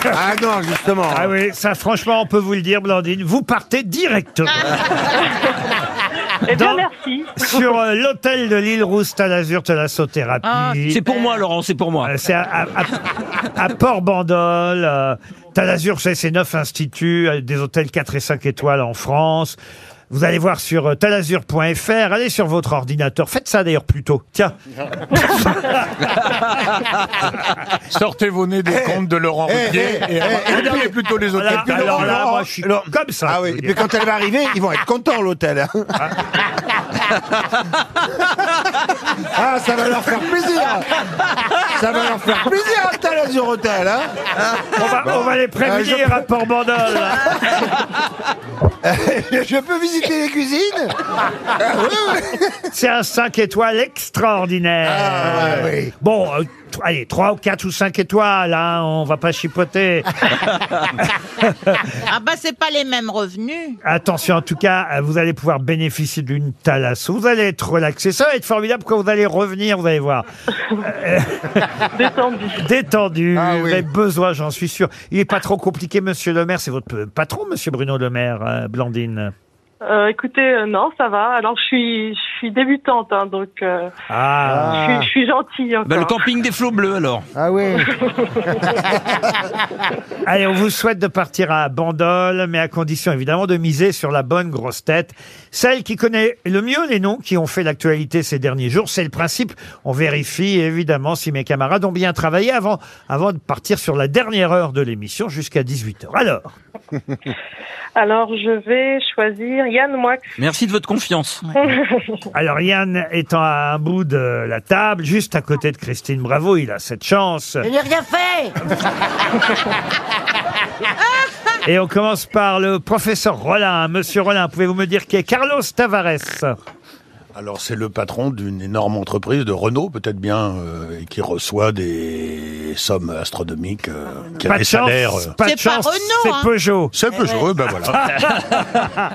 [SPEAKER 8] Ah non, justement.
[SPEAKER 2] Ah oui, ça franchement, on peut vous le dire, Blandine. Vous partez directement.
[SPEAKER 14] [laughs] Eh bien,
[SPEAKER 2] Dans-
[SPEAKER 14] merci.
[SPEAKER 2] Sur euh, l'hôtel de l'île Rousse à l'Azur de la Sauthérapie.
[SPEAKER 12] Ah, C'est pour moi, Laurent, c'est pour moi.
[SPEAKER 2] C'est à, à- à- à Port-Bandol. Euh, Talazur, c'est ces neuf instituts, euh, des hôtels 4 et 5 étoiles en France. Vous allez voir sur euh, talazur.fr, allez sur votre ordinateur. Faites ça d'ailleurs plus tôt. Tiens.
[SPEAKER 9] Sortez vos nez des comptes de Laurent
[SPEAKER 8] eh,
[SPEAKER 9] Ruquier
[SPEAKER 8] eh,
[SPEAKER 9] et
[SPEAKER 8] eh,
[SPEAKER 9] regardez plutôt les autres.
[SPEAKER 2] Voilà,
[SPEAKER 9] Et puis
[SPEAKER 2] alors
[SPEAKER 9] Laurent,
[SPEAKER 2] là,
[SPEAKER 9] Laurent,
[SPEAKER 2] moi, je suis comme ça.
[SPEAKER 8] Ah oui, et puis quand elle va arriver, ils vont être contents, l'hôtel. hein. Ah, ça va leur faire plaisir Ça va leur faire plaisir, à Talazur Hôtel, hein euh,
[SPEAKER 2] On va, on va les prévenir à Port-Bandol.
[SPEAKER 8] [laughs] Je peux visiter les cuisines
[SPEAKER 2] C'est un 5 étoiles extraordinaire.
[SPEAKER 8] Ah, ouais, oui.
[SPEAKER 2] Bon, euh, t- allez, 3 ou 4 ou 5 étoiles, hein, on va pas
[SPEAKER 8] [laughs]
[SPEAKER 2] chipoter.
[SPEAKER 6] Ah bah c'est pas les mêmes revenus.
[SPEAKER 2] Attention, en tout cas, euh, vous allez pouvoir bénéficier d'une thalasso. Vous allez être relaxé. Ça va être formidable quand vous allez revenir, vous allez
[SPEAKER 8] [laughs]
[SPEAKER 2] voir.
[SPEAKER 14] Détendu.
[SPEAKER 2] Détendu,
[SPEAKER 8] Ah oui.
[SPEAKER 2] vous avez besoin, j'en suis sûr. Il est pas trop compliqué, monsieur le maire. C'est votre euh, patron, monsieur Bruno le maire, euh, Blandine.
[SPEAKER 14] Euh, écoutez, euh, non, ça va. Alors, je suis, je suis débutante, hein, donc euh,
[SPEAKER 12] Ah.
[SPEAKER 14] je, suis, je suis gentille. Encore.
[SPEAKER 2] Ben,
[SPEAKER 12] Bah, le camping des flots bleus alors.
[SPEAKER 8] Ah oui.
[SPEAKER 14] [laughs]
[SPEAKER 2] Allez, on vous souhaite de partir à Bandol, mais à condition évidemment de miser sur la bonne grosse tête. Celle qui connaît le mieux les noms qui ont fait l'actualité ces derniers jours, c'est le principe. On vérifie évidemment si mes camarades ont bien travaillé avant, avant de partir sur la dernière heure de l'émission jusqu'à 18h. Alors
[SPEAKER 14] Alors, je vais choisir Yann Moix.
[SPEAKER 12] [laughs] Merci de votre confiance.
[SPEAKER 2] [laughs] Alors Yann étant à un bout de la table, juste à côté de Christine Bravo, il a cette chance.
[SPEAKER 3] Je n'ai rien fait
[SPEAKER 2] Et on commence par le professeur Rollin. Monsieur Rollin, pouvez-vous me dire qui est Carlos Tavares
[SPEAKER 9] Alors c'est le patron d'une énorme entreprise de Renault, peut-être bien, euh, et qui reçoit des sommes astronomiques, euh, qui a
[SPEAKER 2] Pas
[SPEAKER 9] des
[SPEAKER 2] de chance,
[SPEAKER 9] salaires. euh.
[SPEAKER 2] pas de C'est pas chance, Renault, c'est hein. Peugeot.
[SPEAKER 9] C'est Peugeot, ben voilà.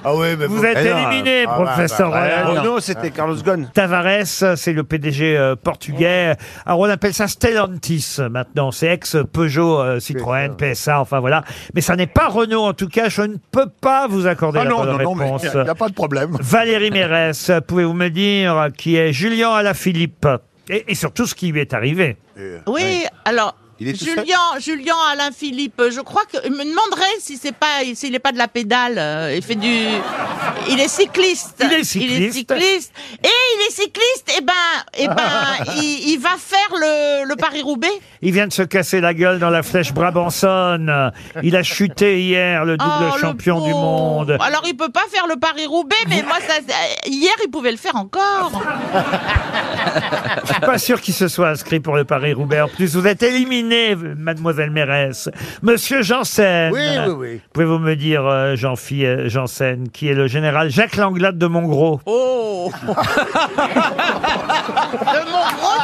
[SPEAKER 8] Ah ouais, mais
[SPEAKER 2] Vous
[SPEAKER 8] bon.
[SPEAKER 2] êtes
[SPEAKER 8] Eh non,
[SPEAKER 2] éliminé,
[SPEAKER 8] ah,
[SPEAKER 2] professeur
[SPEAKER 8] bah, bah,
[SPEAKER 2] Rollin.
[SPEAKER 9] oh
[SPEAKER 8] Renault, c'était Carlos Ghosn.
[SPEAKER 2] Tavares, c'est le PDG euh, portugais. Alors on appelle ça Stellantis euh, maintenant. C'est ex-Peugeot, euh, Citroën, PSA, enfin voilà. Mais ça n'est pas Renault en tout cas. Je ne peux pas vous accorder
[SPEAKER 9] Ah
[SPEAKER 2] la
[SPEAKER 9] non,
[SPEAKER 2] bonne
[SPEAKER 9] non, non, mais
[SPEAKER 2] réponse.
[SPEAKER 9] y a- y a pas de problème.
[SPEAKER 2] [laughs] Valérie Mérès, pouvez-vous me dire qui est Julien Alaphilippe et, et surtout ce qui lui est arrivé
[SPEAKER 9] euh,
[SPEAKER 6] Oui, alors.
[SPEAKER 2] Il est tout
[SPEAKER 6] Julien, Julien Alain Philippe, je crois que je me demanderais si c'est pas s'il est pas de la pédale, euh, il fait du il est cycliste. Il est cycliste. cycliste. Et il est cycliste et ben et [laughs] ben il, il va faire le, le Paris Roubaix.
[SPEAKER 2] Il vient de se casser la gueule dans la flèche Brabançonne. Il a chuté hier, le double
[SPEAKER 6] Oh, le
[SPEAKER 2] champion du monde.
[SPEAKER 6] Alors il peut pas faire le Paris Roubaix mais moi ça c'est- hier il pouvait le faire encore.
[SPEAKER 2] Ah, Je suis pas sûr qu'il se soit inscrit pour le Paris-Roubaix. En plus, vous êtes éliminé, mademoiselle Mérès. Monsieur Janssen.
[SPEAKER 5] Oui, oui, oui.
[SPEAKER 2] Pouvez-vous me dire, euh, Jean-Phi euh, Janssen, qui est le général Jacques Langlade de Montgros
[SPEAKER 6] Oh De mon gros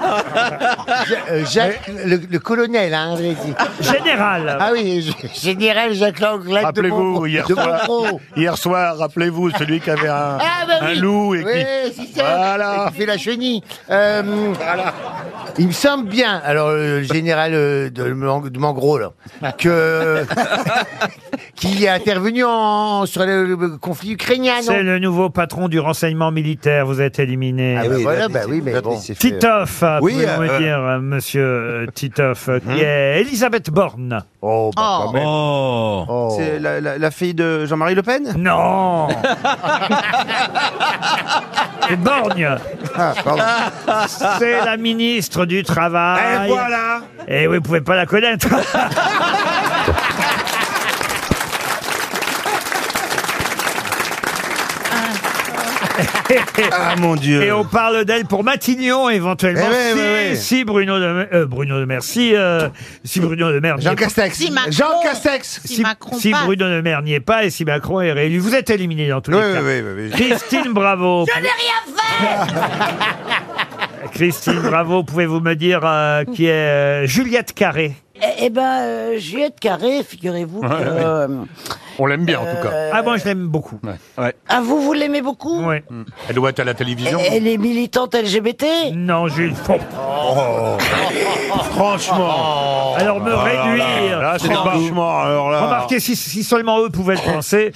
[SPEAKER 5] Ja- euh, Jacques, le, le colonel, hein, vous l'avez dit.
[SPEAKER 2] Général.
[SPEAKER 5] Ah oui, g- général Jacques Langlade. de
[SPEAKER 9] Rappelez-vous,
[SPEAKER 5] Montro-
[SPEAKER 9] hier
[SPEAKER 5] de
[SPEAKER 9] soir,
[SPEAKER 5] Montro.
[SPEAKER 9] hier soir, rappelez-vous, celui qui avait un,
[SPEAKER 5] Ah, bah
[SPEAKER 9] un
[SPEAKER 5] oui.
[SPEAKER 9] loup et qui...
[SPEAKER 5] Oui, c'est ça.
[SPEAKER 9] Voilà.
[SPEAKER 5] Et qui fait la chenille. Euh, Il me semble bien, alors euh, le général euh, de, Mang- de Mangro, là,
[SPEAKER 9] [laughs]
[SPEAKER 5] que qui est intervenu en- sur le, le conflit
[SPEAKER 6] ah,
[SPEAKER 5] ukrainien. non
[SPEAKER 2] C'est le nouveau patron du renseignement militaire. Vous êtes éliminé.
[SPEAKER 5] Ah bah voilà, bah oui, mais bon.
[SPEAKER 2] Titoff, euh,
[SPEAKER 5] Oui,
[SPEAKER 2] pouvez-vous me
[SPEAKER 5] euh, Hein?
[SPEAKER 2] dire, euh, monsieur euh, Titoff, euh, qui est Elisabeth Borne.
[SPEAKER 5] Oh,
[SPEAKER 8] bah, quand Oh. même.
[SPEAKER 2] Oh.
[SPEAKER 8] C'est la, la- la fille de Jean-Marie Le Pen
[SPEAKER 2] Non [laughs] C'est Borgne
[SPEAKER 8] Ah,
[SPEAKER 2] C'est la ministre du Travail.
[SPEAKER 8] Et voilà.
[SPEAKER 2] Et oui, vous pouvez pas la connaître [laughs]
[SPEAKER 8] Ah, mon Dieu.
[SPEAKER 2] Et on parle d'elle pour Matignon éventuellement.
[SPEAKER 8] Eh ouais,
[SPEAKER 2] si,
[SPEAKER 8] ouais, ouais.
[SPEAKER 2] si Bruno de euh, Bruno de Mer, si euh, si Bruno de Mer, n'y
[SPEAKER 8] Jean
[SPEAKER 2] est pas-
[SPEAKER 8] Castex.
[SPEAKER 6] Si Macron-
[SPEAKER 8] Jean Castex.
[SPEAKER 6] si Macron
[SPEAKER 2] si
[SPEAKER 6] passe.
[SPEAKER 2] Bruno Le Maire n'y est pas et si Macron est réélu, vous êtes éliminé dans tous les
[SPEAKER 8] Oui,
[SPEAKER 2] cas.
[SPEAKER 8] oui,
[SPEAKER 9] [laughs]
[SPEAKER 8] oui, oui.
[SPEAKER 2] Christine Bravo.
[SPEAKER 3] Je n'ai rien
[SPEAKER 2] [laughs] Christine Bravo, pouvez-vous me dire euh, qui est euh, Juliette Carré
[SPEAKER 3] fait Eh ben, euh, Juliette Carré, figurez-vous que...
[SPEAKER 2] Ouais, ouais.
[SPEAKER 3] euh,
[SPEAKER 9] On l'aime bien, en tout cas.
[SPEAKER 2] Ah moi je l'aime beaucoup.
[SPEAKER 3] Ah, vous, vous l'aimez beaucoup
[SPEAKER 2] Ouais.
[SPEAKER 9] Elle doit être à la télévision.
[SPEAKER 4] Eh,
[SPEAKER 3] Elle est militante LGBT
[SPEAKER 2] Non, Jules.
[SPEAKER 9] Oh.
[SPEAKER 5] Oh.
[SPEAKER 9] Franchement. Oh
[SPEAKER 2] Alors me réduire.
[SPEAKER 9] Là, c'est
[SPEAKER 2] Remarquez-
[SPEAKER 9] franchement, alors là.
[SPEAKER 2] Remarquez si, si seulement eux pouvaient le
[SPEAKER 9] [laughs]
[SPEAKER 2] penser.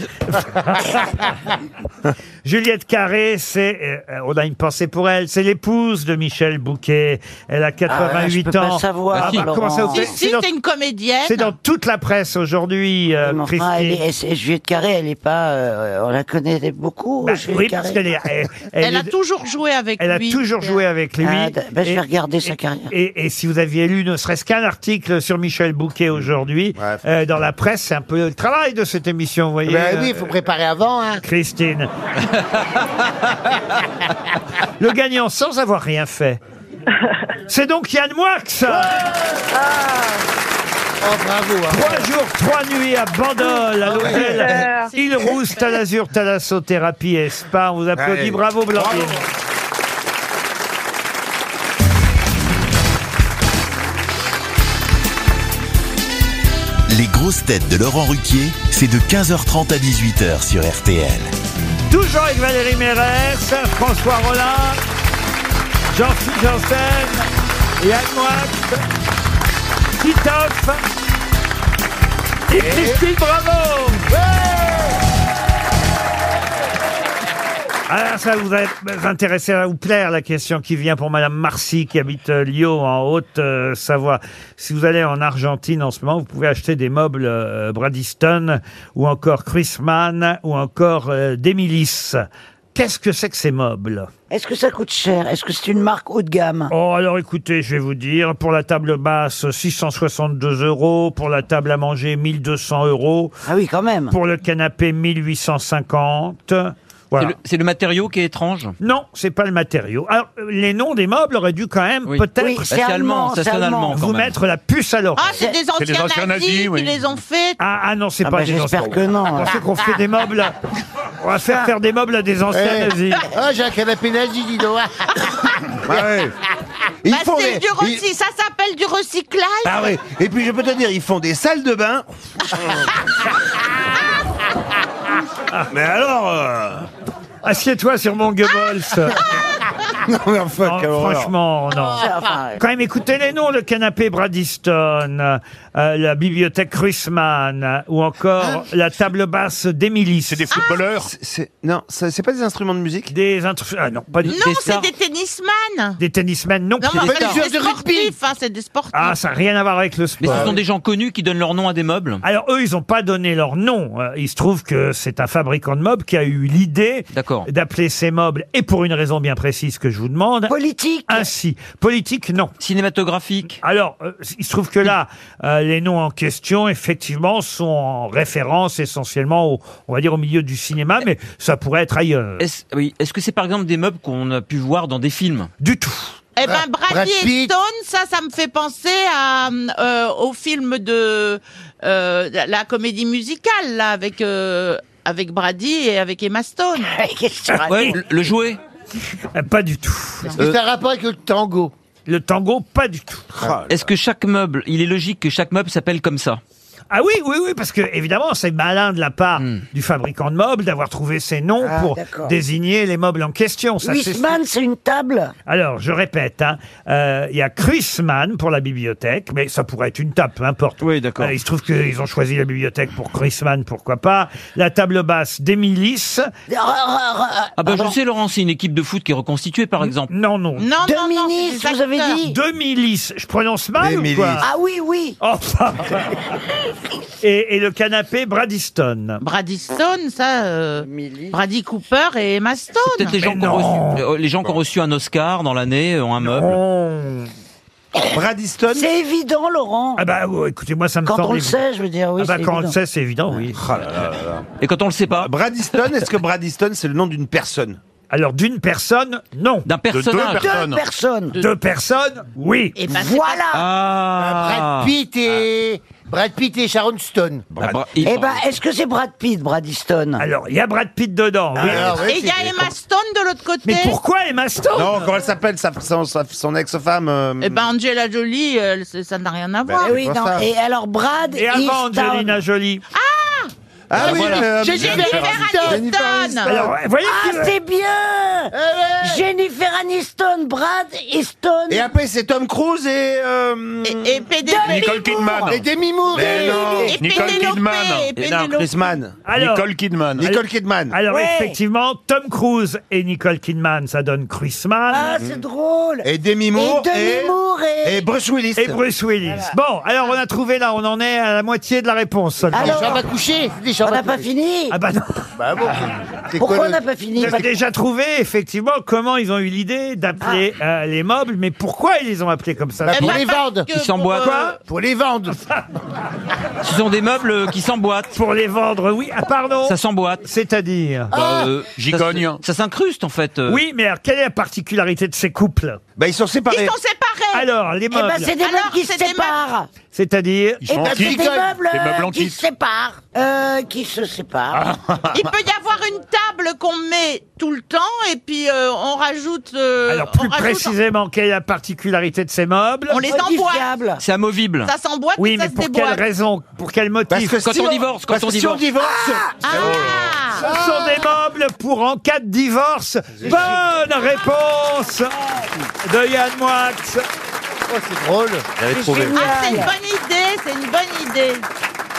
[SPEAKER 2] Juliette Carré, c'est, euh, on a une pensée pour elle. C'est l'épouse de Michel Bouquet. Elle a 88
[SPEAKER 3] Ah, je peux pas
[SPEAKER 2] ans.
[SPEAKER 3] savoir,
[SPEAKER 2] bah,
[SPEAKER 3] Laurent.
[SPEAKER 2] comment ça vous
[SPEAKER 6] Si
[SPEAKER 2] fait
[SPEAKER 6] si
[SPEAKER 2] C'est dans-
[SPEAKER 6] t'es une comédienne.
[SPEAKER 2] c'est dans toute la presse aujourd'hui, euh,
[SPEAKER 3] Mais enfin,
[SPEAKER 2] Christine.
[SPEAKER 3] elle est- elle- c'est- Juliette Carré, elle est pas... euh, on la connaît
[SPEAKER 4] Oh,
[SPEAKER 3] beaucoup,
[SPEAKER 2] Bah,
[SPEAKER 3] Juliette
[SPEAKER 2] oui,
[SPEAKER 3] Carré.
[SPEAKER 2] parce qu'elle est- elle- elle
[SPEAKER 6] Elle, a
[SPEAKER 2] est-
[SPEAKER 6] toujours joué avec
[SPEAKER 2] Elle a
[SPEAKER 6] lui.
[SPEAKER 2] toujours joué avec lui.
[SPEAKER 3] Ah, d- bah, je
[SPEAKER 2] Et-
[SPEAKER 3] vais regarder sa
[SPEAKER 2] et-
[SPEAKER 3] carrière.
[SPEAKER 2] Et, et si vous aviez lu ne serait-ce qu'un article sur Michel Bouquet aujourd'hui, euh, dans la presse, c'est un peu le travail de cette émission, vous voyez.
[SPEAKER 5] Ben oui, il
[SPEAKER 2] euh,
[SPEAKER 5] faut préparer avant. Hein.
[SPEAKER 2] Christine. le gagnant sans avoir rien fait. C'est donc Yann Moix
[SPEAKER 5] Oh, Ah, bravo. hein. Ah,
[SPEAKER 2] Trois jours, trois nuits à Bandol, à l'hôtel
[SPEAKER 14] super.
[SPEAKER 2] Il Rousse, Talazur, Thalassothérapie et Spa. On vous applaudit.
[SPEAKER 8] Allez.
[SPEAKER 2] Bravo, Blandine.
[SPEAKER 1] Les grosses têtes de Laurent Ruquier, c'est de 15h30 à 18h sur RTL.
[SPEAKER 2] Toujours avec Valérie Mérès, François Rollin, Jean-Philippe Janssen, Yann Moix, Titoff, Dites Christine Bravo Alors ça vous va vous intéresser, à vous plaire la question qui vient pour Madame Marcy qui habite euh, Lyon en Haute-Savoie. Si vous allez en Argentine en ce moment, vous pouvez acheter des meubles euh, Bradiston ou encore Chrisman ou encore euh, Demilis. Qu'est-ce que c'est que ces meubles
[SPEAKER 4] Est-ce que ça coûte cher Est-ce que c'est une marque haut de gamme
[SPEAKER 2] Oh, alors écoutez, je vais vous dire, pour la table basse, 662 euros, pour la table à manger, 1200 euros. Ah oui, quand même. Pour le canapé, 1850. Voilà.
[SPEAKER 7] C'est le- C'est le, matériau qui est étrange.
[SPEAKER 2] Non, c'est pas le matériau. Alors, euh, les noms des meubles auraient dû quand même peut-être
[SPEAKER 7] Oui, c'est Bah, c'est allemand, allemand, ça c'est sonne allemand. allemand quand
[SPEAKER 2] vous
[SPEAKER 7] même.
[SPEAKER 2] mettre la puce à l'oreille.
[SPEAKER 6] Ah, c'est des anciens, nazis, qui les ont fait.
[SPEAKER 2] Ah, ah non, c'est
[SPEAKER 6] Ah
[SPEAKER 2] pas
[SPEAKER 6] bah,
[SPEAKER 2] des
[SPEAKER 6] j'espère
[SPEAKER 2] anciens.
[SPEAKER 6] que non.
[SPEAKER 2] On pensait qu'on fait
[SPEAKER 6] [laughs]
[SPEAKER 2] des meubles. à- On va faire faire des meubles à des anciens
[SPEAKER 6] Eh.
[SPEAKER 5] Ouais.
[SPEAKER 2] nazis.
[SPEAKER 5] Ah, j'ai un canapé nazi, dis donc.
[SPEAKER 8] Ils
[SPEAKER 6] Bah,
[SPEAKER 8] font
[SPEAKER 6] c'est
[SPEAKER 8] des-
[SPEAKER 6] du recy-
[SPEAKER 8] ils-
[SPEAKER 6] Ça s'appelle du recyclage.
[SPEAKER 8] Ah ouais. Et puis je peux te dire, ils font des salles de bain. mais alors.
[SPEAKER 2] Ah.
[SPEAKER 8] euh,
[SPEAKER 2] Assieds-toi sur mon Goebbels.
[SPEAKER 8] non mais enfin, quelle
[SPEAKER 2] Oh,
[SPEAKER 8] horreur.
[SPEAKER 2] Franchement, non.
[SPEAKER 8] Enfin,
[SPEAKER 2] Quand même, écoutez les noms le canapé Bradiston, euh, la bibliothèque Russman, euh, ou encore la table basse d'Emilie. C'est des footballeurs.
[SPEAKER 8] Non, c'est pas des instruments de musique.
[SPEAKER 2] Des instru- ah non, pas
[SPEAKER 6] [laughs]
[SPEAKER 2] du
[SPEAKER 6] Non, c'est des tennisman.
[SPEAKER 2] Des tennismen, non.
[SPEAKER 6] Non,
[SPEAKER 2] plus.
[SPEAKER 6] mais enfin, c'est des sportifs, hein, c'est des sportifs.
[SPEAKER 2] Ah, ça n'a rien à voir avec le
[SPEAKER 7] Mais
[SPEAKER 2] sport.
[SPEAKER 7] ce sont des gens connus qui donnent leur nom à des meubles.
[SPEAKER 2] Alors eux, ils n'ont pas donné leur nom. Euh, Il se trouve que c'est un fabricant de meubles qui a eu l'idée d'appeler ces meubles, et pour une raison bien précise que je vous demande. Politique Ainsi. Politique, non. Cinématographique Alors, euh, il se trouve que là, euh, les noms en question, effectivement, sont en référence essentiellement, au, on va dire, au milieu du cinéma, mais ça pourrait être ailleurs.
[SPEAKER 7] Est-ce oui, est-ce que c'est par exemple des meubles qu'on a pu voir dans des films
[SPEAKER 2] Du tout.
[SPEAKER 6] Eh ben, Brady et Stone, ça, ça me fait penser à, euh, au film de euh, la- la comédie musicale, là, avec, euh, avec Brady et avec Emma
[SPEAKER 8] [laughs]
[SPEAKER 6] Stone.
[SPEAKER 7] Ouais, le, le jouet
[SPEAKER 2] Euh, Pas du tout.
[SPEAKER 5] Est-ce que ça a un rapport avec le tango
[SPEAKER 2] Le tango, pas du tout.
[SPEAKER 5] Ah.
[SPEAKER 7] Est-ce que chaque meuble, il est logique que chaque meuble s'appelle comme ça
[SPEAKER 2] Ah oui, oui, oui, parce que évidemment, c'est malin de la part
[SPEAKER 7] Hmm.
[SPEAKER 2] du fabricant de meubles d'avoir trouvé ces noms
[SPEAKER 4] Ah,
[SPEAKER 2] pour
[SPEAKER 4] d'accord.
[SPEAKER 2] désigner les meubles en question. Ça, c'est sûr.
[SPEAKER 4] Huisman, c'est une table
[SPEAKER 2] Alors, je répète, hein, euh, il y a Chrisman pour la bibliothèque, mais ça pourrait être une table, peu importe. Oui, d'accord. il se trouve qu'ils ont choisi la bibliothèque pour Chrisman, pourquoi pas. La table basse d'Emilis.
[SPEAKER 7] Ah bah je sais Laurent, c'est une équipe de foot qui est reconstituée par exemple.
[SPEAKER 2] Non, non.
[SPEAKER 6] Non, non, non,
[SPEAKER 4] [laughs] Ministre, vous avez dit
[SPEAKER 2] Demi-lice, je prononce mal ou
[SPEAKER 7] Demi-lice.
[SPEAKER 2] quoi
[SPEAKER 4] Ah oui, oui
[SPEAKER 2] Oh, ça va. et, et le canapé Bradiston.
[SPEAKER 6] Brady Stone, ça, euh, Brady Cooper et Emma Stone.
[SPEAKER 7] Peut-être les gens qui ont reçu, euh, les gens qui ont reçu un Oscar dans l'année euh, ont un
[SPEAKER 2] meuble.
[SPEAKER 7] Bradiston
[SPEAKER 4] C'est évident, Laurent
[SPEAKER 2] Euh, Ah bah oui, écoutez, moi ça me
[SPEAKER 4] Quand
[SPEAKER 2] semble
[SPEAKER 4] on le
[SPEAKER 2] évident.
[SPEAKER 4] sait, je veux dire, oui,
[SPEAKER 2] Ah bah,
[SPEAKER 4] c'est
[SPEAKER 2] quand on
[SPEAKER 4] évident.
[SPEAKER 2] le sait, c'est évident, oui.
[SPEAKER 8] Ah
[SPEAKER 7] Et quand on le sait pas.
[SPEAKER 8] Bradiston, est-ce que Bradiston, c'est le nom d'une personne
[SPEAKER 2] Alors, d'une personne, non.
[SPEAKER 7] D'un personnage.
[SPEAKER 8] deux personnes. Deux
[SPEAKER 4] personnes.
[SPEAKER 2] Deux personnes, oui.
[SPEAKER 6] Et
[SPEAKER 5] voilà.
[SPEAKER 7] Ah.
[SPEAKER 5] Euh, Brad Pitt et Brad Pitt et Sharon Stone.
[SPEAKER 4] Eh ben, est-ce que c'est Brad Pitt, Bradiston
[SPEAKER 2] Alors, il y a Brad Pitt dedans,
[SPEAKER 5] oui.
[SPEAKER 8] Ah,
[SPEAKER 6] et il y a Emma Stone de l'autre côté.
[SPEAKER 2] Emma Stone
[SPEAKER 8] Non, comment elle s'appelle, sa- son, sa- son ex-femme euh,
[SPEAKER 6] Eh ben, Angela Jolie, euh, c'est- ça n'a rien à
[SPEAKER 8] Ben,
[SPEAKER 6] voir.
[SPEAKER 8] c'est Eh oui, pour non, ça. et
[SPEAKER 4] alors Brad
[SPEAKER 2] Et avant
[SPEAKER 6] Easton.
[SPEAKER 2] Angelina Jolie.
[SPEAKER 8] Ah
[SPEAKER 2] Ah
[SPEAKER 8] oui,
[SPEAKER 2] voilà.
[SPEAKER 8] euh,
[SPEAKER 2] Jennifer
[SPEAKER 6] Aniston. Jennifer Aniston.
[SPEAKER 2] Alors, vous voyez
[SPEAKER 4] ah,
[SPEAKER 2] qu'il va-
[SPEAKER 4] c'est bien
[SPEAKER 8] Eh
[SPEAKER 4] Jennifer Aniston, Brad Easton.
[SPEAKER 8] Et après, c'est Tom Cruise et. euh,
[SPEAKER 6] Et, PD.
[SPEAKER 9] Nicole Kidman.
[SPEAKER 8] Et Demi Moore.
[SPEAKER 9] Mais
[SPEAKER 8] Et-
[SPEAKER 9] non.
[SPEAKER 8] et
[SPEAKER 9] Nicole
[SPEAKER 8] Pénélope.
[SPEAKER 9] Kidman.
[SPEAKER 8] Et non, Chris Mann.
[SPEAKER 2] Alors-
[SPEAKER 9] Nicole Kidman.
[SPEAKER 8] Nicole Kidman.
[SPEAKER 2] Alors,
[SPEAKER 8] Ouais.
[SPEAKER 2] effectivement, Tom Cruise et Nicole Kidman, ça donne Chrisman.
[SPEAKER 4] Ah, c'est drôle
[SPEAKER 8] Et Demi Moore.
[SPEAKER 4] Et Demi
[SPEAKER 8] et-
[SPEAKER 4] Moore et-
[SPEAKER 8] et Bruce Willis.
[SPEAKER 2] Et Bruce Willis. Bon, alors on a trouvé là, on en est à la moitié de la réponse seulement.
[SPEAKER 4] Alors,
[SPEAKER 5] va coucher
[SPEAKER 4] on n'a pas fini
[SPEAKER 2] Ah bah non.
[SPEAKER 5] Bah bon. c'est
[SPEAKER 4] Pourquoi
[SPEAKER 5] quoi
[SPEAKER 4] on
[SPEAKER 5] le-
[SPEAKER 4] n'a pas fini
[SPEAKER 2] J'ai déjà trouvé effectivement comment ils ont eu l'idée d'appeler
[SPEAKER 4] Ah.
[SPEAKER 2] euh, les meubles, mais pourquoi ils les ont appelés comme ça
[SPEAKER 5] Bah, pour les vendre.
[SPEAKER 7] Ils s'emboîtent.
[SPEAKER 2] Quoi
[SPEAKER 5] Pour les vendre.
[SPEAKER 7] Ce sont des meubles euh, qui s'emboîtent.
[SPEAKER 2] Pour les vendre, oui. Ah pardon.
[SPEAKER 7] Ça s'emboîte.
[SPEAKER 2] C'est-à-dire
[SPEAKER 4] Ah.
[SPEAKER 7] Bah, euh, ça- Ça s'incruste en fait. euh.
[SPEAKER 2] Oui, mais alors quelle est la particularité de ces couples
[SPEAKER 8] Bah ils sont
[SPEAKER 6] Ils
[SPEAKER 8] séparés.
[SPEAKER 6] sont séparés.
[SPEAKER 2] Alors les
[SPEAKER 4] Eh ben,
[SPEAKER 2] meubles,
[SPEAKER 4] c'est des meubles qui se séparent
[SPEAKER 2] c'est-à-dire
[SPEAKER 4] Eh ben, c'est des meubles
[SPEAKER 9] Des meubles
[SPEAKER 4] euh,
[SPEAKER 9] en
[SPEAKER 4] qui
[SPEAKER 9] kit.
[SPEAKER 4] se séparent Euh, Qui se séparent
[SPEAKER 6] Il peut y avoir une table qu'on met tout le temps et puis euh, on rajoute. euh,
[SPEAKER 2] alors plus
[SPEAKER 6] on rajoute-
[SPEAKER 2] précisément quelle est la particularité de ces meubles
[SPEAKER 6] On les Ah, emboîte.
[SPEAKER 7] C'est amovible.
[SPEAKER 6] Ça s'emboîte
[SPEAKER 2] Oui,
[SPEAKER 6] et ça
[SPEAKER 2] mais
[SPEAKER 6] se
[SPEAKER 2] pour
[SPEAKER 6] déboîte.
[SPEAKER 2] quelle raison Pour quel motif
[SPEAKER 8] Parce que
[SPEAKER 7] Quand
[SPEAKER 8] si
[SPEAKER 7] on divorce, quand
[SPEAKER 8] parce
[SPEAKER 7] on
[SPEAKER 8] que si on divorce.
[SPEAKER 6] Ah
[SPEAKER 2] Ce sont des meubles pour en cas de divorce. Bonne réponse de Yann Moix.
[SPEAKER 5] Oh, c'est drôle.
[SPEAKER 6] Ah, c'est une bonne idée, c'est une bonne idée.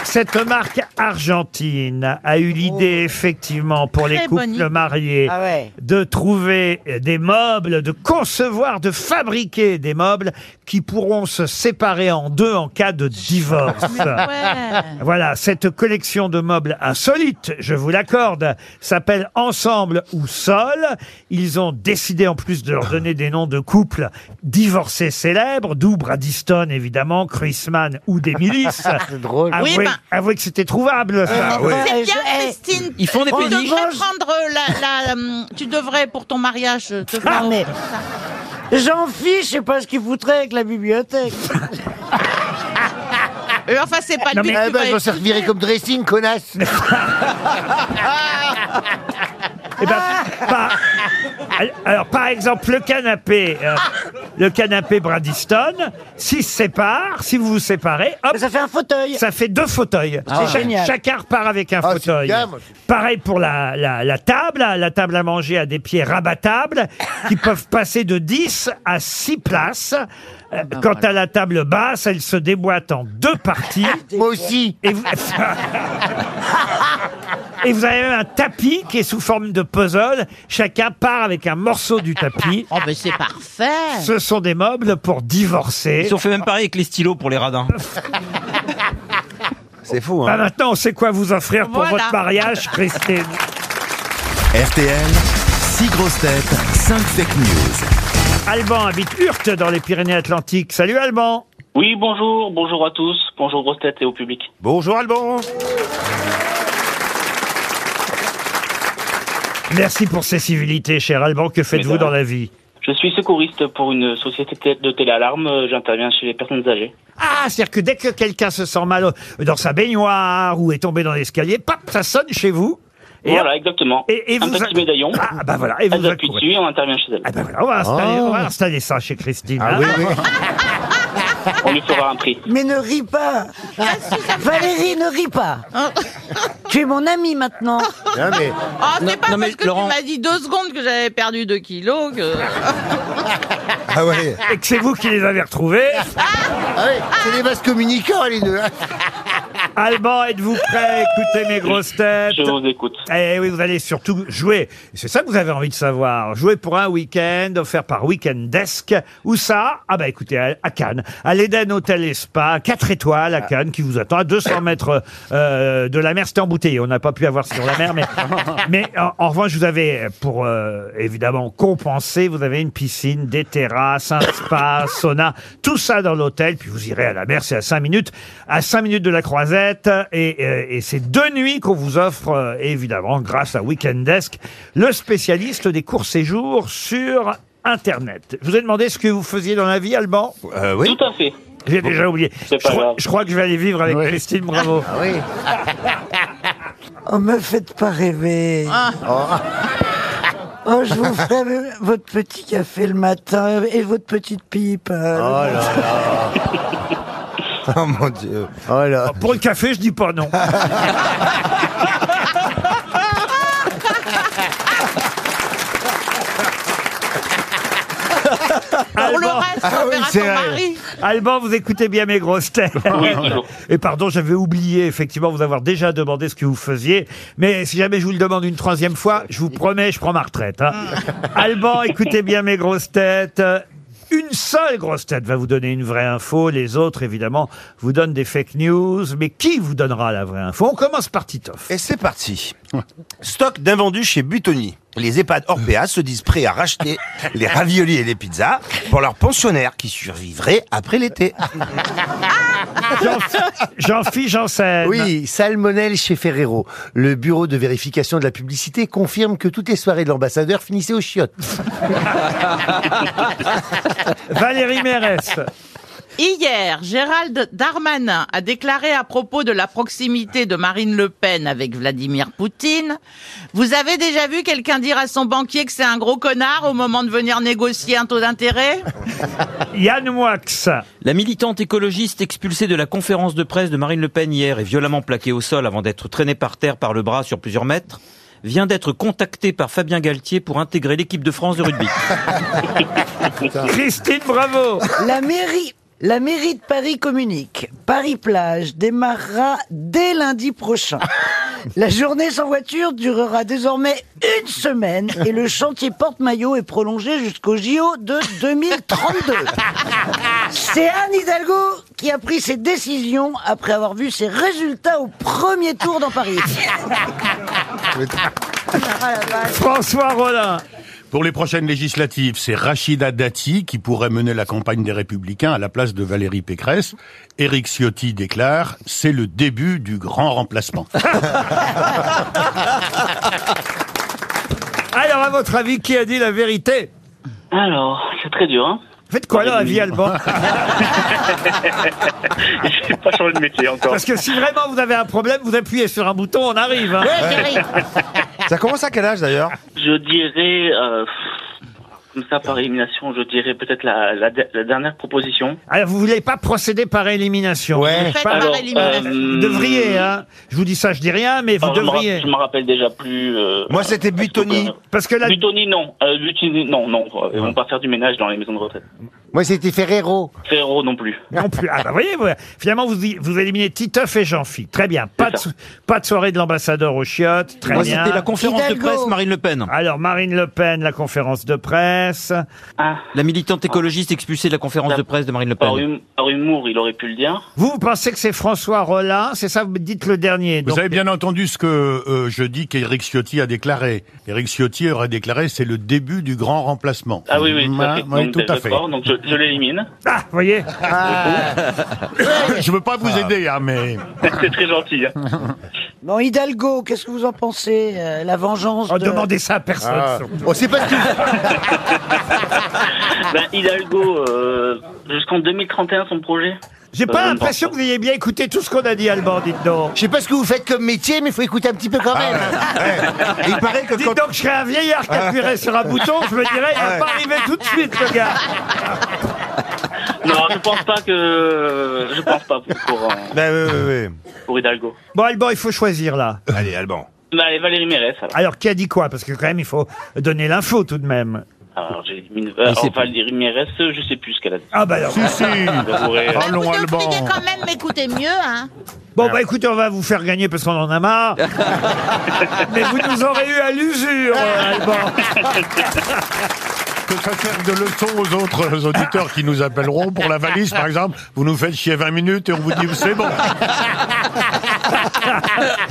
[SPEAKER 2] Cette marque argentine a eu l'idée, effectivement, pour
[SPEAKER 15] Oh. Très bonne
[SPEAKER 2] les couples
[SPEAKER 15] idée.
[SPEAKER 2] mariés,
[SPEAKER 15] Ah ouais.
[SPEAKER 2] de trouver des meubles, de concevoir, de fabriquer des meubles qui pourront se séparer en deux en cas de divorce.
[SPEAKER 15] [laughs] Mais ouais.
[SPEAKER 2] Voilà, cette collection de meubles insolites, je vous l'accorde, s'appelle Ensemble ou Sol. Ils ont décidé en plus de leur donner des noms de couples divorcés célèbres, d'où Bradiston évidemment, Chrisman ou des milices.
[SPEAKER 5] C'est drôle.
[SPEAKER 2] Avouez,
[SPEAKER 6] Oui, ben-
[SPEAKER 2] avouez que c'était trouvable.
[SPEAKER 3] Ah,
[SPEAKER 2] ça. Eh
[SPEAKER 6] C'est bien,
[SPEAKER 3] Eh,
[SPEAKER 6] Christine.
[SPEAKER 2] Ils font des
[SPEAKER 6] tu
[SPEAKER 2] péniches.
[SPEAKER 6] devrais prendre la, la, hum, Tu devrais, pour ton mariage, te faire...
[SPEAKER 3] Ah, J'en fiche, je sais pas ce qu'il foutrait avec la
[SPEAKER 6] [laughs]
[SPEAKER 3] bibliothèque.
[SPEAKER 6] Euh, enfin, c'est pas
[SPEAKER 3] Non,
[SPEAKER 6] le
[SPEAKER 3] mais-
[SPEAKER 6] but. tu
[SPEAKER 5] Ah,
[SPEAKER 3] Eh ben,
[SPEAKER 6] vas
[SPEAKER 3] je m'en
[SPEAKER 6] expliquer.
[SPEAKER 5] bah, servirai comme dressing,
[SPEAKER 2] [laughs]
[SPEAKER 5] connasse.
[SPEAKER 2] Eh ben, par- al- alors, par exemple, le canapé, euh, le canapé Bradiston, s'il se sépare, si vous vous séparez, hop, ça fait un fauteuil. Ça fait deux fauteuils.
[SPEAKER 3] Ah ouais. C'est génial.
[SPEAKER 2] Chacun repart avec un fauteuil.
[SPEAKER 3] bien, moi.
[SPEAKER 2] Pareil pour la, la, la table. hein, La table à manger a des pieds rabattables qui peuvent passer de 10 à 6 places. Euh, Quant à la table basse, elle se déboîte en deux parties. Moi aussi. Et
[SPEAKER 5] [laughs]
[SPEAKER 2] vous...
[SPEAKER 3] Ah,
[SPEAKER 2] Et vous avez même un tapis qui est sous forme de puzzle. Chacun part avec un morceau du tapis. [laughs] Oh, mais c'est parfait. Ce sont des meubles pour divorcer.
[SPEAKER 12] Ils ont fait même pareil avec les stylos pour les
[SPEAKER 1] [laughs]
[SPEAKER 12] radins.
[SPEAKER 2] C'est
[SPEAKER 1] hein.
[SPEAKER 2] fou, Bah maintenant, on sait quoi vous offrir pour
[SPEAKER 12] Voilà.
[SPEAKER 2] votre mariage,
[SPEAKER 1] [laughs]
[SPEAKER 2] Christine.
[SPEAKER 1] RTL, 6 grosses têtes, 5 fake news.
[SPEAKER 2] Alban habite Urte dans les Pyrénées-Atlantiques. Salut Alban.
[SPEAKER 16] Oui, bonjour, bonjour à tous, bonjour aux têtes et au public.
[SPEAKER 2] Bonjour Alban. Merci pour ces civilités, cher Alban. Que
[SPEAKER 16] Mais
[SPEAKER 2] faites-vous
[SPEAKER 16] de rien.
[SPEAKER 2] dans la vie
[SPEAKER 16] Je suis secouriste pour une société té- de téléalarme, euh, j'interviens chez les personnes âgées.
[SPEAKER 2] Ah, c'est-à-dire que dès que quelqu'un se sent mal euh, dans sa baignoire ou est tombé dans l'escalier, pap, ça sonne chez vous. Et
[SPEAKER 16] voilà, exactement.
[SPEAKER 2] et
[SPEAKER 16] un
[SPEAKER 2] vous-
[SPEAKER 16] petit médaillon.
[SPEAKER 2] Ah bah voilà, et vous
[SPEAKER 16] Elles appuient
[SPEAKER 2] accourez.
[SPEAKER 16] dessus et on intervient chez elles.
[SPEAKER 2] bah on, va installer, on va installer ça chez Christine. hein.
[SPEAKER 16] On lui fera un prix.
[SPEAKER 3] Mais ne ris pas Valérie, ne ris pas Tu es mon ami maintenant
[SPEAKER 6] [laughs] Ah, c'est pas
[SPEAKER 3] non, mais
[SPEAKER 6] parce que
[SPEAKER 3] Laurent-
[SPEAKER 6] tu m'as dit deux secondes que j'avais perdu deux
[SPEAKER 3] [laughs]
[SPEAKER 6] kilos que...
[SPEAKER 2] Ah Et que c'est vous qui les avez retrouvés. [laughs]
[SPEAKER 5] Ah oui, c'est des vases communicants, les deux. [laughs]
[SPEAKER 2] Alban, êtes-vous prêt à écouter mes grosses têtes Je vous
[SPEAKER 16] écoute.
[SPEAKER 2] Eh oui, vous allez surtout jouer. C'est ça que vous avez envie de savoir. Jouer pour un week-end, offert par Weekend Desk. Où ça Ah bah écoutez, à, à Cannes. À l'Eden Hotel et Spa, 4 étoiles
[SPEAKER 5] Ah.
[SPEAKER 2] à Cannes, qui vous attend à 200 mètres euh, de la mer. C'était embouteillé, on n'a pas pu avoir sur la
[SPEAKER 5] [laughs]
[SPEAKER 2] mer, mais, mais en, en revanche, vous avez, pour euh, évidemment compenser, vous avez une piscine, des terrasses, un spa, sauna, tout ça dans l'hôtel. Puis vous irez à la mer, c'est à 5 minutes, à 5 minutes de la croisette. Et, euh, et c'est deux nuits qu'on vous offre, euh, évidemment, grâce à Weekend Desk, le spécialiste des courts séjours sur Internet. Je vous ai demandé ce que vous faisiez dans la vie, Alban
[SPEAKER 7] Euh,
[SPEAKER 16] oui. Tout à fait.
[SPEAKER 2] J'ai déjà oublié.
[SPEAKER 16] C'est
[SPEAKER 2] Je
[SPEAKER 16] pas
[SPEAKER 2] crois,
[SPEAKER 16] grave.
[SPEAKER 2] je crois que je vais aller vivre avec Christine Bravo.
[SPEAKER 3] Oh, me faites pas rêver Oh, je vous ferai votre petit café le matin et votre petite pipe. Oh
[SPEAKER 2] [laughs]
[SPEAKER 8] Oh mon dieu.
[SPEAKER 2] Ah, Pour le café, je dis pas non.
[SPEAKER 15] Pour le reste, on Ah oui, verra c'est ton vrai. mari.
[SPEAKER 2] Alban, vous écoutez bien mes grosses têtes.
[SPEAKER 15] Oui, toujours.
[SPEAKER 2] Et pardon, j'avais oublié effectivement vous avoir déjà demandé ce que vous faisiez. Mais si jamais je vous le demande une troisième fois, je vous promets, je prends ma retraite. hein. Alban, écoutez bien mes grosses têtes. Une seule grosse tête va vous donner une vraie info. Les autres, évidemment, vous donnent des fake news. Mais qui vous donnera la vraie info On commence par Titoff.
[SPEAKER 8] Et c'est parti. [laughs] Stock d'invendus chez Butoni. Les EHPAD Orpea se disent prêts à
[SPEAKER 2] [laughs]
[SPEAKER 8] racheter les raviolis et les pizzas pour leurs pensionnaires qui survivraient après
[SPEAKER 2] [laughs]
[SPEAKER 8] l'été.
[SPEAKER 2] Jean-Philippe Janssen.
[SPEAKER 5] Oui, salmonelle chez Ferrero. Le bureau de vérification de la publicité confirme que toutes les soirées de l'ambassadeur finissaient aux chiottes.
[SPEAKER 2] [laughs] Valérie Mérès.
[SPEAKER 6] Hier, Gérald Darmanin a déclaré à propos de la proximité de Marine Le Pen avec Vladimir Poutine Vous avez déjà vu quelqu'un dire à son banquier que c'est un gros connard au moment de venir négocier un taux d'intérêt
[SPEAKER 2] Yann Moix.
[SPEAKER 12] La militante écologiste expulsée de la conférence de presse de Marine Le Pen hier et violemment plaquée au sol avant d'être traînée par terre par le bras sur plusieurs mètres vient d'être contactée par Fabien Galtier pour intégrer l'équipe de France de rugby.
[SPEAKER 2] Christine Bravo
[SPEAKER 3] La mairie
[SPEAKER 4] La mairie de Paris communique. Paris Plage démarrera dès lundi prochain. La journée sans voiture durera désormais une semaine et le chantier porte-maillot est prolongé jusqu'au JO de 2032. C'est Anne Hidalgo qui a pris ses décisions après avoir vu ses résultats au premier tour dans Paris.
[SPEAKER 2] François Rollin.
[SPEAKER 9] Pour les prochaines législatives, c'est Rachida Dati qui pourrait mener la campagne des Républicains à la place de Valérie Pécresse. Éric Ciotti déclare « C'est le début du grand
[SPEAKER 2] [laughs]
[SPEAKER 9] remplacement
[SPEAKER 2] Alors, à votre avis, qui a dit la vérité
[SPEAKER 16] Alors, c'est très dur, hein
[SPEAKER 2] Faites quoi là, la vie, Alban
[SPEAKER 16] [laughs] J'ai pas changé de métier encore.
[SPEAKER 2] Parce que si vraiment vous avez un problème, vous appuyez sur un bouton, on arrive. hein.
[SPEAKER 8] Ça commence à quel âge d'ailleurs
[SPEAKER 16] [laughs] Je dirais, euh, pff, comme ça par élimination, je dirais peut-être la, la de- la dernière proposition.
[SPEAKER 2] Alors, vous voulez pas procéder par élimination
[SPEAKER 16] Ouais. Faites par Alors, élimination.
[SPEAKER 2] Vous devriez, hein. Je vous dis ça, je dis rien, mais vous
[SPEAKER 16] Alors, Ah, je me ra-
[SPEAKER 2] devriez.
[SPEAKER 16] Je me rappelle déjà plus. euh,
[SPEAKER 2] Moi, c'était
[SPEAKER 16] est-ce que-
[SPEAKER 2] Butoni. Parce que là-
[SPEAKER 16] Butoni, non. Euh, Butoni, non, non. Ils
[SPEAKER 2] Ah.
[SPEAKER 16] vont pas faire du ménage dans les maisons de retraite.
[SPEAKER 5] Moi, c'était Ferrero.
[SPEAKER 16] Ferro non plus.
[SPEAKER 2] Non plus. Ah bah, vous voyez, voilà. finalement, vous, vous éliminez Titeuf et Jean-Phi. Très bien. Pas de, sou- pas de soirée de l'ambassadeur aux chiottes. Très
[SPEAKER 12] Moi,
[SPEAKER 2] bien.
[SPEAKER 12] c'était la conférence de presse Marine Le Pen.
[SPEAKER 2] Alors, Marine Le Pen, la conférence de presse.
[SPEAKER 12] La militante écologiste expulsée de la conférence de presse de Marine Le
[SPEAKER 16] Par,
[SPEAKER 12] Pen.
[SPEAKER 16] hum- par humour, il aurait pu le dire.
[SPEAKER 2] Vous, vous pensez que c'est François Rollin C'est ça, vous me dites le dernier.
[SPEAKER 9] Vous avez bien entendu ce que euh, je dis qu'Éric Ciotti a déclaré. Éric Ciotti aurait déclaré c'est le début du grand remplacement.
[SPEAKER 16] Ah oui, oui, tout à
[SPEAKER 9] Ouais,
[SPEAKER 16] fait.
[SPEAKER 9] ouais,
[SPEAKER 16] Donc,
[SPEAKER 9] tout à fait.
[SPEAKER 16] d'accord, donc je, je l'élimine. Ah.
[SPEAKER 2] Ah, vous voyez
[SPEAKER 9] Je veux pas
[SPEAKER 2] Ah.
[SPEAKER 9] vous aider, hein, mais
[SPEAKER 16] [laughs] C'est très gentil. hein.
[SPEAKER 9] [laughs]
[SPEAKER 4] Bon, Hidalgo, qu'est-ce que vous en pensez euh, La vengeance de...
[SPEAKER 2] Demandez ça à personne.
[SPEAKER 4] Ah.
[SPEAKER 2] surtout.
[SPEAKER 5] Oh, c'est parce que
[SPEAKER 16] [laughs] Ben, Hidalgo, euh, jusqu'en 2031, son projet.
[SPEAKER 2] J'ai
[SPEAKER 16] Euh,
[SPEAKER 2] pas
[SPEAKER 16] non.
[SPEAKER 2] l'impression que vous ayez bien écouté tout ce qu'on a dit, Alban, dites donc.
[SPEAKER 5] Je sais pas ce que vous faites comme métier, mais il faut écouter un petit peu quand même.
[SPEAKER 2] Il paraît que Dites donc, je serais un vieillard qui appuierait sur un bouton, je me dirais, il va
[SPEAKER 5] Ouais.
[SPEAKER 2] pas arriver tout de suite, le gars.
[SPEAKER 16] Non, je pense pas que. Je pense pas pour, pour, euh, pour Hidalgo.
[SPEAKER 2] Bon, Alban, il faut choisir, là.
[SPEAKER 8] Allez, Alban.
[SPEAKER 16] Bah, allez, Valérie Mérès, alors.
[SPEAKER 2] Alors, qui a dit quoi Parce que quand même, il faut donner l'info tout de même.
[SPEAKER 16] Alors, j'ai une...
[SPEAKER 12] Ah,
[SPEAKER 16] euh,
[SPEAKER 2] c'est-
[SPEAKER 16] Valérie Mérès, je sais plus ce qu'elle a dit. euh.
[SPEAKER 2] Ah,
[SPEAKER 16] [laughs]
[SPEAKER 2] bah alors. Si, si.
[SPEAKER 16] J'avouerai.
[SPEAKER 2] Parlons
[SPEAKER 6] Vous
[SPEAKER 2] Alban.
[SPEAKER 6] devriez quand même m'écouter mieux, hein.
[SPEAKER 2] Bon, bah écoutez, on va vous faire gagner parce qu'on en a marre. Mais vous nous aurez eu à l'usure, euh, Alban.
[SPEAKER 9] que ça sert de leçon aux autres auditeurs qui nous appelleront pour la valise, par exemple. Vous nous faites chier 20 minutes et on vous dit c'est bon.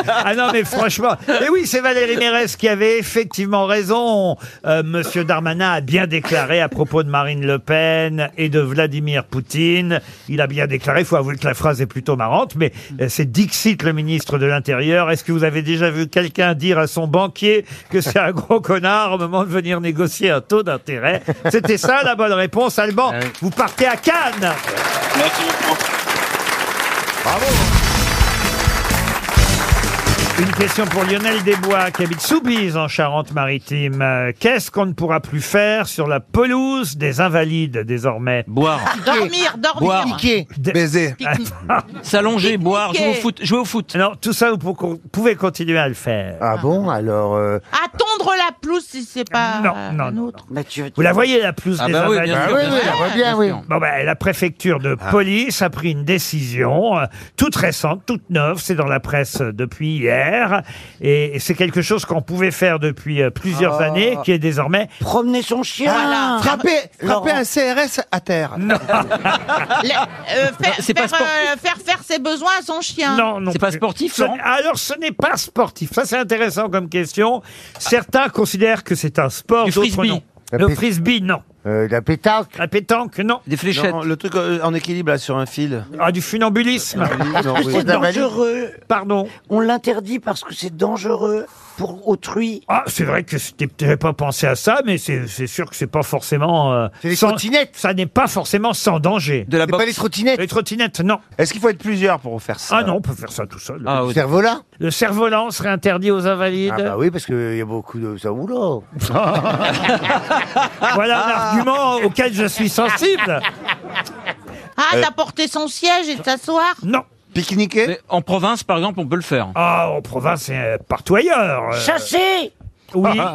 [SPEAKER 2] Ah non, mais franchement. Et oui, c'est Valérie Mérès qui avait effectivement raison. Euh, Monsieur Darmanin a bien déclaré à propos de Marine Le Pen et de Vladimir Poutine. Il a bien déclaré, il faut avouer que la phrase est plutôt marrante, mais euh, c'est Dixit, le ministre de l'Intérieur. Est-ce que vous avez déjà vu quelqu'un dire à son banquier que c'est un gros connard au moment de venir négocier un taux d'intérêt C'était ça la bonne réponse, Alban. Vous partez à Cannes
[SPEAKER 16] Merci beaucoup.
[SPEAKER 2] Une question pour Lionel Desbois qui habite Soubise en Charente-Maritime. Euh, Qu'est-ce qu'on ne pourra plus faire sur la pelouse des invalides désormais Boire.
[SPEAKER 6] [laughs] Dormir, dormir.
[SPEAKER 2] Baiser.
[SPEAKER 12] S'allonger, boire, jouer au foot.
[SPEAKER 2] jouer au foot. Non, tout ça, vous pou- pouvez continuer à le faire. Ah bon Alors.
[SPEAKER 6] À tondre la pelouse si c'est pas.
[SPEAKER 2] Non, non, non. Vous la voyez, la pelouse
[SPEAKER 12] Ah
[SPEAKER 2] des
[SPEAKER 12] bah oui,
[SPEAKER 2] Invalides
[SPEAKER 12] bien sûr, Ah oui, bien oui, sûr. on la voit bien, oui.
[SPEAKER 2] Bon, bah, la préfecture de police a pris une décision euh, toute récente, toute neuve. C'est dans la presse euh, depuis hier. Et c'est quelque chose qu'on pouvait faire depuis euh, plusieurs
[SPEAKER 3] Ah.
[SPEAKER 2] années, qui est désormais. Ah,
[SPEAKER 4] Promener son chien
[SPEAKER 8] Ah, Frapper, frapper
[SPEAKER 2] Laurent.
[SPEAKER 8] un CRS à terre.
[SPEAKER 6] Le- euh, faire, faire, euh, faire faire ses besoins à son chien.
[SPEAKER 2] Non, non. plus. Ce- Alors, ce n'est pas sportif. Ça, c'est intéressant comme question. Certains considèrent que c'est un sport,
[SPEAKER 12] Du
[SPEAKER 2] d'autres
[SPEAKER 12] frisbee.
[SPEAKER 2] non.
[SPEAKER 12] La
[SPEAKER 2] Le
[SPEAKER 12] pét-
[SPEAKER 2] frisbee, non.
[SPEAKER 5] la pétanque.
[SPEAKER 2] La pétanque, non.
[SPEAKER 12] Des fléchettes.
[SPEAKER 8] le truc euh, en équilibre là sur un fil.
[SPEAKER 2] Ah, du funambulisme.
[SPEAKER 4] Parce que c'est dangereux.
[SPEAKER 2] Pardon.
[SPEAKER 4] On l'interdit parce que c'est dangereux pour autrui.
[SPEAKER 2] Ah, c'est vrai que c'était- j'avais pas pensé à ça, mais c'est c'est sûr que c'est pas forcément. c'est les trottinettes. Ça n'est pas forcément sans danger.
[SPEAKER 12] De la
[SPEAKER 2] c'est pas les trottinettes. Les trottinettes, non. Est-ce qu'il faut être plusieurs pour faire ça Ah non, on peut faire ça tout seul.
[SPEAKER 5] Ah, oui. Cerf-volant
[SPEAKER 2] Le cerf-volant serait interdit aux invalides.
[SPEAKER 5] Ah bah oui, parce qu'il y a beaucoup de... Ça, oula
[SPEAKER 12] Ah,
[SPEAKER 2] Voilà un argument auquel je suis sensible.
[SPEAKER 6] [laughs] Ah,
[SPEAKER 2] Euh.
[SPEAKER 6] d'apporter son siège et de s'asseoir.
[SPEAKER 2] Non.
[SPEAKER 12] Pique-niquer En province, par exemple, on peut le faire.
[SPEAKER 2] Ah, en province et euh, partout ailleurs. Euh,
[SPEAKER 4] Chasser
[SPEAKER 2] Oui.
[SPEAKER 12] Ah.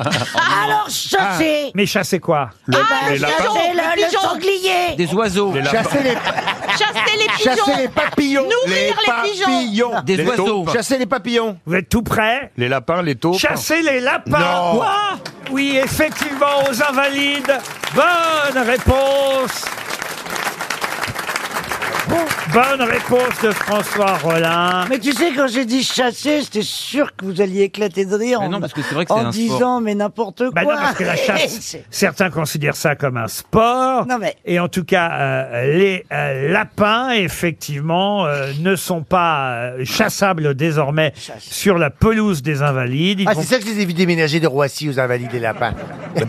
[SPEAKER 4] Alors chasser
[SPEAKER 2] Mais chasser quoi
[SPEAKER 4] Ah,
[SPEAKER 2] les
[SPEAKER 4] chasser
[SPEAKER 2] lapins.
[SPEAKER 4] le, le
[SPEAKER 6] pigeon.
[SPEAKER 4] sanglier
[SPEAKER 12] Des oiseaux.
[SPEAKER 2] Chasser
[SPEAKER 12] les...
[SPEAKER 6] Chasser les pigeons.
[SPEAKER 8] Chasser les papillons.
[SPEAKER 6] Nourrir les, pigeons.
[SPEAKER 8] Les taupes. Chasser les papillons.
[SPEAKER 2] Vous êtes tout prêts
[SPEAKER 8] Les lapins, les taupes.
[SPEAKER 2] Chasser les lapins.
[SPEAKER 8] Non.
[SPEAKER 2] Quoi Oui, effectivement, aux invalides. Bonne réponse. Bonne réponse de François Rollin.
[SPEAKER 4] Mais tu sais, quand j'ai dit chasser, j'étais sûr que vous alliez éclater de rire
[SPEAKER 2] Mais
[SPEAKER 4] en,
[SPEAKER 2] non, parce que c'est vrai que
[SPEAKER 4] en
[SPEAKER 2] c'est un
[SPEAKER 4] disant
[SPEAKER 2] sport.
[SPEAKER 4] mais n'importe
[SPEAKER 2] Bah
[SPEAKER 4] quoi.
[SPEAKER 2] non, parce que la
[SPEAKER 4] [laughs]
[SPEAKER 2] chasse, certains considèrent ça comme un sport. Et en tout cas, euh, les euh, lapins, effectivement, euh, ne sont pas euh, chassables désormais sur la pelouse des Invalides. Ils
[SPEAKER 5] Ah,
[SPEAKER 2] vont-
[SPEAKER 5] c'est ça que je les ai vus déménager de Roissy aux Invalides, les [laughs] lapins.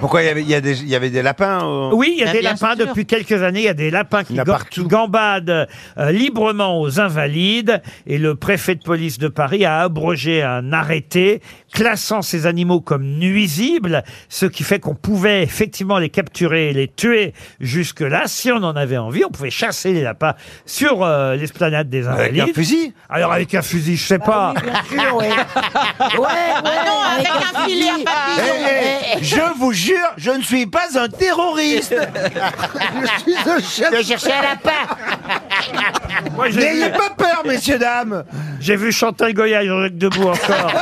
[SPEAKER 8] Pourquoi il y avait- il y, a des- il y avait des lapins au-
[SPEAKER 2] Euh, Oui, il
[SPEAKER 6] Bah,
[SPEAKER 5] Bah,
[SPEAKER 2] y a des lapins depuis quelques années. Il y a des lapins qui, ga- qui gambadent euh, librement aux invalides. Et le préfet de police de Paris a abrogé un arrêté classant ces animaux comme nuisibles, ce qui fait qu'on pouvait effectivement les capturer et les tuer jusque-là. Si on en avait envie, on pouvait chasser les lapins sur euh, l'esplanade des
[SPEAKER 8] Avec
[SPEAKER 2] invalides.
[SPEAKER 8] un fusil
[SPEAKER 2] Alors avec un fusil, je sais pas.
[SPEAKER 3] ouais. Ouais, ouais,
[SPEAKER 6] Ah non, avec un filet à
[SPEAKER 3] fusil.
[SPEAKER 6] papillon.
[SPEAKER 3] Eh, eh,
[SPEAKER 8] Je vous jure, je ne suis pas un terroriste. je suis un
[SPEAKER 3] chercher un lapin.
[SPEAKER 2] Moi, j'ai
[SPEAKER 8] N'ayez
[SPEAKER 2] vu-
[SPEAKER 8] pas peur, messieurs, dames.
[SPEAKER 2] J'ai vu Chantal Goya et Jean-Jacques Debout encore.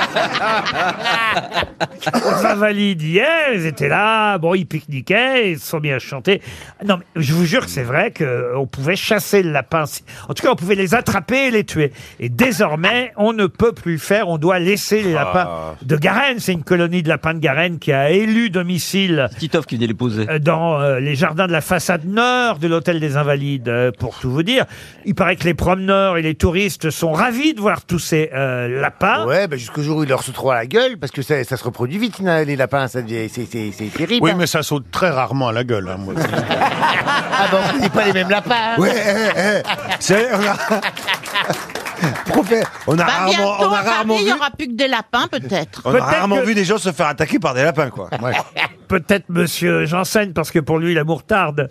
[SPEAKER 2] aux Invalides hier, ils étaient là, bon, ils pique-niquaient, ils se sont mis à chanter. Non, mais je vous jure que c'est vrai qu'on pouvait chasser le lapin. Si- En tout cas, on pouvait les attraper et les tuer. Et désormais, on ne peut plus le faire, on doit laisser les lapins
[SPEAKER 12] Ah.
[SPEAKER 2] de Garenne. C'est une colonie de lapins de Garenne qui a élu domicile
[SPEAKER 12] Titov qui venait les poser.
[SPEAKER 2] euh, dans euh, les jardins de la façade nord de l'hôtel des Invalides, euh, pour tout vous dire. Il paraît que les promeneurs et les touristes sont ravis de voir tous ces euh, lapins.
[SPEAKER 5] Ouais, bah, jusqu'au jour où ils leur sauteront à la gueule, parce que ça, ça se reproduit vite, na- les lapins, ça devient- c'est c'est- c'est terrible.
[SPEAKER 9] Oui,
[SPEAKER 5] hein.
[SPEAKER 9] mais ça saute très rarement à la gueule. hein, moi.
[SPEAKER 5] [laughs] Ah bah, on dit pas les mêmes lapins. hein.
[SPEAKER 8] Ouais, eh,
[SPEAKER 6] Bah,
[SPEAKER 8] eh, c'est- on a,
[SPEAKER 5] [laughs]
[SPEAKER 8] Prophète, on
[SPEAKER 6] Bah,
[SPEAKER 8] a rarement,
[SPEAKER 6] bientôt,
[SPEAKER 8] on a
[SPEAKER 6] à Paris,
[SPEAKER 8] rarement
[SPEAKER 6] il
[SPEAKER 8] vu,
[SPEAKER 6] n'y aura plus que des lapins, peut-être.
[SPEAKER 8] on a rarement vu des gens se faire attaquer par des lapins, quoi.
[SPEAKER 2] [laughs] Peut-être Monsieur Janssen, parce que pour lui, la
[SPEAKER 8] [laughs]
[SPEAKER 2] mourtarde.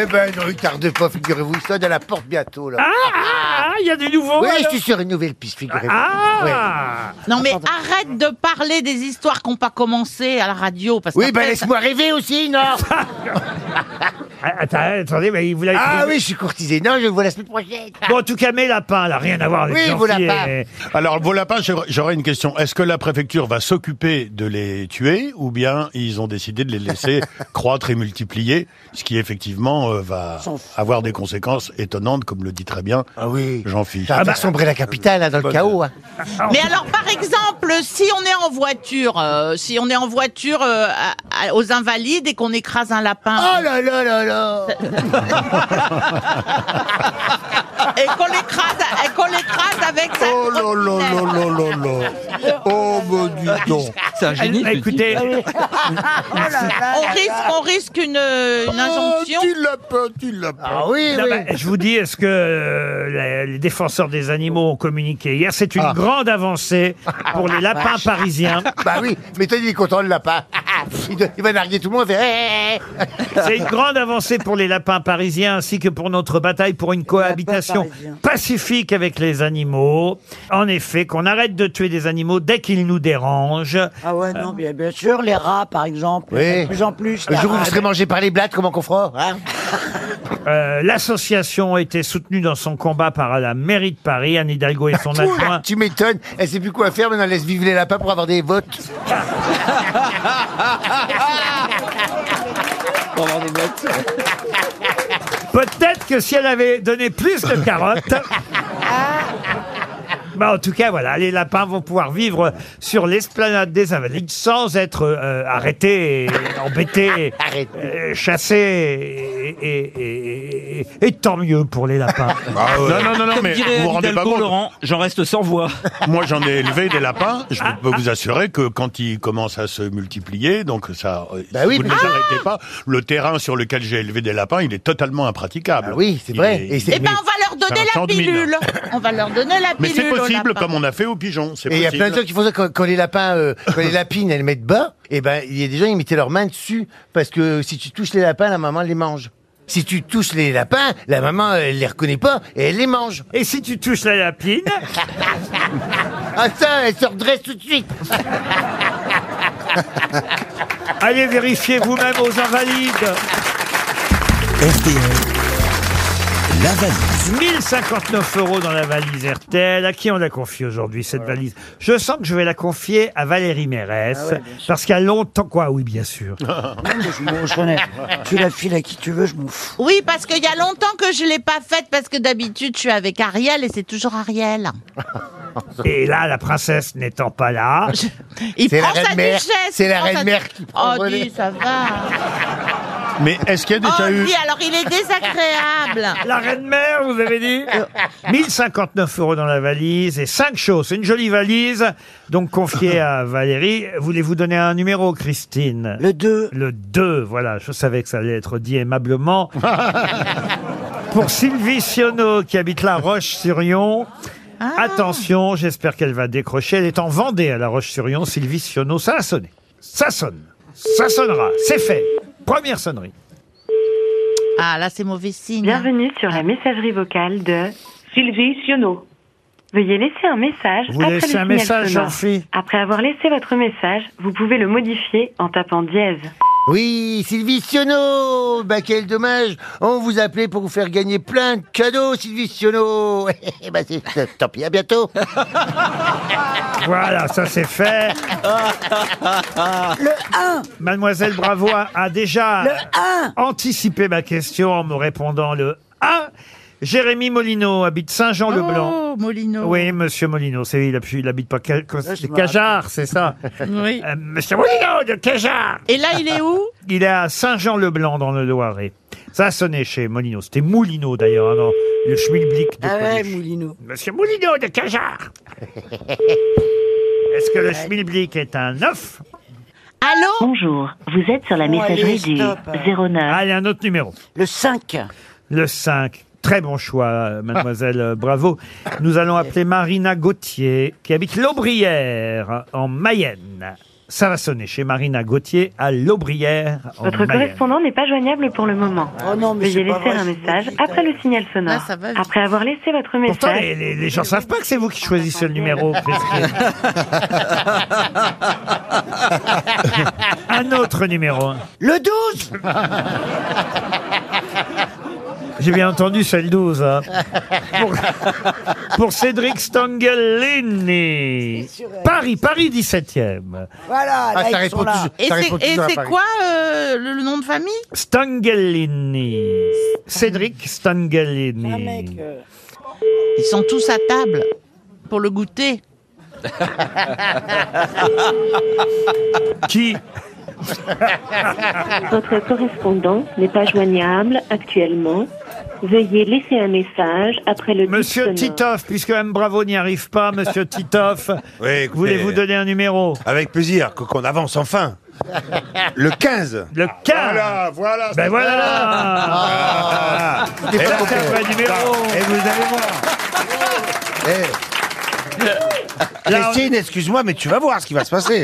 [SPEAKER 5] Eh ben, non, ils tardent pas, figurez-vous, ils sonnent à la porte bientôt, là.
[SPEAKER 2] Ah, il y a du nouveau.
[SPEAKER 5] Oui,
[SPEAKER 6] alors
[SPEAKER 5] je suis sur une nouvelle piste, figurez-vous.
[SPEAKER 2] Ah
[SPEAKER 6] Non mais arrête de parler des histoires qu'on pas commencé à la radio parce
[SPEAKER 5] Oui,
[SPEAKER 6] qu'après,
[SPEAKER 5] bah,
[SPEAKER 6] ça-
[SPEAKER 5] laisse-moi rêver aussi, non
[SPEAKER 6] [laughs]
[SPEAKER 2] Ah, attends, [laughs] attendez, mais il voulait.
[SPEAKER 5] Ah oui, je suis courtisé. Non, je le vois la semaine prochaine.
[SPEAKER 2] Bon, en tout cas, mes lapins, là, rien à voir avec
[SPEAKER 5] Oui,
[SPEAKER 2] Jean
[SPEAKER 5] vos
[SPEAKER 2] Fier.
[SPEAKER 5] lapins.
[SPEAKER 9] Alors, vos lapins, j'aurais- j'aurais une question. Est-ce que la préfecture va s'occuper de les tuer ou bien ils ont décidé de les
[SPEAKER 5] [laughs]
[SPEAKER 9] laisser croître et multiplier, ce qui effectivement euh, va avoir des conséquences étonnantes, comme le dit très bien Jean-Philippe.
[SPEAKER 5] Ah
[SPEAKER 2] Ah
[SPEAKER 5] Ça va
[SPEAKER 2] bah,
[SPEAKER 5] sombrer la capitale, hein, dans le chaos. hein.
[SPEAKER 6] Mais alors par exemple, si on est en voiture, euh, si on est en voiture euh, à- à- aux invalides et qu'on écrase un lapin.
[SPEAKER 5] Oh là là là là
[SPEAKER 6] [laughs] Et qu'on l'écrase, et qu'on l'écrase avec sa
[SPEAKER 8] Oh là là là
[SPEAKER 6] trottinette.
[SPEAKER 8] là là là. Oh, mon dieu,
[SPEAKER 3] Ah,
[SPEAKER 8] donc.
[SPEAKER 12] C'est un génie,
[SPEAKER 2] Bah,
[SPEAKER 12] ce
[SPEAKER 3] [laughs]
[SPEAKER 2] écoutez,
[SPEAKER 5] Oh
[SPEAKER 6] On risque, on risque une, une injonction. Eh
[SPEAKER 8] Tu l'as pas, tu l'as pas.
[SPEAKER 5] Ah oui,
[SPEAKER 2] Non,
[SPEAKER 5] oui.
[SPEAKER 2] mais je vous dis, est-ce que euh, les- les défenseurs des animaux ont communiqué hier C'est
[SPEAKER 5] Ah.
[SPEAKER 2] une grande avancée pour les lapins parisiens.
[SPEAKER 5] [laughs] Bah oui, mais toi, il est content, le lapin. [laughs] Il, doit- il va narguer tout le monde. il fait, eh, eh, eh.
[SPEAKER 2] C'est une grande avancée pour les lapins parisiens ainsi que pour notre bataille pour une cohabitation pacifique avec les animaux. En effet, qu'on arrête de tuer des animaux dès qu'ils nous dérangent.
[SPEAKER 4] Ah ouais, non, bien, bien sûr, les rats, par exemple.
[SPEAKER 5] Oui.
[SPEAKER 4] il y en a De plus en plus. Ah,
[SPEAKER 5] Le
[SPEAKER 4] là.
[SPEAKER 5] jour où vous serez mangé par les blattes, comment qu'on fera hein
[SPEAKER 2] Euh, L'association a été soutenue dans son combat par la mairie de Paris, Anne Hidalgo et son adjoint.
[SPEAKER 5] Tu m'étonnes, elle sait plus quoi faire, maintenant elle laisse vivre les lapins pour avoir des votes.
[SPEAKER 2] [laughs] Peut-être que si elle avait donné plus de carottes. Bah en tout cas, voilà, les lapins vont pouvoir vivre sur l'esplanade des Invalides sans être euh, arrêtés, et embêtés, euh, chassés. Et, et- et- et- et tant mieux pour les lapins.
[SPEAKER 9] Non, non, non, non,
[SPEAKER 12] Ah Comme
[SPEAKER 9] mais
[SPEAKER 12] dirait
[SPEAKER 9] vous vous rendez
[SPEAKER 12] Hidalgo,
[SPEAKER 9] pas compte.
[SPEAKER 12] Laurent, j'en reste sans voix.
[SPEAKER 9] Moi, j'en ai élevé des lapins. Je
[SPEAKER 6] Ah,
[SPEAKER 9] peux vous assurer que quand ils commencent à se multiplier, donc ça, euh,
[SPEAKER 5] Bah
[SPEAKER 9] si
[SPEAKER 5] oui,
[SPEAKER 9] vous ne
[SPEAKER 5] mais-
[SPEAKER 9] les arrêtez pas, le terrain sur lequel j'ai élevé des lapins, il est totalement impraticable.
[SPEAKER 5] Ah oui, c'est
[SPEAKER 9] Il
[SPEAKER 5] vrai.
[SPEAKER 9] est-
[SPEAKER 5] Et c'est-
[SPEAKER 6] Eh ben, on va leur
[SPEAKER 9] C'est un
[SPEAKER 6] donner la
[SPEAKER 9] champ de mine.
[SPEAKER 6] pilule. On va leur donner la
[SPEAKER 9] Mais
[SPEAKER 6] pilule. au
[SPEAKER 9] c'est possible,
[SPEAKER 6] lapin.
[SPEAKER 9] comme on a fait aux pigeons. C'est
[SPEAKER 5] Et il y a plein de gens
[SPEAKER 9] possible.
[SPEAKER 5] qui font ça quand, quand les lapins, euh,
[SPEAKER 9] [laughs]
[SPEAKER 5] quand les lapines, elles mettent bas. Et ben, il y a des gens ils mettaient leurs mains dessus parce que si tu touches les lapins, la maman les mange. Si tu touches les lapins, la maman elle les reconnaît pas et elle les mange.
[SPEAKER 2] Et si tu touches la lapine,
[SPEAKER 5] [laughs] Ah ça, elle se redresse tout de suite. [laughs]
[SPEAKER 2] allez vérifier vous-même aux Invalides. La valise. 1059 euros dans la valise RTL. À qui on la confie aujourd'hui, cette valise Je sens que je vais la confier à Valérie Mérès.
[SPEAKER 4] Ah ouais, bien sûr.
[SPEAKER 2] parce qu'à longtemps. Quoi Oui, bien
[SPEAKER 4] [laughs]
[SPEAKER 2] sûr.
[SPEAKER 4] Tu la files à qui tu veux, je m'en fous.
[SPEAKER 6] Oui, parce qu'il y a longtemps que je ne l'ai pas faite, parce que d'habitude, je suis avec Ariel et c'est toujours Ariel.
[SPEAKER 2] [laughs] Et là, la princesse n'étant pas
[SPEAKER 4] [laughs]
[SPEAKER 2] là.
[SPEAKER 6] Il prend sa duchesse. il prend sa- Oh,
[SPEAKER 2] relais.
[SPEAKER 6] dis, ça va.
[SPEAKER 9] Mais est-ce qu'il y a déjà
[SPEAKER 6] oh,
[SPEAKER 9] eu.
[SPEAKER 6] dis, alors il est désagréable.
[SPEAKER 2] [laughs]
[SPEAKER 6] Euh,
[SPEAKER 2] La reine mère, vous avez dit [laughs] 1059 euros dans la valise et 5 choses. C'est une jolie valise, donc confiée à Valérie. Voulez-vous donner un numéro, Christine Le 2. Le 2, voilà. Je savais que ça allait être dit aimablement. Pour Sylvie Sionneau, qui habite La Roche-sur-Yon. Attention, j'espère qu'elle va décrocher. Elle est en Vendée à La Roche-sur-Yon. Sylvie Sionneau, ça a sonné. Ça sonne. Ça sonnera. C'est fait. Première sonnerie.
[SPEAKER 6] Ah, là, c'est mauvais signe.
[SPEAKER 17] Bienvenue sur la messagerie vocale de Sylvie Sionneau. Veuillez laisser un message
[SPEAKER 2] Vous
[SPEAKER 17] après
[SPEAKER 2] laissez
[SPEAKER 17] le
[SPEAKER 2] un
[SPEAKER 17] signal
[SPEAKER 2] message,
[SPEAKER 17] sonore.
[SPEAKER 2] Jean-Phi
[SPEAKER 17] Après avoir laissé votre message, vous pouvez le modifier en tapant dièse.
[SPEAKER 5] Oui, Sylvie Sionneau Bah quel dommage On vous appelait pour vous faire gagner plein de cadeaux, Sylvie Sionneau [laughs] Eh bah c'est... Tant pis, à bientôt
[SPEAKER 2] [laughs] Voilà, ça c'est fait.
[SPEAKER 5] Ah,
[SPEAKER 3] Le 1
[SPEAKER 2] Mademoiselle Bravo a, a
[SPEAKER 4] [laughs]
[SPEAKER 2] déjà anticipé ma question en me répondant le 1. Jérémy Molino habite Saint-Jean-le-Blanc.
[SPEAKER 6] Oh, Molino.
[SPEAKER 2] Oui, monsieur Molino, c'est il, hab- il habite pas Ca-
[SPEAKER 6] je
[SPEAKER 2] c'est
[SPEAKER 6] me
[SPEAKER 2] Cajar, c'est ça.
[SPEAKER 6] [laughs] Oui.
[SPEAKER 2] Euh, monsieur Molino de Cajar.
[SPEAKER 6] Et là, il est où
[SPEAKER 2] [laughs] Il est à Saint-Jean-le-Blanc dans le Loiret. Ça a sonné chez Molino. C'était Moulino d'ailleurs, hein, dans le schmilblick de
[SPEAKER 4] Ah ouais,
[SPEAKER 2] Coluche.
[SPEAKER 4] Moulineau.
[SPEAKER 2] Monsieur Moulineau
[SPEAKER 3] [laughs]
[SPEAKER 2] de Cajar. [laughs] Est-ce que le schmilblick est un œuf
[SPEAKER 6] Allô
[SPEAKER 17] Bonjour, vous êtes sur la
[SPEAKER 2] Bon, allez,
[SPEAKER 17] messagerie du
[SPEAKER 2] stop.
[SPEAKER 17] 09.
[SPEAKER 2] Allez, un autre numéro. Le 5. Le 5. Très bon choix, mademoiselle euh, Bravo. Nous allons appeler Marina Gauthier, qui habite l'Aubrière, en Mayenne. Ça va sonner chez Marina Gauthier à l'Aubrière, en
[SPEAKER 17] Votre
[SPEAKER 2] Mayenne.
[SPEAKER 17] correspondant n'est pas joignable pour le moment.
[SPEAKER 2] Oh
[SPEAKER 17] Veuillez laisser un message après le signal sonore.
[SPEAKER 6] Ah,
[SPEAKER 17] après avoir laissé votre message.
[SPEAKER 2] Pourtant, les, les- les gens savent pas que c'est vous qui choisissez
[SPEAKER 17] [laughs]
[SPEAKER 2] le numéro. Christine. Un autre numéro.
[SPEAKER 3] Le
[SPEAKER 9] [laughs]
[SPEAKER 3] 12
[SPEAKER 2] J'ai bien entendu, c'est le 12. hein. Pour, pour Cédric Stangelini. Paris, Paris 17e.
[SPEAKER 3] Voilà, là,
[SPEAKER 2] Ah, ça
[SPEAKER 3] ils
[SPEAKER 2] répond
[SPEAKER 3] sont là.
[SPEAKER 2] toujours- ça répond
[SPEAKER 6] Et
[SPEAKER 2] toujours à
[SPEAKER 6] c'est
[SPEAKER 2] Paris.
[SPEAKER 6] quoi euh, le, le nom de famille
[SPEAKER 2] Stangelini. Cédric Stangelini.
[SPEAKER 4] Ah, euh.
[SPEAKER 6] Ils sont tous à table pour le goûter.
[SPEAKER 2] Qui
[SPEAKER 17] Votre correspondant n'est pas [laughs] joignable actuellement. Veuillez laisser un message après le
[SPEAKER 2] Monsieur Titoff, puisque M. Bravo n'y arrive pas, Monsieur Titoff,
[SPEAKER 8] Oui, écoutez.
[SPEAKER 2] voulez-vous donner un numéro
[SPEAKER 8] Avec plaisir, que- qu'on avance enfin. Le 15.
[SPEAKER 2] Le 15.
[SPEAKER 8] Voilà, voilà.
[SPEAKER 2] Ben voilà.
[SPEAKER 8] Ah.
[SPEAKER 2] C'était
[SPEAKER 8] Et
[SPEAKER 2] pas
[SPEAKER 8] vous-
[SPEAKER 2] un vrai numéro.
[SPEAKER 8] Et vous allez voir. [laughs] Eh. Christine, excuse-moi, mais tu vas voir ce qui va se passer.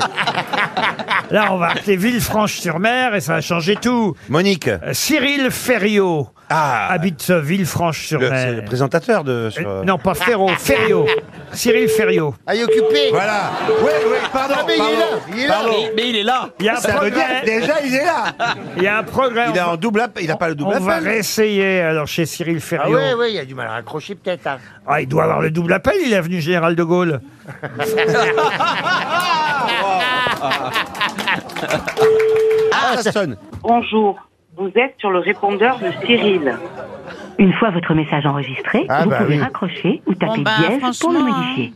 [SPEAKER 2] Là, on va appeler Villefranche-sur-Mer et ça va changer tout. Euh,
[SPEAKER 8] Monique. Ah.
[SPEAKER 2] Cyril Ferriot habite euh, Villefranche-sur-Mer.
[SPEAKER 8] Le- c'est le présentateur de.
[SPEAKER 2] Euh, Non, pas Ferraud, Ferriot. Cyril Ferriot.
[SPEAKER 5] Ah, il est occupé
[SPEAKER 8] Voilà. Oui, oui, pardon.
[SPEAKER 5] Ah, mais il est là, il est là.
[SPEAKER 8] pardon.
[SPEAKER 5] Mais il est là.
[SPEAKER 2] Il y a un
[SPEAKER 8] Ça veut dire
[SPEAKER 2] progrès. Ah,
[SPEAKER 8] que déjà, il est là.
[SPEAKER 2] Il y a un progrès.
[SPEAKER 8] Il
[SPEAKER 2] On
[SPEAKER 8] a
[SPEAKER 2] va-
[SPEAKER 8] en double app- Il n'a pas le
[SPEAKER 2] On
[SPEAKER 8] double
[SPEAKER 2] va
[SPEAKER 8] appel.
[SPEAKER 2] réessayer alors chez Cyril
[SPEAKER 5] Ah
[SPEAKER 2] Ferriot.
[SPEAKER 5] ouais, ouais, il a du mal à raccrocher peut-être. hein.
[SPEAKER 2] Ah, il doit avoir le double appel, il est avenue Général de Gaulle.
[SPEAKER 9] [laughs]
[SPEAKER 17] Ah, ça sonne. Bonjour, vous êtes sur le répondeur de Cyril. Une fois votre message enregistré,
[SPEAKER 2] Ah,
[SPEAKER 17] vous
[SPEAKER 2] bah
[SPEAKER 17] pouvez
[SPEAKER 2] oui.
[SPEAKER 17] raccrocher ou taper
[SPEAKER 6] bah,
[SPEAKER 17] dièse pour le
[SPEAKER 6] franchement,
[SPEAKER 17] modifier.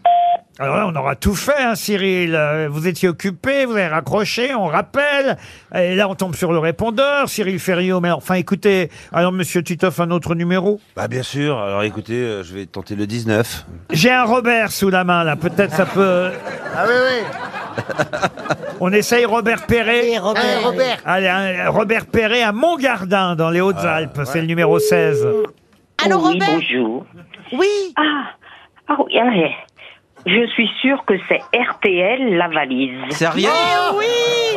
[SPEAKER 2] Alors là, on aura tout fait, hein, Cyril. Euh, Vous étiez occupé, vous avez raccroché, on rappelle. Et là, on tombe sur le répondeur, Cyril Ferriot. Mais enfin, écoutez, alors, monsieur Titoff, un autre numéro
[SPEAKER 18] Bah bien sûr, alors écoutez, euh, je vais tenter le 19.
[SPEAKER 2] J'ai un Robert sous la main, là. Peut-être ça peut...
[SPEAKER 5] Ah oui, oui.
[SPEAKER 2] [laughs] On essaye Robert Perret.
[SPEAKER 5] Robert, Allez, Robert.
[SPEAKER 2] Allez, un- Robert Perret à Montgardin, dans les Hautes-Alpes. C'est le numéro 16.
[SPEAKER 6] Allô,
[SPEAKER 17] oui,
[SPEAKER 6] Robert
[SPEAKER 17] bonjour.
[SPEAKER 6] Oui.
[SPEAKER 17] Ah, ah oui, ah oui. Je suis sûre que c'est RTL la valise.
[SPEAKER 18] Sérieux
[SPEAKER 6] Eh oui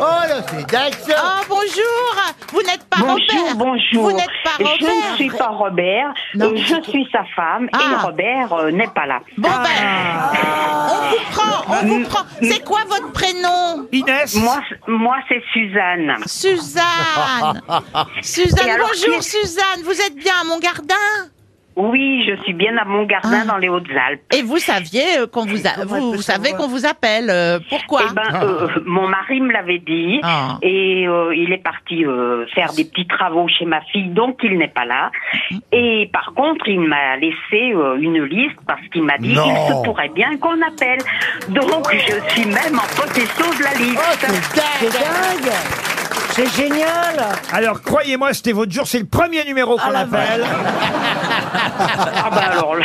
[SPEAKER 5] Oh là, c'est dingue ça
[SPEAKER 6] Oh, bonjour Vous n'êtes pas
[SPEAKER 17] Bonjour,
[SPEAKER 6] Robert
[SPEAKER 17] bonjour.
[SPEAKER 6] Vous n'êtes pas Robert
[SPEAKER 17] Je ne suis pas Robert, euh, je suis sa femme
[SPEAKER 6] Ah.
[SPEAKER 17] et Robert euh, n'est pas là. Ah.
[SPEAKER 6] Bon ben, on vous prend, on on vous prend. C'est quoi votre prénom
[SPEAKER 2] Inès
[SPEAKER 17] Moi, je- moi c'est Suzanne.
[SPEAKER 5] [laughs]
[SPEAKER 6] Suzanne Suzanne,
[SPEAKER 17] Et alors,
[SPEAKER 6] bonjour
[SPEAKER 17] qui-
[SPEAKER 6] Suzanne, vous êtes bien à Montgardin
[SPEAKER 17] Oui, je suis bien à Montgardin dans les Hautes-Alpes.
[SPEAKER 6] Ah. Et vous saviez euh, qu'on vous, a- vous, vous savez qu'on vous appelle. euh, pourquoi
[SPEAKER 17] Eh ben, euh, mon mari me l'avait dit
[SPEAKER 6] Ah.
[SPEAKER 17] et euh, il est parti euh, faire des petits travaux chez ma fille, donc il n'est pas là.
[SPEAKER 6] Mm.
[SPEAKER 17] Et par contre, il m'a laissé euh, une liste parce qu'il m'a dit
[SPEAKER 15] Non.
[SPEAKER 17] qu'il se pourrait bien qu'on appelle. Donc je suis même en possession de la liste.
[SPEAKER 6] Oh,
[SPEAKER 3] C'est dingue
[SPEAKER 2] C'est génial Alors croyez-moi, c'était votre jour, c'est le premier numéro qu'on appelle.
[SPEAKER 17] Ah bah alors, là-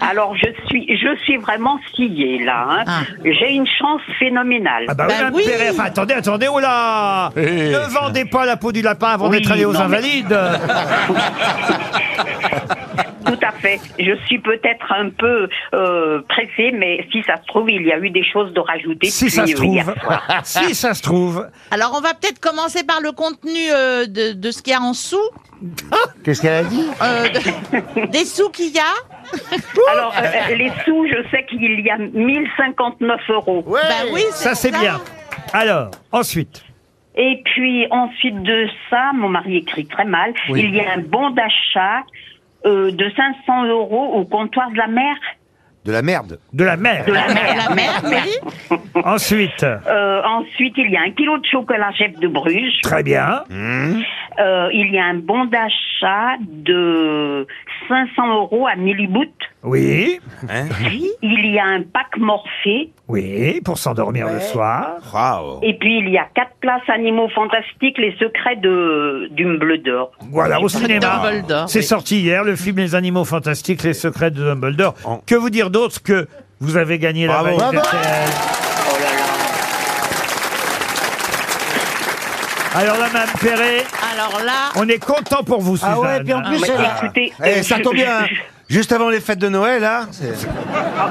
[SPEAKER 17] alors je suis, je suis vraiment sciée là. hein. J'ai une chance phénoménale.
[SPEAKER 2] Ah bah, oui, Madame Perret, enfin, attendez, attendez, oh là Ne vendez pas la peau du lapin avant
[SPEAKER 17] Oui,
[SPEAKER 2] d'être allé aux
[SPEAKER 17] non, mais- [laughs]
[SPEAKER 2] Invalides
[SPEAKER 17] Tout à fait. Je suis peut-être un peu euh, pressée, mais si ça se trouve, il y a eu des choses de rajouter
[SPEAKER 2] Si
[SPEAKER 17] depuis
[SPEAKER 2] ça se
[SPEAKER 17] euh, hier
[SPEAKER 2] trouve,
[SPEAKER 17] soir.
[SPEAKER 2] [laughs] si ça se trouve,
[SPEAKER 6] Alors on va peut-être commencer par le contenu euh, de, de ce qu'il y a en sous,
[SPEAKER 5] [laughs] Qu'est-ce qu'elle a dit
[SPEAKER 6] euh, de- des sous qu'il y a.
[SPEAKER 17] [laughs] Alors, euh, les sous, je sais qu'il y a 1059 euros.
[SPEAKER 6] Bah oui, c'est
[SPEAKER 2] ça c'est bien. Alors, ensuite,
[SPEAKER 17] Et puis, ensuite de ça, mon mari écrit très mal,
[SPEAKER 2] Oui.
[SPEAKER 17] il y a un bon d'achat euh, de 500 euros au comptoir de la mer.
[SPEAKER 2] de la merde. De la merde.
[SPEAKER 17] De la mer.
[SPEAKER 2] Ensuite,
[SPEAKER 17] Euh, ensuite, il y a un kilo de chocolat chef de Bruges.
[SPEAKER 2] très bien. Mmh.
[SPEAKER 17] Euh, il y a un bon d'achat de 500 euros à Millibout.
[SPEAKER 2] Oui.
[SPEAKER 17] Il y a un pack Morphée.
[SPEAKER 2] Oui, pour s'endormir le soir.
[SPEAKER 17] Et puis, il y a quatre places animaux fantastiques, les secrets de d'Umbledore.
[SPEAKER 2] Voilà, au cinéma. C'est sorti hier, le film Les Animaux Fantastiques, Les Secrets de Dumbledore. Que vous dire d'autre que vous avez gagné la
[SPEAKER 15] Bravo.
[SPEAKER 2] valise
[SPEAKER 15] Bravo.
[SPEAKER 2] RTL. Alors là, Mme Perret,
[SPEAKER 17] Ah [laughs]
[SPEAKER 6] Alors là,
[SPEAKER 2] on est content pour vous, Suzanne.
[SPEAKER 8] Ah. Eh, ça tombe bien. hein. Juste avant les fêtes de Noël,
[SPEAKER 2] hein.
[SPEAKER 8] là.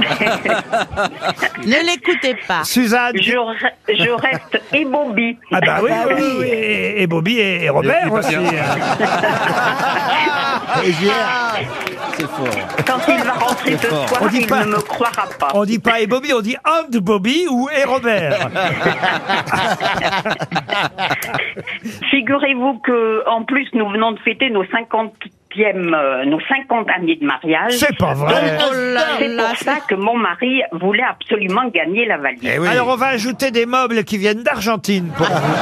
[SPEAKER 6] ne l'écoutez pas.
[SPEAKER 2] Suzanne.
[SPEAKER 17] Je, re- je reste ébobie.
[SPEAKER 2] Ah bah oui, oui, oui, oui, Et, et Bobby et, et Robert
[SPEAKER 17] Il est pas
[SPEAKER 2] aussi. hein.
[SPEAKER 17] bien. [laughs]
[SPEAKER 2] C'est fort.
[SPEAKER 17] Quand il va rentrer ce soir,
[SPEAKER 2] On dit
[SPEAKER 17] il
[SPEAKER 2] pas,
[SPEAKER 17] ne me croira pas.
[SPEAKER 2] on dit pas et Bobby, on dit and Bobby ou et
[SPEAKER 12] [laughs]
[SPEAKER 2] Robert.
[SPEAKER 17] Figurez-vous que, en plus, nous venons de fêter nos 50 nos 50 années de mariage.
[SPEAKER 2] C'est pas vrai.
[SPEAKER 17] Donc,
[SPEAKER 2] Oh là
[SPEAKER 17] C'est
[SPEAKER 2] là,
[SPEAKER 17] pour ça que mon mari voulait absolument gagner la valise.
[SPEAKER 12] Eh
[SPEAKER 2] Alors on va ajouter des meubles qui viennent d'Argentine
[SPEAKER 12] [laughs]
[SPEAKER 2] pour vous.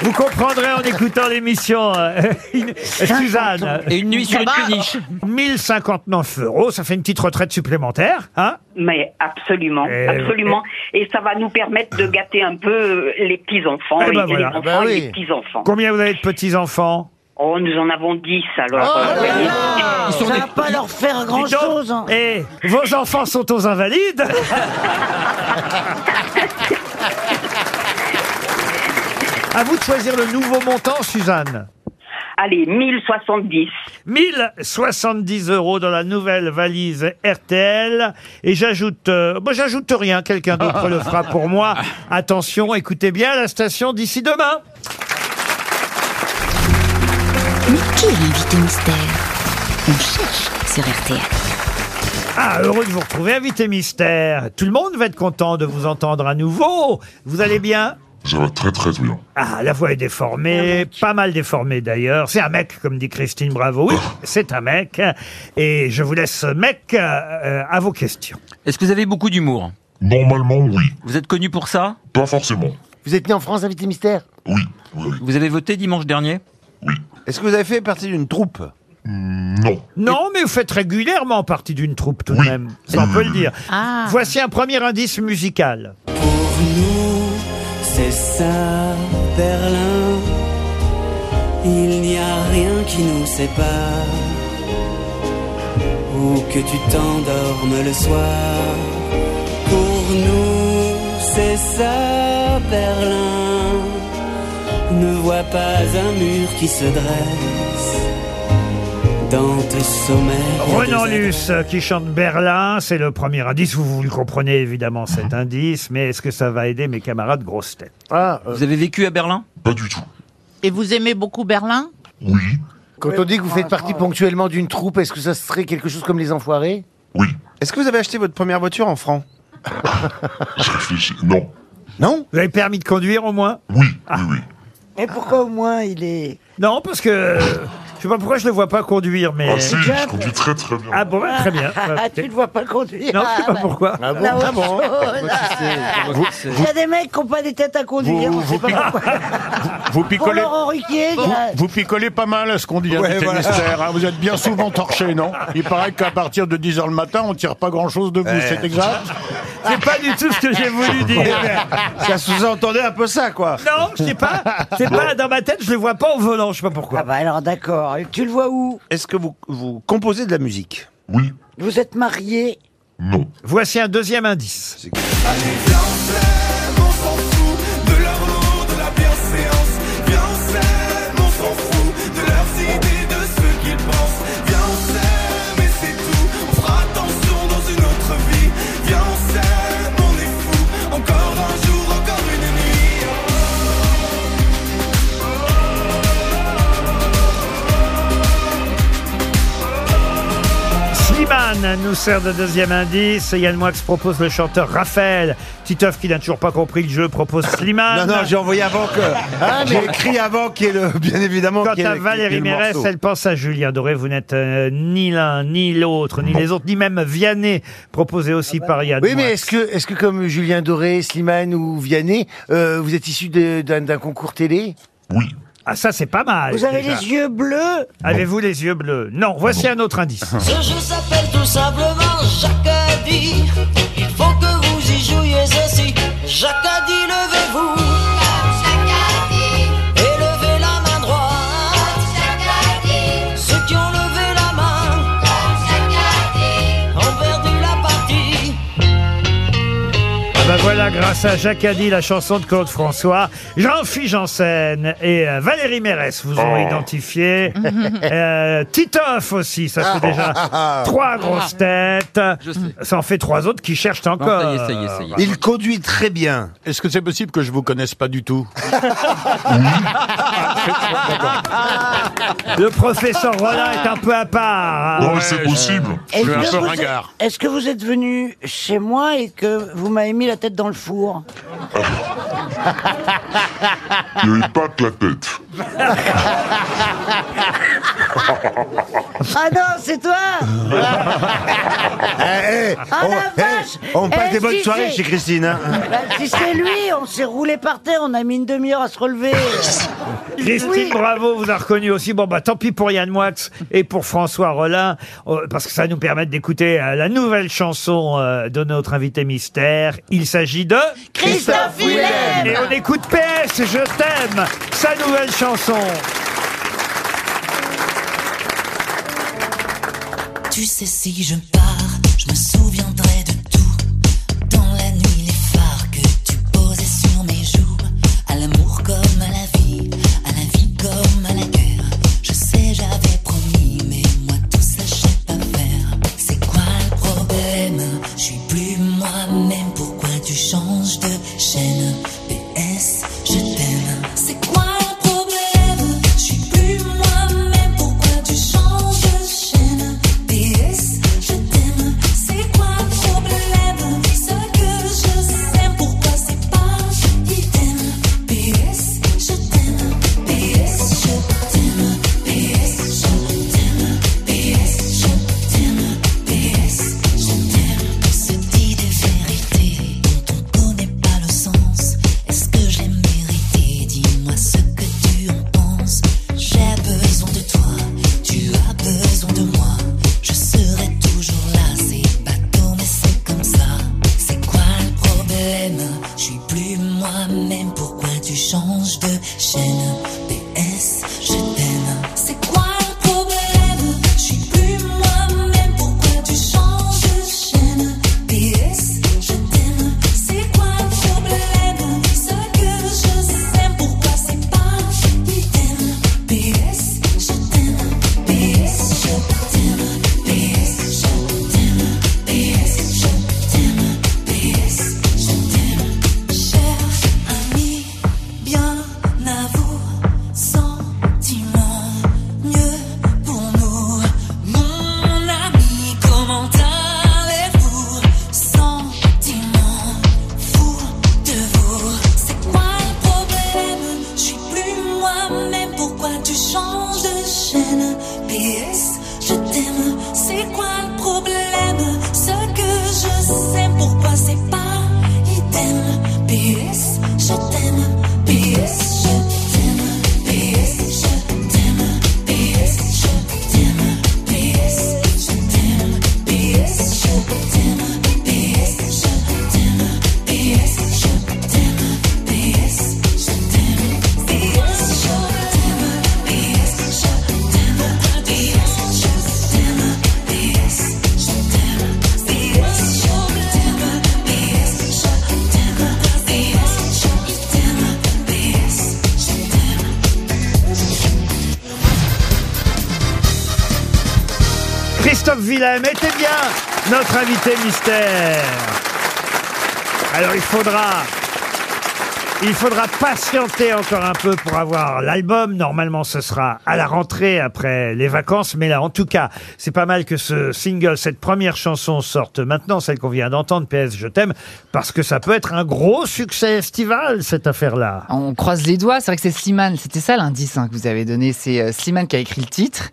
[SPEAKER 2] Vous comprendrez en écoutant l'émission, euh, [laughs] une- Suzanne.
[SPEAKER 12] Et une nuit sur une péniche.
[SPEAKER 2] 1059 euros, ça fait une petite retraite supplémentaire, hein Eh,
[SPEAKER 17] Mais absolument, absolument. Et ça va nous permettre de gâter un peu euh, les petits-enfants,
[SPEAKER 2] Eh ben
[SPEAKER 17] les,
[SPEAKER 2] voilà.
[SPEAKER 17] les enfants
[SPEAKER 2] Bah
[SPEAKER 17] et
[SPEAKER 2] oui.
[SPEAKER 17] les petits-enfants.
[SPEAKER 2] Combien vous avez de petits-enfants
[SPEAKER 17] Oh, nous en avons 10 alors.
[SPEAKER 2] Oh
[SPEAKER 17] euh, vous voyez.
[SPEAKER 2] Ça va pas leur faire grand-chose. hein. Et Eh, vos enfants sont aux invalides [laughs] À vous de choisir le nouveau montant, Suzanne.
[SPEAKER 17] Allez, 1070.
[SPEAKER 2] 1070 euros dans la nouvelle valise RTL. Et j'ajoute, euh, bon, j'ajoute rien, quelqu'un d'autre le fera pour moi. Attention, écoutez bien la station d'ici demain.
[SPEAKER 11] Mais qui est l'invité mystère On cherche sur RTL.
[SPEAKER 2] Ah, heureux de vous retrouver, invité mystère. Tout le monde va être content de vous entendre à nouveau. Vous allez bien
[SPEAKER 19] Ça va très très bien.
[SPEAKER 2] Ah, la voix est déformée, pas mal déformée d'ailleurs. C'est un mec, comme dit Christine Bravo. Oui,
[SPEAKER 12] Oh.
[SPEAKER 2] c'est un mec. Et je vous laisse, mec, euh, euh, à vos questions.
[SPEAKER 12] Est-ce que vous avez beaucoup d'humour
[SPEAKER 19] Normalement, Oh oui.
[SPEAKER 12] Vous êtes connu pour ça
[SPEAKER 19] Pas forcément.
[SPEAKER 5] Vous êtes né en France, invité mystère
[SPEAKER 12] Vous avez voté dimanche dernier
[SPEAKER 8] Est-ce que vous avez fait partie d'une troupe
[SPEAKER 19] Non.
[SPEAKER 2] Non, mais vous faites régulièrement partie d'une troupe tout de même. Ça, on peut
[SPEAKER 19] Euh,
[SPEAKER 2] le dire.
[SPEAKER 1] Ah.
[SPEAKER 2] Voici un premier indice musical.
[SPEAKER 13] C'est ça, Berlin. Il n'y a rien qui nous sépare. Ou que tu t'endormes le soir. Pour nous, c'est ça, Berlin. Ne vois pas un mur qui se dresse dans tes sommets.
[SPEAKER 2] Renan Luce euh, qui chante Berlin, c'est le premier indice. Vous, vous le comprenez évidemment
[SPEAKER 13] [laughs]
[SPEAKER 2] cet indice, mais est-ce que ça va aider mes camarades grosses têtes
[SPEAKER 12] Vous avez vécu à Berlin
[SPEAKER 19] Ah, euh. Pas du tout.
[SPEAKER 6] Et vous aimez beaucoup Berlin
[SPEAKER 5] Quand on dit que vous faites partie ponctuellement d'une troupe, est-ce que ça serait quelque chose comme les enfoirés
[SPEAKER 19] Oui.
[SPEAKER 8] Est-ce que vous avez acheté votre première voiture en francs
[SPEAKER 19] Je réfléchis. Non.
[SPEAKER 8] Non
[SPEAKER 2] Vous avez permis de conduire au moins
[SPEAKER 19] Oui, oui, oui.
[SPEAKER 4] Et Ah. pourquoi au moins il est.
[SPEAKER 2] Non, parce que. euh, Je sais pas pourquoi je le vois pas conduire, mais.
[SPEAKER 19] Ah si, je conduis très très bien.
[SPEAKER 2] Ah bon, bah, très bien.
[SPEAKER 4] [laughs] Ah, tu ne vois pas conduire.
[SPEAKER 2] Non, je sais pas pourquoi.
[SPEAKER 4] Ah bon, ah bon. Il y a des mecs qui n'ont pas des têtes à conduire. on sait pas pourquoi.
[SPEAKER 9] Vous
[SPEAKER 4] Pour
[SPEAKER 9] picolez,
[SPEAKER 4] Laurent Ruquier, il y
[SPEAKER 9] vous,
[SPEAKER 4] a-
[SPEAKER 9] vous picolez pas mal à ce qu'on dit à
[SPEAKER 8] Ouais,
[SPEAKER 9] des
[SPEAKER 8] voilà.
[SPEAKER 9] tennistères, hein. Vous êtes bien souvent torché, non Il paraît qu'à partir de 10h le matin, on tire pas grand-chose de vous,
[SPEAKER 8] Ouais.
[SPEAKER 19] Eh.
[SPEAKER 9] c'est exact
[SPEAKER 2] C'est pas du tout ce que j'ai voulu dire.
[SPEAKER 8] Ça sous-entendait un peu ça, quoi.
[SPEAKER 2] Non, je sais pas. C'est pas dans ma tête, je le vois pas au volant, je sais pas pourquoi.
[SPEAKER 4] Ah bah alors d'accord. Tu le vois où
[SPEAKER 8] Est-ce que vous, vous composez de la musique
[SPEAKER 19] Oui.
[SPEAKER 4] Vous êtes marié
[SPEAKER 2] Voici un deuxième indice. Slimane nous sert de deuxième indice. Yann Moix propose le chanteur Raphaël. Titeuf, qui n'a toujours pas compris le jeu,
[SPEAKER 8] [laughs]
[SPEAKER 2] propose
[SPEAKER 8] Non,
[SPEAKER 2] Slimane.
[SPEAKER 8] non, j'ai envoyé avant que.
[SPEAKER 2] Ah, mais-
[SPEAKER 8] j'ai écrit avant qu'il y ait le. Bien évidemment,
[SPEAKER 2] Quant
[SPEAKER 8] qu'il y ait-
[SPEAKER 2] à
[SPEAKER 8] qu'il y ait
[SPEAKER 2] Valérie
[SPEAKER 8] le
[SPEAKER 2] Mérès,
[SPEAKER 8] morceau.
[SPEAKER 2] elle pense à Julien Doré. Vous n'êtes euh, ni l'un, ni l'autre, ni les autres, ni même Vianney, proposé aussi par Yann
[SPEAKER 5] Oui,
[SPEAKER 2] Moix.
[SPEAKER 5] mais est-ce que, est-ce que comme Julien Doré, Slimane ou Vianney, euh, vous êtes issu de- d'un d'un concours télé
[SPEAKER 2] Ah, ça, c'est pas mal.
[SPEAKER 4] [laughs]
[SPEAKER 5] Vous avez les
[SPEAKER 4] yeux bleus
[SPEAKER 2] Avez-vous les yeux bleus Non,
[SPEAKER 8] Ah
[SPEAKER 2] voici un autre
[SPEAKER 8] [laughs]
[SPEAKER 2] indice.
[SPEAKER 13] Ce jeu s'appelle tout simplement Jacadi. Il faut que vous y jouiez ainsi. Jacadi, levez-vous. Et levez la main droite. Ceux qui ont levé la main ont perdu la partie.
[SPEAKER 2] Ah ben voilà, grâce à Jacques Addy, la chanson de Claude François, Jean-Philippe Janssen et euh, Valérie Mérès vous ont
[SPEAKER 13] Oh.
[SPEAKER 9] [laughs]
[SPEAKER 2] identifié. Euh, Titoff aussi, ça c'est
[SPEAKER 13] Ah.
[SPEAKER 2] déjà
[SPEAKER 13] Ah.
[SPEAKER 2] trois grosses
[SPEAKER 9] Ah.
[SPEAKER 2] têtes. Ça en fait trois autres qui cherchent encore.
[SPEAKER 9] ça y est, ça y est, ça y est. Il
[SPEAKER 2] conduit très bien.
[SPEAKER 9] Est-ce que c'est possible que je vous connaisse pas du tout
[SPEAKER 2] Le professeur Rollin est un peu à part. hein.
[SPEAKER 19] Oh, c'est possible.
[SPEAKER 4] Est-ce que vous êtes- Est-ce que vous êtes venu chez moi et que vous m'avez mis la tête dans le
[SPEAKER 19] [laughs]
[SPEAKER 4] four
[SPEAKER 19] Il n'y avait pas que la tête.
[SPEAKER 9] [laughs]
[SPEAKER 4] Ah non, c'est toi
[SPEAKER 8] Eh, eh,
[SPEAKER 4] Ah,
[SPEAKER 8] on,
[SPEAKER 4] la
[SPEAKER 8] eh,
[SPEAKER 4] vache
[SPEAKER 8] on passe
[SPEAKER 4] Eh,
[SPEAKER 8] des bonnes
[SPEAKER 4] si
[SPEAKER 8] soirées
[SPEAKER 4] c'est-
[SPEAKER 8] chez Christine. hein.
[SPEAKER 4] Bah, Si c'est lui, on s'est roulé par terre, on a mis une demi-heure à se relever.
[SPEAKER 2] [laughs] Christine
[SPEAKER 4] Oui.
[SPEAKER 2] Bravo vous a reconnu aussi. Bon, bah tant pis pour Yann Moix et pour François Rollin, euh, parce que ça va nous permet d'écouter euh, la nouvelle chanson euh, de notre invité mystère. Il s'agit de...
[SPEAKER 13] Christophe Willem.
[SPEAKER 2] Et on écoute PS, je t'aime, sa nouvelle chanson.
[SPEAKER 13] Tu sais, si je pars, je me souviendrai de tout. Dans la nuit, les phares que tu posais sur mes joues. À l'amour comme à la vie, à la vie comme à la guerre. Je sais, j'avais promis, mais moi tout ça, je sais pas faire. C'est quoi le problème Je suis plus moi-même. Pourquoi tu changes de chaîne PS, je t'aime. C'est quoi le problème Je suis plus moi-même. Pourquoi tu changes de chaîne PS, je t'aime.
[SPEAKER 2] Gustave Willem était bien notre invité mystère. Alors il faudra... Il faudra patienter encore un peu pour avoir l'album. Normalement, ce sera à la rentrée après les vacances. Mais là, en tout cas, c'est pas mal que ce single, cette première chanson sorte maintenant, celle qu'on vient d'entendre, PS Je t'aime, parce que ça peut être un gros succès estival, cette affaire-là.
[SPEAKER 20] On croise les doigts, c'est vrai que c'est Slimane, c'était ça l'indice hein, que vous avez donné, c'est euh, Slimane qui a écrit le titre.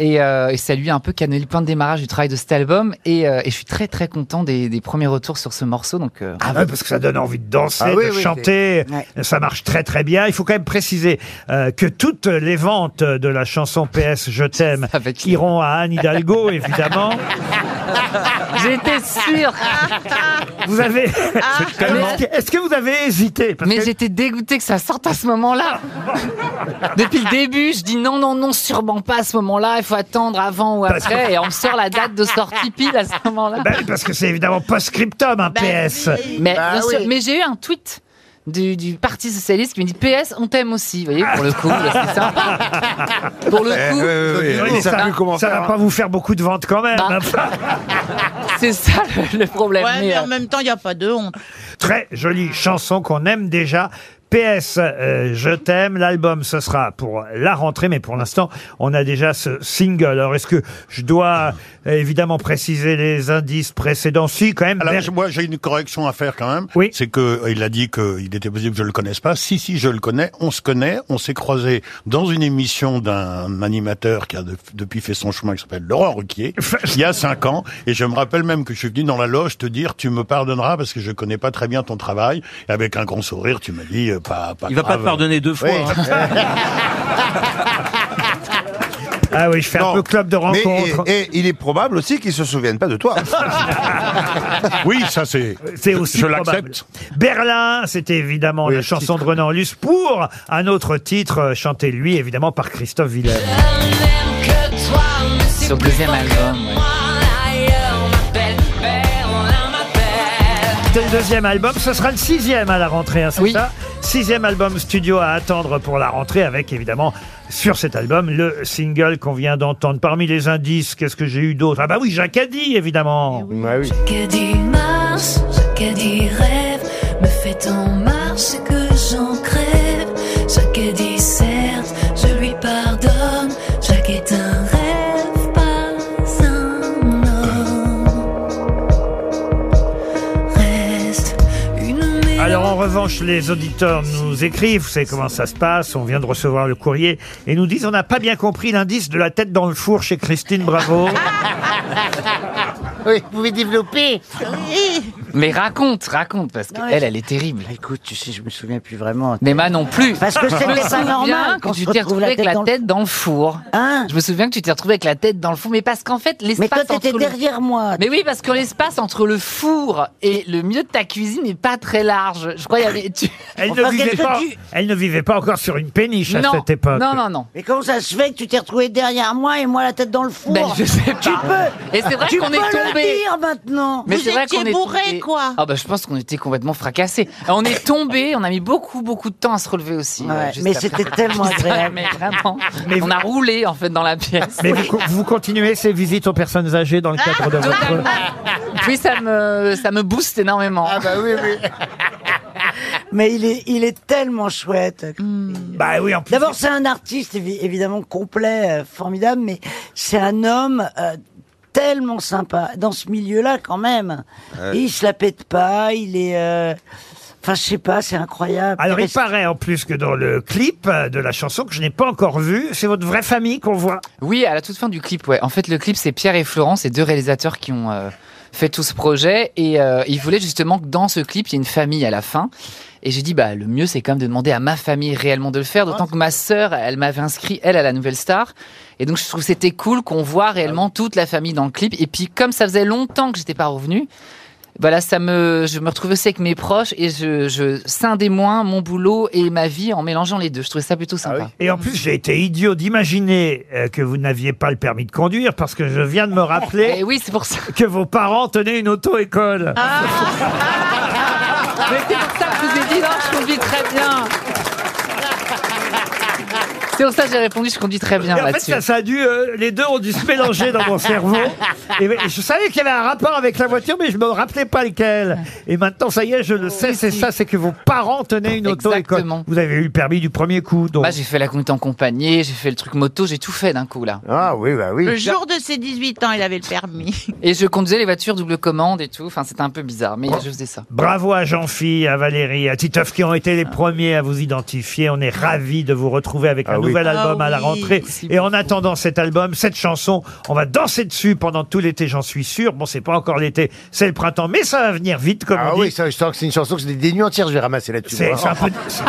[SPEAKER 20] Et, euh, et ça lui a un peu cannelé le point de démarrage du travail de cet album. Et, euh, et je suis très très content des, des premiers retours sur ce morceau. Donc, euh,
[SPEAKER 2] Ah
[SPEAKER 20] bravo.
[SPEAKER 2] ouais, parce que ça donne envie de danser,
[SPEAKER 20] Ah oui,
[SPEAKER 2] de
[SPEAKER 20] oui,
[SPEAKER 2] chanter.
[SPEAKER 20] c'est- Ouais.
[SPEAKER 2] [laughs] Ça marche très très bien. Il faut quand même préciser euh, que toutes les ventes de la chanson PS Je t'aime iront à
[SPEAKER 20] [laughs]
[SPEAKER 2] Anne Hidalgo,
[SPEAKER 20] Ah
[SPEAKER 2] évidemment.
[SPEAKER 20] J'étais sûr.
[SPEAKER 2] Vous avez. tellement- Est-ce que vous avez hésité
[SPEAKER 20] Ah, Mais j'étais dégoûté que ça sorte à ce moment-là. Depuis le début, je dis non, non, non, sûrement pas à ce moment-là. Il faut attendre avant ou
[SPEAKER 2] Parce que-
[SPEAKER 20] après. Et on me sort la date de sortie pile à ce moment-là.
[SPEAKER 2] Ben oui, parce que c'est évidemment post-scriptum, hein,
[SPEAKER 20] Bah
[SPEAKER 2] un PS.
[SPEAKER 20] Mais,
[SPEAKER 4] Bah
[SPEAKER 20] bien sûr, mais j'ai eu un tweet. Du, du Parti Socialiste qui me dit PS, on t'aime aussi. Vous voyez, pour le
[SPEAKER 4] [laughs]
[SPEAKER 20] coup, c'est sympa.
[SPEAKER 2] [laughs]
[SPEAKER 20] Pour le
[SPEAKER 2] Eh,
[SPEAKER 20] coup,
[SPEAKER 2] ça ça va pas vous faire beaucoup de ventes quand même.
[SPEAKER 20] Bah. [laughs]
[SPEAKER 2] hein.
[SPEAKER 20] c'est ça le, problème. euh,
[SPEAKER 6] Ouais, mais en même temps, il n'y a pas de honte.
[SPEAKER 2] Très jolie chanson qu'on aime déjà. PS, euh, je t'aime. L'album, ce sera pour la rentrée, mais pour l'instant, on a déjà ce single. Alors, est-ce que je dois euh, évidemment préciser les indices précédents Si, quand même.
[SPEAKER 9] Alors,
[SPEAKER 2] Ver-
[SPEAKER 9] je- moi, j'ai une correction à faire quand même. Oui. C'est que euh, il a dit qu'il était possible que je le connaisse pas. Si, si, je le connais. On se connaît. On s'est croisé dans une émission d'un animateur qui a de- depuis fait son chemin, qui s'appelle Laurent Ruquier, il y a cinq ans. Et je me rappelle même que je suis venu dans la loge te dire, tu me pardonneras parce que je connais pas très bien ton travail. Et avec un grand sourire, tu m'as dit, euh, pas, pas
[SPEAKER 12] Il va pas
[SPEAKER 9] grave.
[SPEAKER 12] te pardonner deux fois,
[SPEAKER 9] bah. Oui. [laughs]
[SPEAKER 12] hein.
[SPEAKER 2] Ah oui, je fais un peu club de rencontre.
[SPEAKER 8] Et, et il est probable aussi qu'ils se souviennent pas
[SPEAKER 2] [laughs]
[SPEAKER 8] de toi.
[SPEAKER 9] oui, ça c'est.
[SPEAKER 2] C'est aussi
[SPEAKER 8] Je
[SPEAKER 2] probable.
[SPEAKER 8] l'accepte.
[SPEAKER 2] Berlin, c'était évidemment la chanson de Renan Luce pour un autre titre euh, chanté lui évidemment par Christophe Willem.
[SPEAKER 13] que toi, mais c'est
[SPEAKER 20] Sur le deuxième album. ouais.
[SPEAKER 2] C'est le deuxième album, ce sera le sixième à la rentrée, hein, c'est ça Sixième album studio à attendre pour la rentrée avec évidemment sur cet album le single qu'on vient d'entendre. Parmi les indices, qu'est-ce que j'ai eu d'autre Ah bah oui, Jacadi évidemment.
[SPEAKER 13] Jacadie marche, Jacadie rêve, me fait en marche et que j'en crève. Jacadie certes, je lui pardonne. Jacques est un rêve, pas un homme. Reste une
[SPEAKER 2] Alors en revanche, les auditeurs nous écrivent, vous savez comment ça se passe, on vient de recevoir le courrier et nous disent on n'a pas bien compris l'indice de la tête dans le four chez Christine
[SPEAKER 20] [laughs]
[SPEAKER 2] Bravo.
[SPEAKER 5] Oui, vous pouvez développer.
[SPEAKER 20] Mais raconte, raconte, parce
[SPEAKER 5] Non,
[SPEAKER 20] qu'elle, elle,
[SPEAKER 5] je-
[SPEAKER 20] elle est terrible.
[SPEAKER 4] Écoute, tu sais, je me souviens plus vraiment.
[SPEAKER 20] Mais moi non plus.
[SPEAKER 4] Parce que
[SPEAKER 20] Je
[SPEAKER 4] c'était
[SPEAKER 20] me
[SPEAKER 4] pas
[SPEAKER 20] souviens
[SPEAKER 4] normal qu'on
[SPEAKER 20] Quand tu
[SPEAKER 4] se
[SPEAKER 20] t'es
[SPEAKER 4] retrouve
[SPEAKER 20] retrouvé
[SPEAKER 4] la
[SPEAKER 20] avec
[SPEAKER 4] tête
[SPEAKER 20] la
[SPEAKER 4] dans le- Hein
[SPEAKER 20] tête dans le four. Je me souviens que tu t'es retrouvé avec la tête dans le four, mais parce qu'en fait, l'espace.
[SPEAKER 4] toi, t'étais
[SPEAKER 20] entre le-
[SPEAKER 4] derrière moi.
[SPEAKER 20] Mais oui, parce que l'espace entre le four et le milieu de ta cuisine n'est pas très large. Je crois qu'il y avait. tu-
[SPEAKER 2] Elle ne, vivait pas, elle ne vivait pas encore sur une péniche à
[SPEAKER 20] Non,
[SPEAKER 2] cette époque.
[SPEAKER 20] non, non, non.
[SPEAKER 4] Mais comment ça se fait que tu t'es retrouvé derrière moi et moi la tête dans le four
[SPEAKER 20] Ben, je sais
[SPEAKER 4] Tu
[SPEAKER 20] pas.
[SPEAKER 4] peux.
[SPEAKER 20] Et c'est vrai
[SPEAKER 4] tu
[SPEAKER 20] qu'on
[SPEAKER 4] peux
[SPEAKER 20] est tombé.
[SPEAKER 4] le dire maintenant.
[SPEAKER 20] Mais c'est vrai qu'on est tombé- Ah bah je pense qu'on était complètement fracassés. Euh, On est tombé, on a mis beaucoup beaucoup de temps à se relever aussi.
[SPEAKER 4] Ouais,
[SPEAKER 20] euh, juste
[SPEAKER 4] mais
[SPEAKER 20] après.
[SPEAKER 4] c'était
[SPEAKER 20] [laughs]
[SPEAKER 4] tellement agréable.
[SPEAKER 20] Mais vraiment. on a roulé en fait dans la pièce.
[SPEAKER 2] Mais vous, vous continuez ces visites aux personnes âgées dans le cadre de [laughs] votre...
[SPEAKER 20] Oui, ça me ça me booste énormément. Ah bah oui oui.
[SPEAKER 4] [laughs] Mais il est, il est tellement chouette.
[SPEAKER 2] Bah oui, en plus.
[SPEAKER 4] D'abord, c'est un artiste évi- évidemment complet, euh, formidable, mais c'est un homme euh, tellement sympa dans ce milieu-là quand même.
[SPEAKER 2] Ouais.
[SPEAKER 4] Et il se la pète pas, il est. euh, Enfin, je sais pas, c'est incroyable.
[SPEAKER 2] Alors il
[SPEAKER 4] Reste-
[SPEAKER 2] paraît en plus que dans le clip euh, de la chanson que je n'ai pas encore vu, c'est votre vraie famille qu'on voit.
[SPEAKER 20] Oui, à la toute fin du clip, ouais. En fait, le clip, c'est Pierre et Florent, c'est deux réalisateurs qui ont euh, fait tout ce projet. Et euh, ils voulaient justement que dans ce clip, il y ait une famille à la fin. Et j'ai dit, bah, le mieux, c'est quand même de demander à ma famille réellement de le faire. D'autant que ma sœur, elle m'avait inscrit, elle, à la Nouvelle Star. Et donc, je trouve que c'était cool qu'on voit réellement toute la famille dans le clip. Et puis, comme ça faisait longtemps que j'étais pas revenu, voilà, ça me, je me retrouvais aussi avec mes proches et je, je scindais moins mon boulot et ma vie en mélangeant les deux. Je trouvais ça plutôt sympa.
[SPEAKER 2] Et en plus, j'ai été idiot d'imaginer euh, que vous n'aviez pas le permis de conduire parce que je viens de me rappeler
[SPEAKER 20] Eh oui, c'est pour ça. Ah,
[SPEAKER 2] que vos parents tenaient une auto-école.
[SPEAKER 20] Mais c'est pour ça que je vous ai dit, non, je conduis très bien. C'est pour ça que j'ai répondu, je conduis très bien
[SPEAKER 2] Et en fait,
[SPEAKER 20] là-dessus.
[SPEAKER 2] ça, ça a dû, euh, les deux ont dû se mélanger dans mon cerveau. Et, et je savais qu'il y avait un rapport avec la voiture, mais je me rappelais pas lequel. Et maintenant, ça y est, je
[SPEAKER 20] Oh,
[SPEAKER 2] le sais, c'est ça, c'est que vos parents tenaient une auto école. Vous avez eu le permis du premier coup, donc.
[SPEAKER 20] Bah, j'ai fait la conduite en compagnie, j'ai fait le truc moto, j'ai tout fait d'un coup là.
[SPEAKER 5] Ah oui, bah
[SPEAKER 6] Le jour de ses 18 ans, il avait le permis.
[SPEAKER 20] Et je conduisais les voitures double commande et tout, enfin c'était un peu bizarre, mais je faisais ça.
[SPEAKER 2] Bravo à Jean-Phi, à Valérie, à Titoff qui ont été
[SPEAKER 5] Ah.
[SPEAKER 2] les premiers à vous identifier. On est ravis de vous retrouver avec un
[SPEAKER 20] oui.
[SPEAKER 2] nouvel album
[SPEAKER 20] Ah
[SPEAKER 2] à la
[SPEAKER 20] oui,
[SPEAKER 2] rentrée.
[SPEAKER 20] merci
[SPEAKER 2] Et en attendant cet album, cette chanson, on va danser dessus pendant tout l'été, j'en suis sûr. Bon, c'est pas encore l'été, c'est le printemps, mais ça va venir vite, comme
[SPEAKER 5] Ah
[SPEAKER 2] on dit.
[SPEAKER 5] oui, ça, je sens que c'est une chanson que c'est des nuits entières, je vais ramasser là-dessus.
[SPEAKER 2] C'est
[SPEAKER 5] moi.
[SPEAKER 2] c'est un peu, c'est-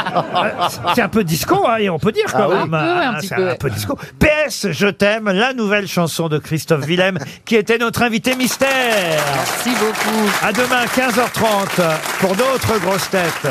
[SPEAKER 2] [laughs] c'est un peu disco, hein, et on peut dire
[SPEAKER 5] Ah
[SPEAKER 2] quand
[SPEAKER 5] oui.
[SPEAKER 2] même.
[SPEAKER 5] Un peu, un
[SPEAKER 2] hein,
[SPEAKER 5] petit
[SPEAKER 2] c'est
[SPEAKER 5] peu.
[SPEAKER 2] un peu disco. PS, je t'aime, la nouvelle chanson de
[SPEAKER 5] [laughs]
[SPEAKER 2] Christophe Willem, qui était notre invité mystère.
[SPEAKER 20] Merci beaucoup.
[SPEAKER 2] À demain, 15h30, pour d'autres grosses têtes.